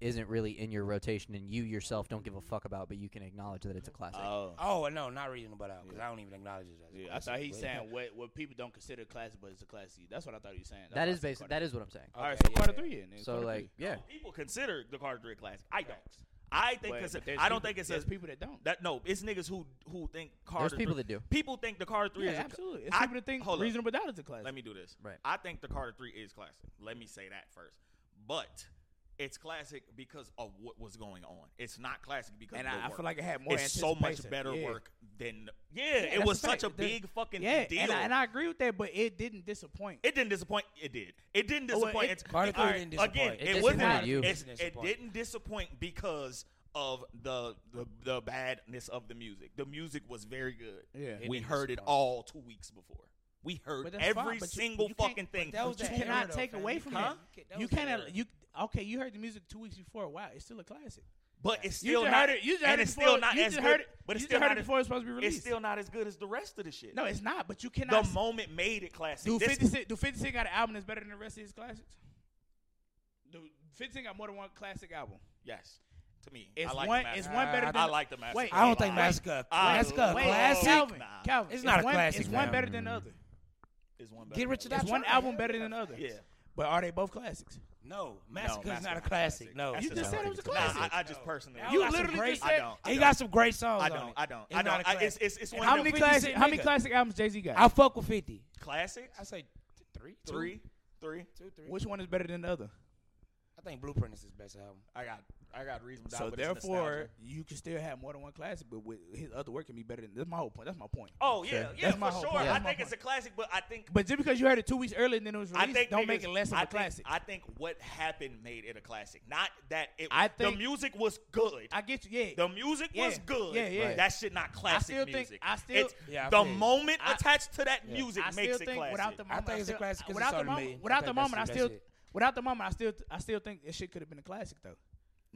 S1: isn't really in your rotation and you yourself don't give a fuck about, but you can acknowledge that it's a classic.
S2: Uh,
S6: Oh.
S5: Oh no, not reasonable doubt because I don't even acknowledge it. As a
S6: Yeah, I
S5: classic,
S6: thought he's
S5: but-
S6: saying what what people don't consider classic, but it's a classic. That's what I thought he was saying.
S1: that is basic. That is what I'm saying.
S2: Uh,
S5: Okay,
S6: all right. So
S5: yeah.
S6: Carter three, yeah, nigga,
S1: so
S6: Carter
S1: like,
S6: three.
S1: yeah,
S2: Oh, People consider the Carter Three a classic. I don't. I think.
S6: But-
S2: consi-
S6: but there's
S2: I don't
S6: people-
S2: think it's
S6: there's
S2: a
S6: people that don't.
S2: That no, it's niggas who who think Carter.
S1: people
S2: three,
S1: that do.
S2: People think the Carter three
S6: yeah,
S2: is a-
S6: absolutely. It's
S2: I-
S6: people that think
S2: hold up.
S6: reasonable doubt is a classic.
S2: Let me do this.
S1: Right.
S2: I think the Carter three is classic. Let me say that first. But It's classic because of what was going on. It's not classic because
S6: And
S2: of the
S6: I, I
S2: work.
S6: feel like it had more.
S2: it's so much
S6: anticipation.
S2: better
S6: Yeah.
S2: work than yeah.
S6: that's
S2: it was
S6: the
S2: such a
S6: fact. The-
S2: big fucking
S6: Yeah,
S2: deal.
S6: And, I, and I agree with that, but it didn't disappoint.
S2: it didn't disappoint. It did. It didn't
S6: Oh, well,
S2: disappoint.
S6: it-
S2: It's-
S5: Carter Court
S2: alright,
S5: didn't disappoint.
S2: Again,
S1: It
S2: it, wasn't.
S1: disappointed you.
S2: it's-
S5: Didn't
S2: it
S5: disappoint.
S2: didn't disappoint because of the, the the badness of the music. The music was very good.
S6: Yeah. It
S2: we
S5: didn't
S2: heard it
S5: disappoint.
S2: all two weeks before. We heard
S6: But that's fine,
S2: every
S6: but you-
S2: single
S6: you can't-
S2: fucking
S6: but
S2: thing.
S5: that was
S6: But
S5: that
S6: you cannot
S5: era, though,
S6: take
S5: fam.
S6: away
S5: You
S6: from
S5: can't-
S6: that.
S5: that
S6: you
S5: was that
S6: cannot.
S5: era.
S6: You okay? You heard the music two weeks before. Wow, it's still a classic.
S2: But it's
S6: You
S2: still
S6: just
S2: not.
S6: heard it. You just
S2: and
S6: heard it
S2: it's
S6: before-
S2: still not
S6: you
S2: as
S6: just
S2: good.
S6: heard it-
S2: but it's
S6: you
S2: still
S6: just heard
S2: not
S6: it
S2: as-
S6: before it's supposed to be
S2: It's
S6: released.
S2: still not as good as the rest of the shit.
S6: no, it's not. But you
S2: the
S6: cannot.
S2: moment made it classic.
S6: do
S2: This-
S6: fifty six? Do fifty six got an album that's better than the rest of his classics? Do fifty six got more than one classic album?
S2: Yes, to me,
S6: It's
S2: I like
S6: one.
S2: The
S6: It's
S2: Master.
S6: one better
S5: I
S6: than.
S2: I like the master.
S6: Wait,
S2: a
S5: I don't
S2: lot.
S5: think Mascot.
S2: I
S5: Mascot
S2: wait,
S5: classic.
S6: Calvin,
S2: Nah.
S6: Calvin.
S5: It's not a
S6: one,
S5: classic,
S6: It's one
S5: man.
S6: better than the other.
S2: Is one better
S5: Get rich or
S2: than
S5: die
S6: It's one
S5: trying.
S6: album better than the other.
S2: Yeah.
S6: But are they both classics?
S5: No, Massacre's
S2: Massacre's
S5: not a
S2: not a
S5: classic.
S2: classic.
S5: No,
S2: That's
S6: You
S2: a
S6: just said it was a
S2: the other.
S6: classic.
S2: Nah, I, I just personally.
S5: That
S6: You
S5: got some
S6: literally
S5: great-
S6: just
S2: I
S6: said-
S2: don't. Oh, I
S5: He
S2: don't.
S5: got some great songs.
S2: I
S5: on
S2: don't.
S5: it.
S2: I don't.
S5: It's
S2: I
S5: not
S2: don't.
S5: a
S2: I, it's
S5: classic.
S2: it's it's one
S6: How
S2: of
S6: many
S2: the
S5: 50 Cent
S6: classic? How many
S5: nigga.
S6: classic albums Jay Z got?
S5: I fuck with Fifty.
S2: classics.
S5: I say th- three, two,
S2: Three, three.
S5: two, three.
S6: Which one is better than the other?
S5: I think Blueprint is his best album.
S2: I got. I got reason.
S6: So therefore, you can still have more than one classic, but with his other work can be better than. That's my whole point. That's my point.
S2: Oh yeah,
S6: That's
S2: yeah,
S6: my
S2: for
S6: whole
S2: sure.
S6: point.
S2: I
S6: That's my
S2: think it's a
S6: point.
S2: classic, but I think
S6: But just because you heard it two weeks earlier than it was
S2: I
S6: released,
S2: think
S6: don't make
S2: niggas-
S6: it less of
S2: I
S6: a
S2: think-
S6: classic.
S2: I think what happened made it a classic. Not that it.
S6: I
S2: the
S6: think-
S2: music was good.
S6: I get you. Yeah.
S2: the music was
S6: Yeah,
S2: good.
S6: yeah, yeah.
S2: That shit not classic
S6: still think-
S2: music.
S6: I still-
S2: It's-
S5: Yeah, I
S2: the
S5: feel you.
S2: moment
S6: I-
S2: attached to that music
S6: I
S2: makes
S6: still
S2: it
S6: think
S2: classic.
S6: without the moment,
S5: think it's a
S6: still-
S5: classic 'cause
S6: Without
S5: it's
S6: the
S5: already
S6: moment,
S5: made. I
S6: without
S5: think
S6: the
S5: that's
S6: moment, I
S5: the
S6: still,
S5: best shit.
S6: without the moment, I still, I still think it shit could have been a classic though.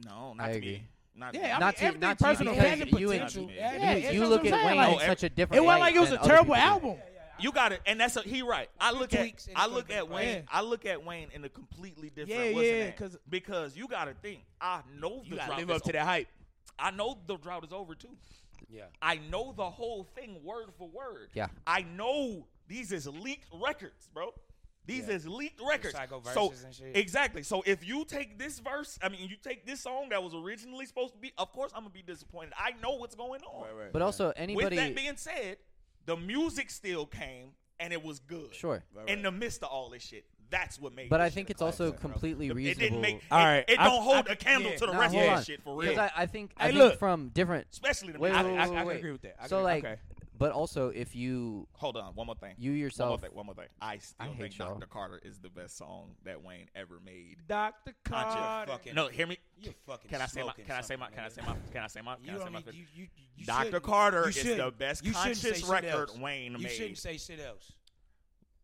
S2: no, not
S1: I
S2: to
S1: agree.
S2: me. Not
S6: Yeah,
S2: to
S6: I
S2: me.
S6: mean,
S1: not to
S6: everything
S1: not to
S6: personal
S1: because
S6: opinion,
S1: you, and,
S2: potential.
S1: you,
S2: Yeah,
S6: yeah, that's
S1: you
S6: what
S1: look
S6: I'm
S1: at
S6: saying,
S1: Wayne
S6: like,
S1: in such a different
S6: It wasn't
S1: light
S6: like it was
S1: than
S6: a
S1: other
S6: terrible
S1: people do.
S6: album.
S2: You got it, and that's a, he right. I look at
S5: tweaks and
S2: I
S5: it's
S2: look
S5: gonna
S2: at
S5: be
S2: Wayne.
S6: fine.
S2: I look at Wayne in a completely different.
S6: Yeah,
S2: what's the
S6: yeah,
S2: name?
S6: 'cause-
S2: because you got to think. I know the
S6: You gotta
S2: drought
S6: live
S2: is
S6: up to
S2: over.
S6: that hype.
S2: I know the drought is over too.
S5: Yeah.
S2: I know the whole thing word for word.
S1: Yeah.
S2: I know these is leaked records, bro. These
S5: Yeah.
S2: is leaked records.
S5: psycho
S2: so
S5: verses and shit.
S2: exactly. So if you take this verse, I mean, you take this song that was originally supposed to be. Of course, I'm gonna be disappointed. I know what's going on.
S1: But also
S2: With
S1: anybody
S2: that being said, the music still came and it was good.
S1: Sure.
S2: In the midst of all this shit, that's what made.
S1: But
S2: this
S1: I
S2: shit
S1: think
S2: a
S1: it's also
S2: classic, oh, bro.
S1: completely
S2: It
S1: reasonable.
S2: didn't make. It,
S6: All right,
S2: it
S6: I-
S2: don't hold
S6: I-
S2: a candle
S6: yeah,
S2: to the
S1: Nah,
S2: rest of
S1: hold on.
S2: that shit for real.
S1: Because I, I think I
S6: Hey,
S1: think
S6: look.
S1: from different.
S2: Especially the
S1: Wait,
S2: music.
S1: wait,
S6: I- I
S1: wait,
S6: can
S1: wait.
S6: agree with that. I
S1: so
S6: can-
S1: like,
S6: okay.
S1: but also if you
S2: Hold on, one more thing.
S1: you
S2: One more
S1: yourself,
S2: thing. One more thing. I still
S1: hate
S2: think
S1: y'all.
S2: Dr. Carter is the best song that Wayne ever made.
S6: Dr.
S2: Conscious
S6: Carter.
S2: fucking- No, hear me.
S5: You fucking.
S2: Can I say my?
S5: smoking
S2: Can I say my?
S5: something,
S2: Can I
S5: nigga.
S2: say my? Can I say my?
S5: You
S2: Can I say
S5: don't
S2: my?
S5: need- you, you, you
S2: Dr.
S5: shouldn't-
S2: Carter
S5: you
S2: is
S5: shouldn't.
S2: the best
S5: you shouldn't say
S2: conscious
S5: shit
S2: record
S5: else.
S2: Wayne
S5: You
S2: made.
S5: shouldn't say shit else.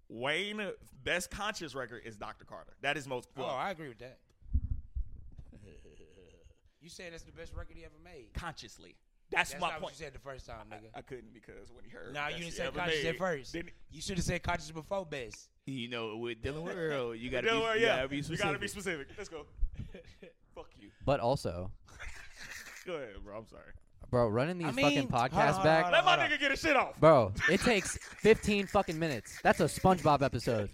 S2: Wayne best conscious record is Dr. Carter. That is most.
S5: Oh, I agree with that. You said that's the best record he ever made.
S2: consciously. That's,
S5: That's
S2: my
S5: not
S2: point.
S5: what you said the first time, nigga.
S2: I couldn't because when he heard.
S5: Nah,
S2: that
S5: you didn't
S2: shit
S5: say
S2: ever
S5: conscious
S2: made,
S5: at first.
S2: Didn't,
S5: You should have said conscious before best.
S6: You know, with dealing with Earl, you gotta
S2: don't
S6: be,
S2: worry,
S6: you
S2: yeah.
S6: gotta be
S2: you
S6: specific.
S2: gotta be specific. Let's go. Fuck you.
S1: but also,
S2: Go ahead, bro. I'm sorry.
S1: bro, running these
S5: I
S1: fucking
S5: mean,
S1: podcasts
S5: hold on, hold
S1: back,
S5: on,
S2: Let my
S5: hold on.
S2: nigga get his shit off.
S1: bro. It takes 15 fucking minutes. That's a SpongeBob episode.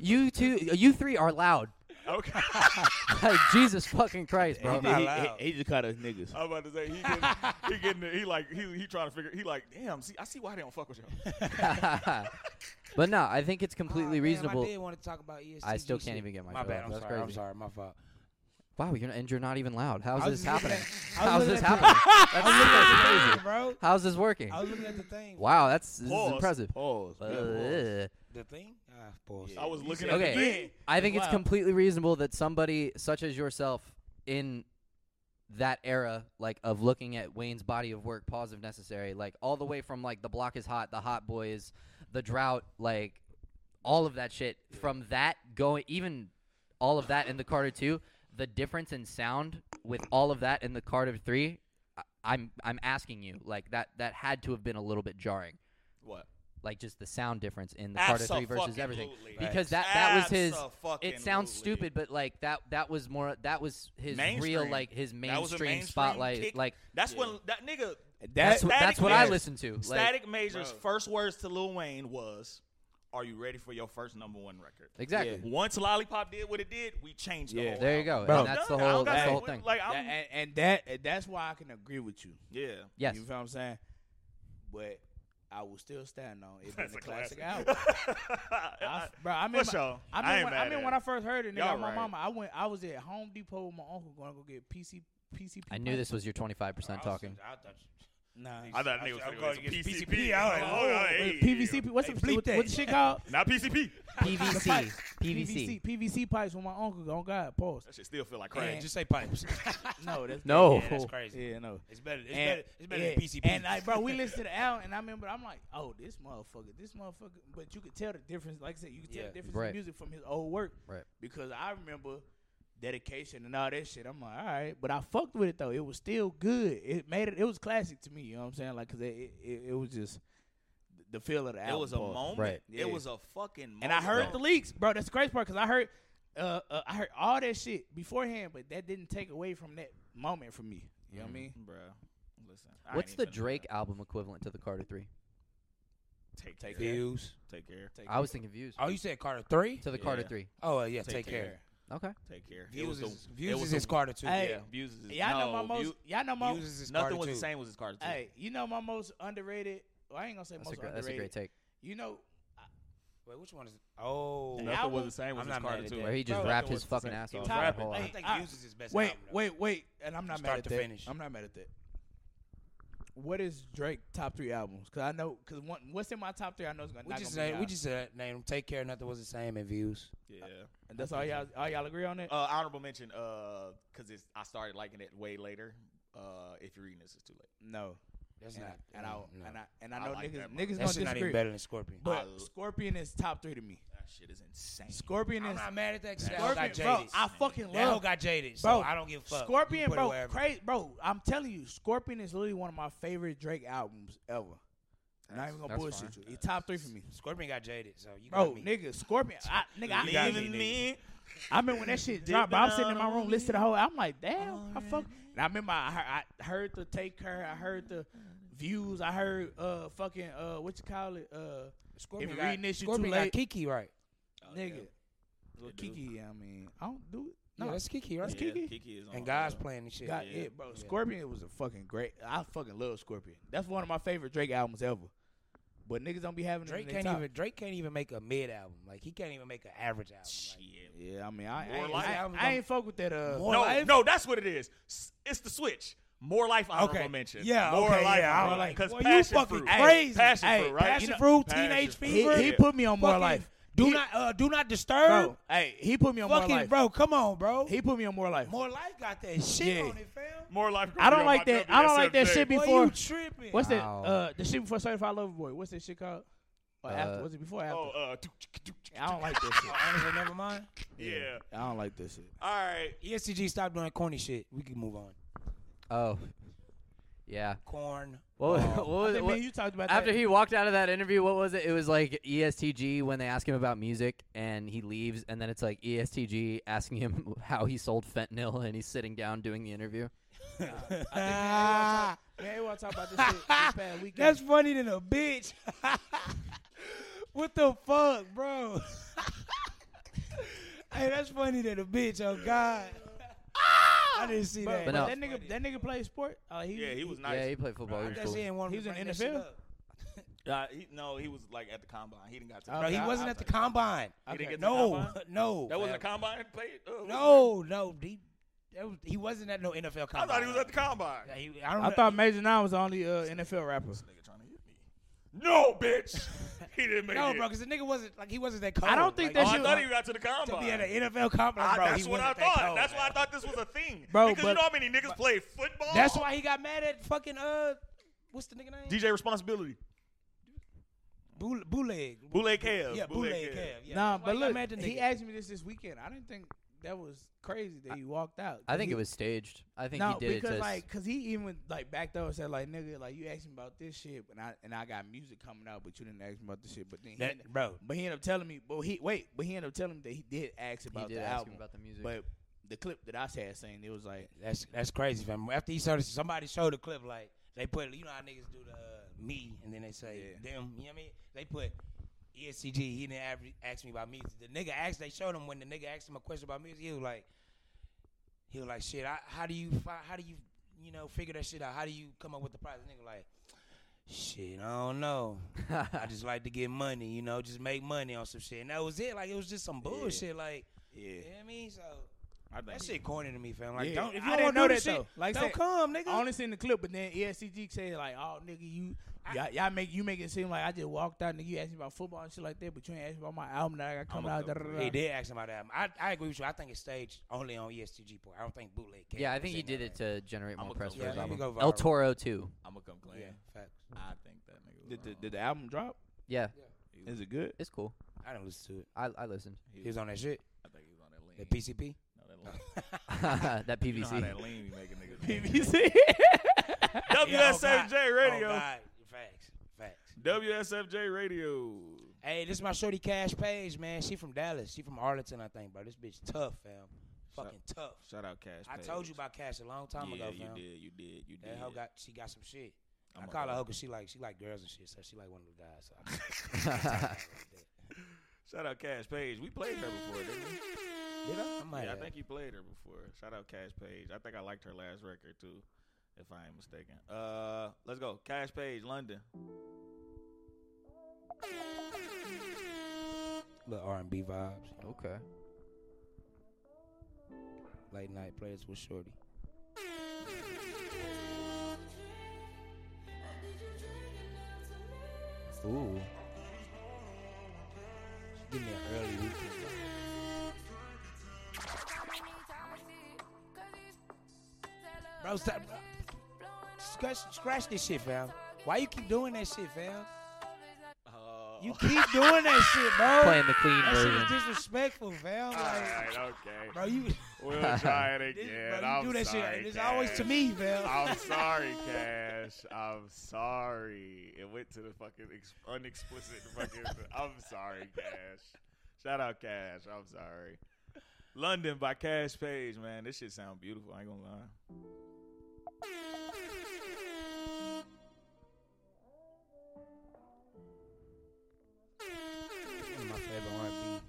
S1: You two, you three are loud.
S2: Okay.
S1: Like Jesus fucking Christ, bro.
S5: did.
S6: He-
S5: Not
S6: he-
S5: loud.
S6: he, he just called us niggas.
S2: I'm about to say he getting, he getting the- he like he he trying to figure he like damn see I see why they don't fuck with y'all.
S1: but no, I think it's completely
S5: Ah, damn,
S1: reasonable.
S5: I did want to talk about ESG.
S1: I still can't even get my
S5: My
S1: shit
S5: bad.
S1: off.
S5: I'm
S1: That's
S5: sorry. I'm
S1: crazy.
S5: sorry. My fault.
S1: wow, you're and you're not even loud. How's
S5: I
S1: this
S5: was just
S1: happening?
S5: looking at- I
S1: How's
S5: was
S1: this
S5: looking at
S1: happening?
S5: the- I was looking at the thing, bro.
S1: How's this working?
S5: I was looking at the thing.
S1: Wow, that's this is
S2: Pause.
S1: impressive.
S6: Pause.
S1: Uh,
S5: The thing? Ah, pause.
S2: I was looking at the
S1: okay,
S2: thing.
S1: I think it's
S6: Wow.
S1: completely reasonable that somebody such as yourself in that era, like of looking at Wayne's body of work, pause if necessary, like all the way from like the block is hot, the hot boys, the drought, like all of that shit. From that going, even all of that in the Carter two, the difference in sound with all of that in the Carter three, I, I'm I'm asking you, like that that had to have been a little bit jarring
S2: What?
S1: like just the sound difference in the Carter three versus everything
S2: Abso-fucking-lutely.
S1: because that that was his. It
S2: Abso-fucking-lutely.
S1: sounds stupid, but like that that was more that was his real
S2: Mainstream.
S1: like his
S2: That was
S1: mainstream,
S2: a mainstream
S1: spotlight.
S2: kick.
S1: Like
S2: That's when that nigga
S1: that's
S2: Static
S1: what that's what I
S2: Majors-
S1: listen to. Like,
S2: Static Major's
S6: Bro.
S2: first words to Lil Wayne was, "Are you ready for your first number one record?"
S1: exactly.
S2: Once Lollipop did what it did, we changed the
S6: Yeah.
S2: whole.
S1: There you
S2: album.
S1: go.
S6: Bro.
S1: and that's the
S2: I'm done. I
S1: whole
S2: don't
S1: that's the
S2: gotta-
S1: whole thing.
S2: Like
S6: That-
S2: I'm,
S6: and, and that that's why I can agree with you.
S2: yeah,
S1: yes,
S6: You feel what I'm saying? I will still stand on it being
S7: That's
S6: a
S7: a
S6: classic,
S7: classic.
S6: album. I, bro, I mean,
S7: For sure.
S6: I mean,
S7: I ain't
S6: when,
S7: mad
S6: I mean
S7: at
S6: when
S7: it.
S6: I first heard it, nigga,
S7: Y'all
S6: my
S7: right.
S6: mama, I went, I was at Home Depot with my uncle going to go get PC, PCP.
S1: I knew this was your 25% talking.
S5: I thought
S6: Nah,
S7: I thought nigga was
S5: I'm
S7: gonna
S5: going
S7: go
S5: to get
S7: get PCP.
S5: PCP.
S7: I was
S5: Oh,
S7: like, oh,
S5: wait,
S7: hey.
S6: PVC. What's
S5: Hey,
S6: the
S5: bleep
S6: what,
S5: that.
S6: what the shit called?
S7: Not PCP.
S1: PVC. PVC.
S6: PVC. PVC pipes with my uncle. Oh God, pause.
S7: That shit still feel like
S5: Craig,
S7: crazy.
S5: just say pipes.
S6: No, that's
S1: No.
S5: yeah, that's crazy.
S6: Yeah, no.
S5: It's better. It's
S6: And-
S5: better. It's better
S6: yeah,
S5: than PCP.
S6: And like, bro, we listened to the album, and I remember I'm like, oh, this motherfucker, this motherfucker. But you could tell the difference. Like I said, you could tell
S5: Yeah.
S6: the difference
S1: Right.
S6: in music from his old work.
S1: Right.
S6: Because I remember dedication and all that shit. I'm like, all right, but I fucked with it though. It was still good. It made it. It was classic to me. You know what I'm saying? Like, cause it it, it, it was just th- the feel of the album.
S2: It was a
S6: pause.
S2: moment.
S1: Right.
S6: Yeah.
S2: It was a fucking moment.
S6: And I heard
S2: bro.
S6: the leaks, bro. That's the crazy part because I heard, uh, uh, I heard all that shit beforehand, but that didn't take away from that moment for me. You know what I
S5: Mm.
S6: mean?
S2: Bruh, Listen. I ain't
S1: What's
S2: even
S1: the
S2: finna
S1: Drake album equivalent to the Carter 3?
S2: Take,
S6: Take
S2: care.
S5: Views.
S2: Take care.
S6: Take
S1: I was thinking Views.
S5: Oh, you said Carter three?
S1: To the Carter
S2: Yeah.
S1: 3.
S5: Oh uh, yeah,
S2: Take
S5: take,
S2: Care.
S5: care.
S1: Okay.
S2: Take care. It was
S5: Views
S2: the-
S5: is,
S2: it
S5: views
S2: was
S5: is
S2: the-
S5: his Carter two.
S6: Hey,
S5: yeah.
S2: Views is
S6: Y'all know
S2: no,
S6: my most.
S2: View-
S6: y'all know my.
S5: Views is his
S2: nothing
S5: Carter
S2: was
S5: two.
S2: the same as his Carter two.
S6: hey, you know my most underrated. Well, I ain't gonna say
S1: That's a,
S6: most
S1: great, that's a
S6: underrated.
S1: great take.
S6: You know,
S5: Wait, which one is? It? Oh,
S6: Hey,
S7: Nothing
S6: album?
S7: was the same as
S5: I'm
S7: his
S5: not mad
S7: Carter
S5: at
S7: two.
S5: that.
S1: Where he just
S5: Bro,
S1: rapped
S5: nothing
S1: his
S5: was the
S1: fucking
S5: same.
S1: ass
S5: He
S1: off.
S5: was
S1: for that
S6: rapping.
S1: whole
S6: Hey,
S5: I
S1: album.
S5: think
S6: I-
S5: Views is his best
S6: wait,
S5: album. though.
S6: wait, wait, and I'm not
S5: Start
S6: mad at
S5: to
S6: that.
S5: finish.
S6: I'm not mad at that. What is Drake top three albums? Cause I know, cause one, what's in my top three, I know it's gonna.
S5: We
S6: not
S5: just
S6: gonna be
S5: say, we
S6: y'all.
S5: just uh, name Take Care. Nothing was the same in views.
S2: Yeah.
S6: And that's all y'all, all y'all agree on it.
S2: Uh, honorable mention. Uh, cause it's I started liking it way later. Uh, if you're reading this, it's too late.
S6: no,
S5: That's
S6: and,
S5: not.
S6: I, and, I,
S5: no.
S6: and I and I
S2: I
S6: know
S2: like
S6: niggas
S2: that
S6: niggas
S5: that
S6: gonna
S5: shit not
S6: disagree.
S5: even better than Scorpion.
S6: But
S2: I-
S6: Scorpion is top three to me.
S2: That shit is insane.
S6: Scorpion
S5: I'm
S6: is
S5: not mad at that. 'cause That hoe
S6: Scorpion,
S5: got
S6: bro.
S5: jaded.
S6: I fucking
S5: That hoe
S6: love
S5: got jaded. So
S6: Bro,
S5: I don't give a fuck. You
S6: Scorpion,
S5: put it
S6: bro.
S5: wherever.
S6: Crazy, bro. I'm telling you, Scorpion is literally one of my favorite Drake albums ever. Not even gonna
S1: that's
S6: bullshit
S1: fine.
S6: you. He top three for me,
S5: Scorpion got jaded. So you
S6: bro.
S5: got me.
S6: Nigga, Scorpion. I, nigga, I,
S5: got
S6: I,
S5: me, nigga.
S6: I remember when that shit dropped. But I'm sitting in my room, listening to the whole. I'm like, damn, I fuck. And I remember I heard, I heard the take her. I heard the views. I heard uh fucking uh what you call it
S5: Oh,
S6: uh
S5: Scorpion
S6: if
S5: got,
S6: reading this, you too
S5: Scorpion
S6: late.
S5: got Kiki right.
S6: nigga. Well, Kiki, I mean, I don't do it.
S5: No,
S6: No,
S5: that's Kiki right.
S6: That's Kiki.
S2: Kiki is on.
S5: And God's
S2: uh,
S5: playing this shit.
S6: God,
S2: Yeah.
S6: yeah, bro. Scorpion was a fucking great. I fucking love Scorpion. That's one of my favorite Drake albums ever. But niggas don't be having
S5: Drake
S6: it in their
S5: can't
S6: top.
S5: even Drake can't even make a mid album. Like he can't even make an average album. Like,
S2: Shit.
S6: Yeah, I mean, I, I,
S2: More
S6: ain't-
S2: Life
S6: I,
S5: album
S6: I ain't fuck with that. Uh,
S5: More
S7: no,
S5: Life?
S7: Oh, no, that's what it is. S- It's the switch. More life honorable
S5: Okay.
S7: mention.
S5: Yeah,
S7: more
S5: okay,
S7: life.
S5: yeah, I was like,
S7: because
S5: boy, you
S7: passion
S5: fucking
S7: fruit,
S5: crazy.
S7: passion
S6: Hey,
S7: fruit, right?
S5: Passion Fruit,
S7: Passion
S5: Teenage
S7: Fruit.
S5: Fever.
S6: he, he put me on more
S5: Fucking-
S6: life.
S5: Do
S6: He-
S5: not uh, do not disturb.
S6: bro. Hey, he put me on more
S5: Fucking
S6: life.
S5: bro, come on, bro.
S6: He put me on more life.
S5: More life got that shit
S6: Yeah.
S5: on it, fam.
S7: More life.
S6: I
S7: Girl
S6: don't like
S7: by
S6: that. I don't like that
S7: WSFJ.
S6: shit
S5: Boy,
S6: before.
S5: you tripping.
S6: What's that?
S1: Wow.
S6: Uh, the shit before Certified Lover Boy. What's that shit called? Or
S1: Uh,
S6: after? Was it before? or After?
S7: Oh, uh, doo- doo- doo- doo-
S6: I don't like this shit.
S5: Oh, Honestly, never mind.
S7: yeah.
S6: I don't like this shit.
S7: All right.
S5: ESTG, stop doing corny shit. We can move on.
S1: Oh. Yeah. Oh.
S5: Corn.
S1: What was,
S5: ball.
S1: what was-
S6: I think,
S1: what-
S6: man, you talked about
S1: after
S6: that.
S1: he walked out of that interview, what was it? It was like E ESTG when they ask him about music and he leaves, and then it's like E ESTG asking him how he sold fentanyl and he's sitting down doing the interview.
S5: Ah,
S6: man, we want to talk about this shit this past weekend.
S5: that's funny than a bitch. what the fuck, bro? hey, that's funny than a bitch. Oh God, I didn't see
S6: Bro,
S5: that.
S1: But no.
S6: that nigga, that nigga played sport. Uh, he,
S7: Yeah, he was nice.
S1: Yeah, he played football.
S5: I
S1: he was
S5: guess
S1: cool.
S5: he didn't want
S6: He
S5: to
S6: was in
S5: bring
S6: the
S5: that shit
S6: NFL?
S5: up.
S2: Uh, he, no, he was like at the combine. He didn't got to.
S5: Bro, he
S6: Okay,
S5: wasn't
S2: I-
S5: at the combine.
S2: He didn't get to the
S5: No,
S2: combine?
S5: no,
S7: That wasn't a
S5: fam.
S7: combine play.
S2: Oh,
S7: Uh,
S5: No, no, he, that was, he wasn't at no NFL combine.
S7: I thought he was at the combine.
S5: Yeah, he- I don't
S6: I
S5: know.
S6: thought Major Nine was the only uh, NFL rapper.
S2: Nigga trying to hit me.
S7: No, bitch. he didn't make
S5: no,
S7: it.
S5: bro, because the nigga wasn't like he wasn't that cold.
S6: I don't think
S5: like,
S6: that
S7: Oh, I
S6: shit-
S7: thought he got to the
S5: to
S7: combine.
S5: be at an NFL conference,
S7: I-
S5: bro.
S7: that's
S5: he
S7: what I
S5: wasn't that
S7: thought.
S5: cold,
S7: that's
S5: man.
S7: why I thought this was a thing.
S6: Bro,
S7: because you
S6: but-
S7: know how many niggas play football.
S5: That's why he got mad at fucking uh, what's the nigga name?
S7: DJ responsibility.
S5: Boule- Bouleg.
S7: Boule Kev.
S5: Yeah,
S7: Boule
S5: Bouleg.
S7: Kev.
S5: Kev, Yeah.
S6: nah,
S5: That's why
S6: but
S5: he got
S6: look,
S5: mad at the
S6: he
S5: nigga.
S6: asked me this this weekend. I didn't think that was crazy that he walked out.
S1: I think
S6: He-
S1: it was staged. I think
S6: no,
S1: he did
S6: because
S1: it to
S6: like, cause he even like backed up and said like, nigga, like you asked me about this shit, and I and I got music coming out, but you didn't ask me about this shit. But then, he ended,
S5: That- bro.
S6: but he ended up telling me, but he wait, but he ended up telling me that he did ask
S1: he
S6: about
S1: did
S6: the
S1: ask
S6: album,
S1: him about the music.
S6: but the clip that I had saying it was like,
S5: That's that's crazy, fam. After he showed us, somebody showed the clip like they put you know how niggas do the uh, me and then they say them. You know what I mean? They put E ESCG. He didn't aver- ask me about music. The nigga asked. They showed him when the nigga asked him a question about music. He was like, he was like, shit. I, how do you fi- how do you you know figure that shit out? How do you come up with the price? The nigga like. Shit, I don't know. I just like to get money, you know, just make money on some shit. And that was it. Like it was just some bullshit. Like,
S2: Yeah.
S5: you know what I mean? So
S2: I think
S5: that shit corny to me, fam. Like,
S6: Yeah.
S5: don't if
S6: I
S5: you
S6: didn't
S5: don't
S6: know
S5: know that
S6: that,
S5: shit,
S6: though. Like I
S5: don't
S6: said,
S5: come, nigga.
S6: I only seen the clip, but then E ESCG said like, "Oh, nigga, you y'all, y'all make you make it seem like I just walked out, nigga. You asked me about football and shit like that, but you ain't asked me about my album that I got coming
S2: a
S6: out." Da,
S2: couple
S6: da, da, da.
S5: He did ask him about that. I, I agree with you. I think it's staged only on E ESTG. Port. I don't think bootleg. came
S1: Yeah, I
S5: out
S1: think he
S5: and said
S1: did it
S5: that.
S1: to generate more
S2: I'ma
S1: press
S2: go
S1: for his
S5: Yeah,
S1: album.
S5: I'ma go
S1: El
S5: viral.
S1: Toro too.
S2: I'm gonna come clean.
S5: Yeah, facts.
S2: I think that nigga.
S6: Did, the,
S2: wrong.
S6: did the album drop?
S1: Yeah,
S6: Is it good?
S1: it's cool.
S5: I didn't listen to it.
S1: I I listened.
S5: He was on that shit.
S2: I think he was on that lean.
S5: The PCP.
S2: No, that lean.
S1: that PVC.
S2: You know how that lean be making niggas.
S6: PVC.
S2: WSFJ
S5: Oh,
S2: Radio.
S5: God. Facts. Facts.
S2: WSFJ Radio.
S5: Hey, this is my shorty Cash Page, man. She from Dallas. She from Arlington, I think, bro. This bitch tough, fam. Fucking tough.
S2: Shout out Cash.
S5: I
S2: Page.
S5: told you about Cash a long time
S2: yeah,
S5: ago,
S2: you
S5: fam.
S2: did. You did. You
S5: That
S2: did.
S5: hoe got she got some shit. i
S2: I'ma
S5: call her
S2: go.
S5: hoe because she like she like girls and shit, so she like one of the guys. So I-
S2: Shout out Cash Page. We played her before, didn't we?
S5: Did I? I might
S2: Yeah, I
S5: have.
S2: think you played her before. Shout out Cash Page. I think I liked her last record too, if I ain't mistaken. Uh, let's go. Cash Page, London.
S5: Little R and B vibes. you know,
S1: okay.
S5: Late night players with Shorty.
S1: Ooh.
S5: She Give me an early weekend. Bro, stop. bro. Scratch, scratch this shit, fam. Why you keep doing that shit, fam? You
S2: Uh,
S5: keep doing that shit, bro.
S1: Playing the Queen
S5: That shit is
S1: version.
S5: disrespectful, fam.
S6: Ah.
S5: Like,
S7: okay.
S5: bro, you,
S7: We'll try it
S5: this, bro,
S7: again.
S5: you
S7: I'm
S5: do that
S7: sorry,
S5: shit. and It's always to
S7: Cash.
S5: me, fam.
S7: I'm sorry, Cash. I'm sorry. It went to the fucking ex- unexplicit fucking. I'm sorry, Cash. Shout out, Cash. I'm sorry.
S2: London by Cash Page, man. This shit sound beautiful. I ain't gonna lie.
S5: One of my favorite R&B.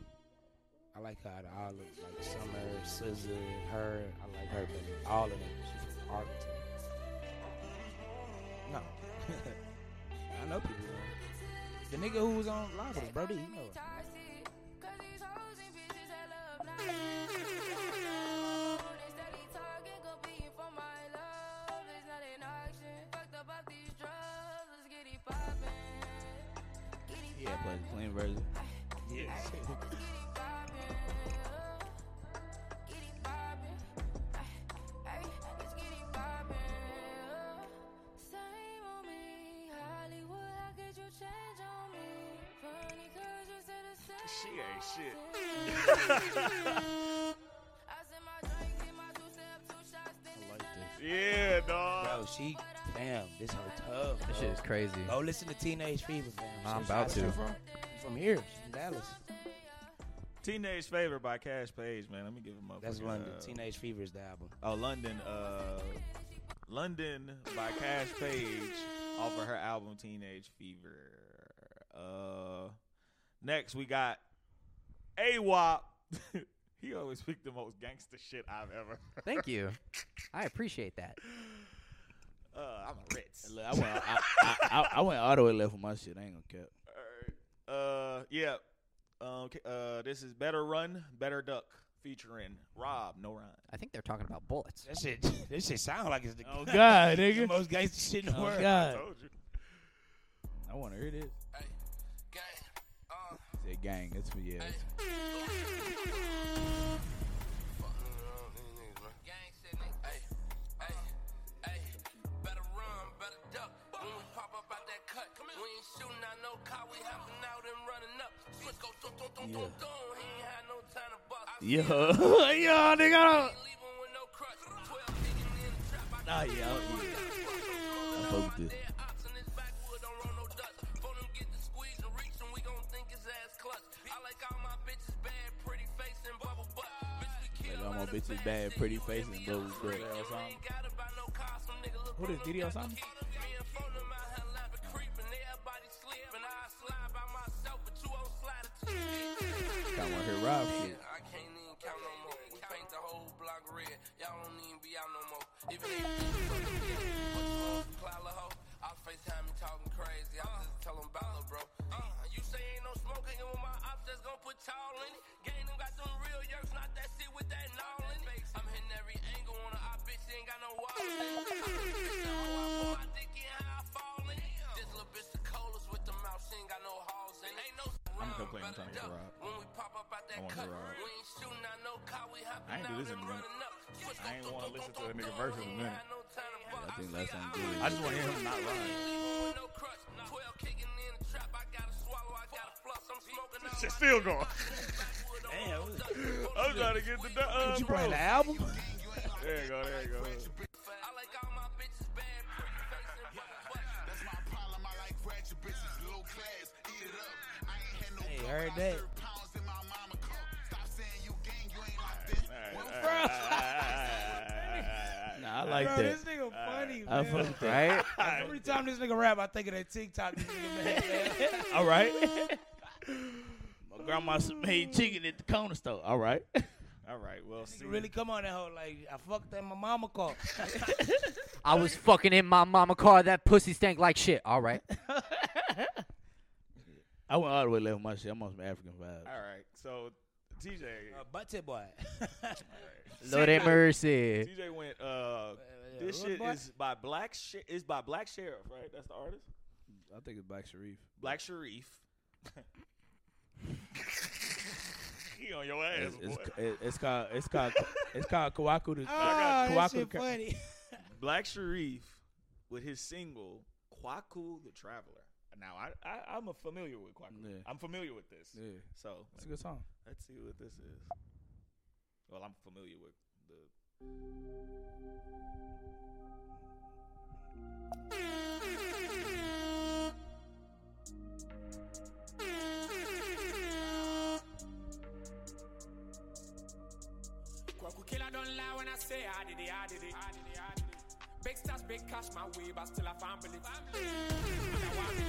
S5: I like her out of all of it. Like Summer, SZA, her. I like her, but all of them. She's from Arlington. No. I know people. who- The nigga who was on Live with us, Brody, you know her.
S6: Yeah, but the clean version.
S7: She ain't shit. Yeah, dog.
S5: Bro, she, damn, this whole tough.
S1: That shit is crazy.
S5: Go listen to Teenage Fever, fam.
S1: Oh, I'm
S5: She's-
S1: about
S5: she's
S1: to.
S5: From, from here, she's from Dallas.
S2: Teenage Favor by Cash Page, man. Let me give him up.
S5: That's London. Teenage Fever is the album.
S2: Oh, London. Uh, London by Cash Page off of her album Teenage Fever. Uh, next we got AWOP. he always pick the most gangster shit I've ever. heard.
S1: Thank you. I appreciate that.
S2: Uh, I'm a Ritz.
S6: Look, I went, I, I, I, I went all the way left with my shit. I ain't gonna cap.
S2: Uh, yeah. Um, ca- uh, this is Better Run, Better Duck featuring Rob No Rhyme.
S1: I think they're talking about bullets.
S5: That shit, this shit sound like it's the,
S6: Oh God,
S5: the
S6: nigga.
S5: most gangster shit in the
S6: Oh
S5: world.
S6: God.
S7: Told you.
S6: I want to hear this. Say gang, that's for yeah. Yeah, yeah, nigga. I don't- Nah, yeah, I don't- yeah. I fuck with this. Like all my bitches bad, pretty faces, blah blah blah. That song. uh, Who this DDL song? I want to hear Rob shit.
S13: I'll FaceTime and talking Uh, with that knowledge. I'm hitting every angle on her. I bitch she ain't got no wallet. How I put my dick in, how I fall in. This little bitch the coldest with the mouth. She ain't got no halls in. Ain't no
S2: I'ma complain
S13: better
S2: when Tommy
S13: duck.
S2: Rob.
S13: When we pop up out that
S2: wanna
S13: cut,
S2: hear Rob.
S13: we ain't shooting out no car. We
S2: uh, I ain't
S13: hopping
S2: do
S13: out
S2: this in
S13: and
S2: a minute.
S13: running up. Switch
S2: I ain't
S13: through,
S2: wanna
S13: through,
S2: listen to
S13: through,
S2: a nigga
S13: through,
S2: verse in a
S13: ain't
S2: minute.
S13: had no time to fuck.
S1: I think
S13: see
S1: last
S13: her
S1: time
S13: out
S1: we did
S13: in
S1: it.
S2: I just want to hear him not run.
S13: with no crutch. 12 kicking in the trap. I gotta swallow. I gotta flush. I'm smoking out
S7: Shit
S13: my
S7: still going.
S13: Damn.
S7: I'm trying to get the uh,
S5: You
S7: bro.
S5: playing the album?
S7: There you go. There you go.
S13: I like all my bitches bad, pretty face and butt. That's my
S5: Hey, heard that?
S6: Nah, I like
S5: Bro,
S6: that.
S5: this nigga funny,
S6: I
S5: man.
S6: fuck with that.
S5: Every time this nigga rap, I think of that TikTok. This nigga made, man.
S6: All right. My grandma s- made chicken at the corner store. All right.
S2: All right. Well, see.
S5: Nigga really come on that whole like I fucked that my mama called.
S1: I was fucking in my mama car. That pussy stank like shit. All right.
S6: I went all the way left with my shit. I'm on some African vibes.
S2: All right. So TJ,
S5: Uh, Butty boy.
S1: Lord have mercy.
S2: TJ went. Uh, this
S5: Rude
S2: shit
S5: Boy?
S2: is by Black. Sh- is by Black Sheriff, right? That's the artist.
S14: I think it's Black Sharif.
S2: Black Sharif. he on your ass,
S14: It's, it's,
S2: boy.
S14: it- it's called it's called it's called Kawaku. The,
S5: oh, that
S14: Kawaku
S5: shit
S14: Ka-
S5: funny.
S2: Black Sharif with his single "Kwaku the Traveler." Now I, I I'm a familiar with Kwaku.
S14: Yeah.
S2: I'm familiar with this.
S14: yeah,
S2: So
S14: it's a good song.
S2: let's see what this is. Well, I'm familiar with the.
S13: Kwaku killer don't lie when I say "Ah, I did it, I did it. I did it, I did it. ah, Big stars, big cash, my way, but still I can't believe. And I want it.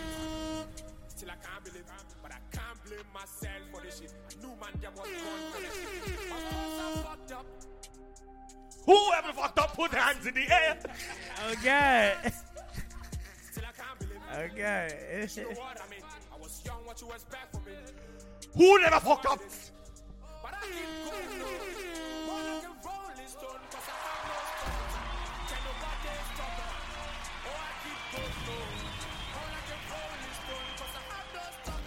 S13: Still I can't believe, but I can't blame myself for this shit. I knew man there was born for this shit. Of course I fucked up.
S2: Whoever fucked up, put hands in the air.
S6: Oh God.
S13: Still I can't believe.
S6: Oh
S13: You know
S6: God.
S13: what I mean? I was young, what you expect from me?
S2: Who never fucked up?
S13: But I keep going on. More like a rolling stone, 'cause I have no stop. Can nobody stop me? Oh, I keep going on. More like a rolling stone, 'cause I have no stop.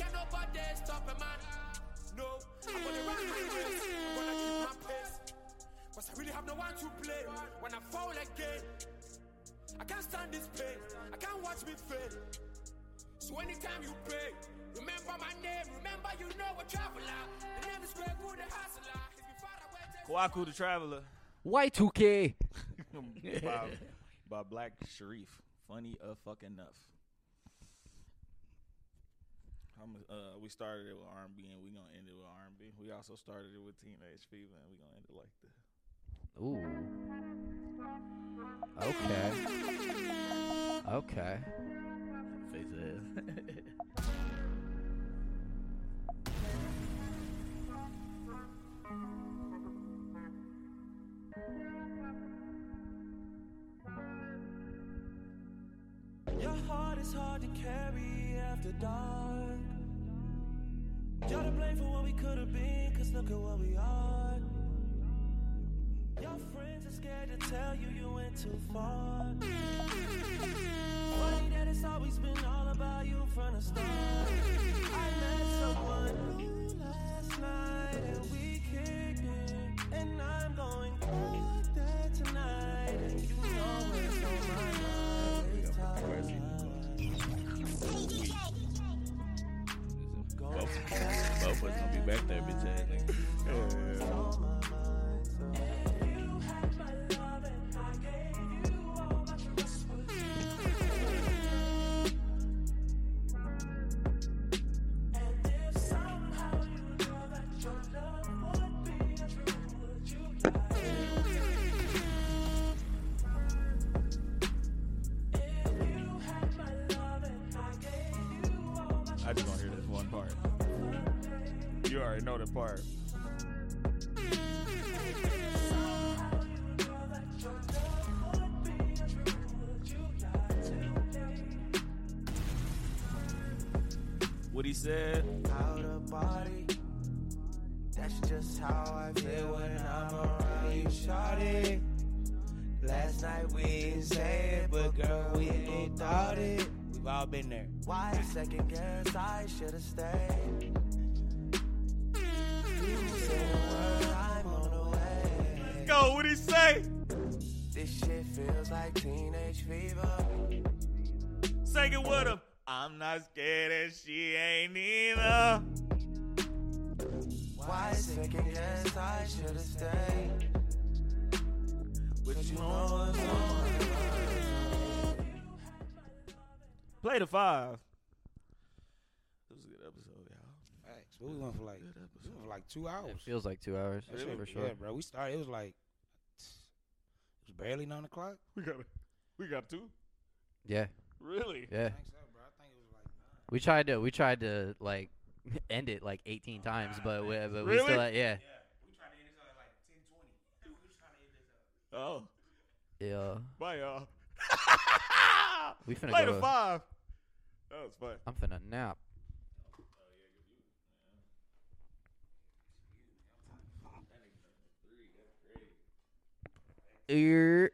S13: Can nobody stop me, man? No, I'm gonna run my race. I'm gonna keep my pace. 'Cause I really have no one to blame when I fall again. I can't stand this pain. I can't watch me fail. So anytime you pray, remember my name. Remember you know a traveler. The name is Greg Wood, the hustler. It's before I went to-
S2: Kwaku the Traveler
S1: Y2K.
S2: by, by Black Sharif. Funny a fucking enough. I'm, uh, we started it with R&B and we gonna end it with R&B. We also started it with Teenage Fever and we gonna end it like this.
S1: Ooh. Okay. Okay.
S13: Your heart is hard to carry after dark. You're to blame for what we could have been, cause look at what we are. Your friends are scared to tell you you went too far. Funny that it's always been all about you from the start. I met someone new last night and we kicked it. And I'm going back there tonight. And you always on my mind.
S14: Both, both of us gonna be back there, bitch ass nigga.
S2: I just want to hear this one part. You already know the part. What he said?
S13: Out of body.
S4: That's just how I feel when I'm around you, shawty. Last night we didn't say it, but girl, we ain't thought it.
S5: We've all been there.
S4: Why second guess I should've stayed? You said a word, I'm on the way.
S7: Go, what he say?
S4: This shit feels like teenage fever.
S7: Sing it with him. I'm not scared and she ain't either.
S4: Why second guess I should've stayed? But you know it's on.
S7: Play the five. It was a good episode, y'all.
S5: Facts. What we went for like, we went for like two hours.
S1: It feels like two hours
S5: That shit-
S1: for sure.
S5: Yeah, bro. We started. It was like, it was barely nine o'clock.
S7: We got a, we got two.
S1: Yeah,
S7: Really?
S1: yeah.
S5: think so, bro. I think it was like.
S1: We tried to we tried to like end it like 18 times, but we, but we
S7: Really?
S1: still yeah
S7: Oh,
S1: yeah.
S7: bye, y'all.
S1: We finna
S7: Play
S1: go.
S7: the
S1: to-
S7: five. That was fun.
S1: I'm finna nap. Ear.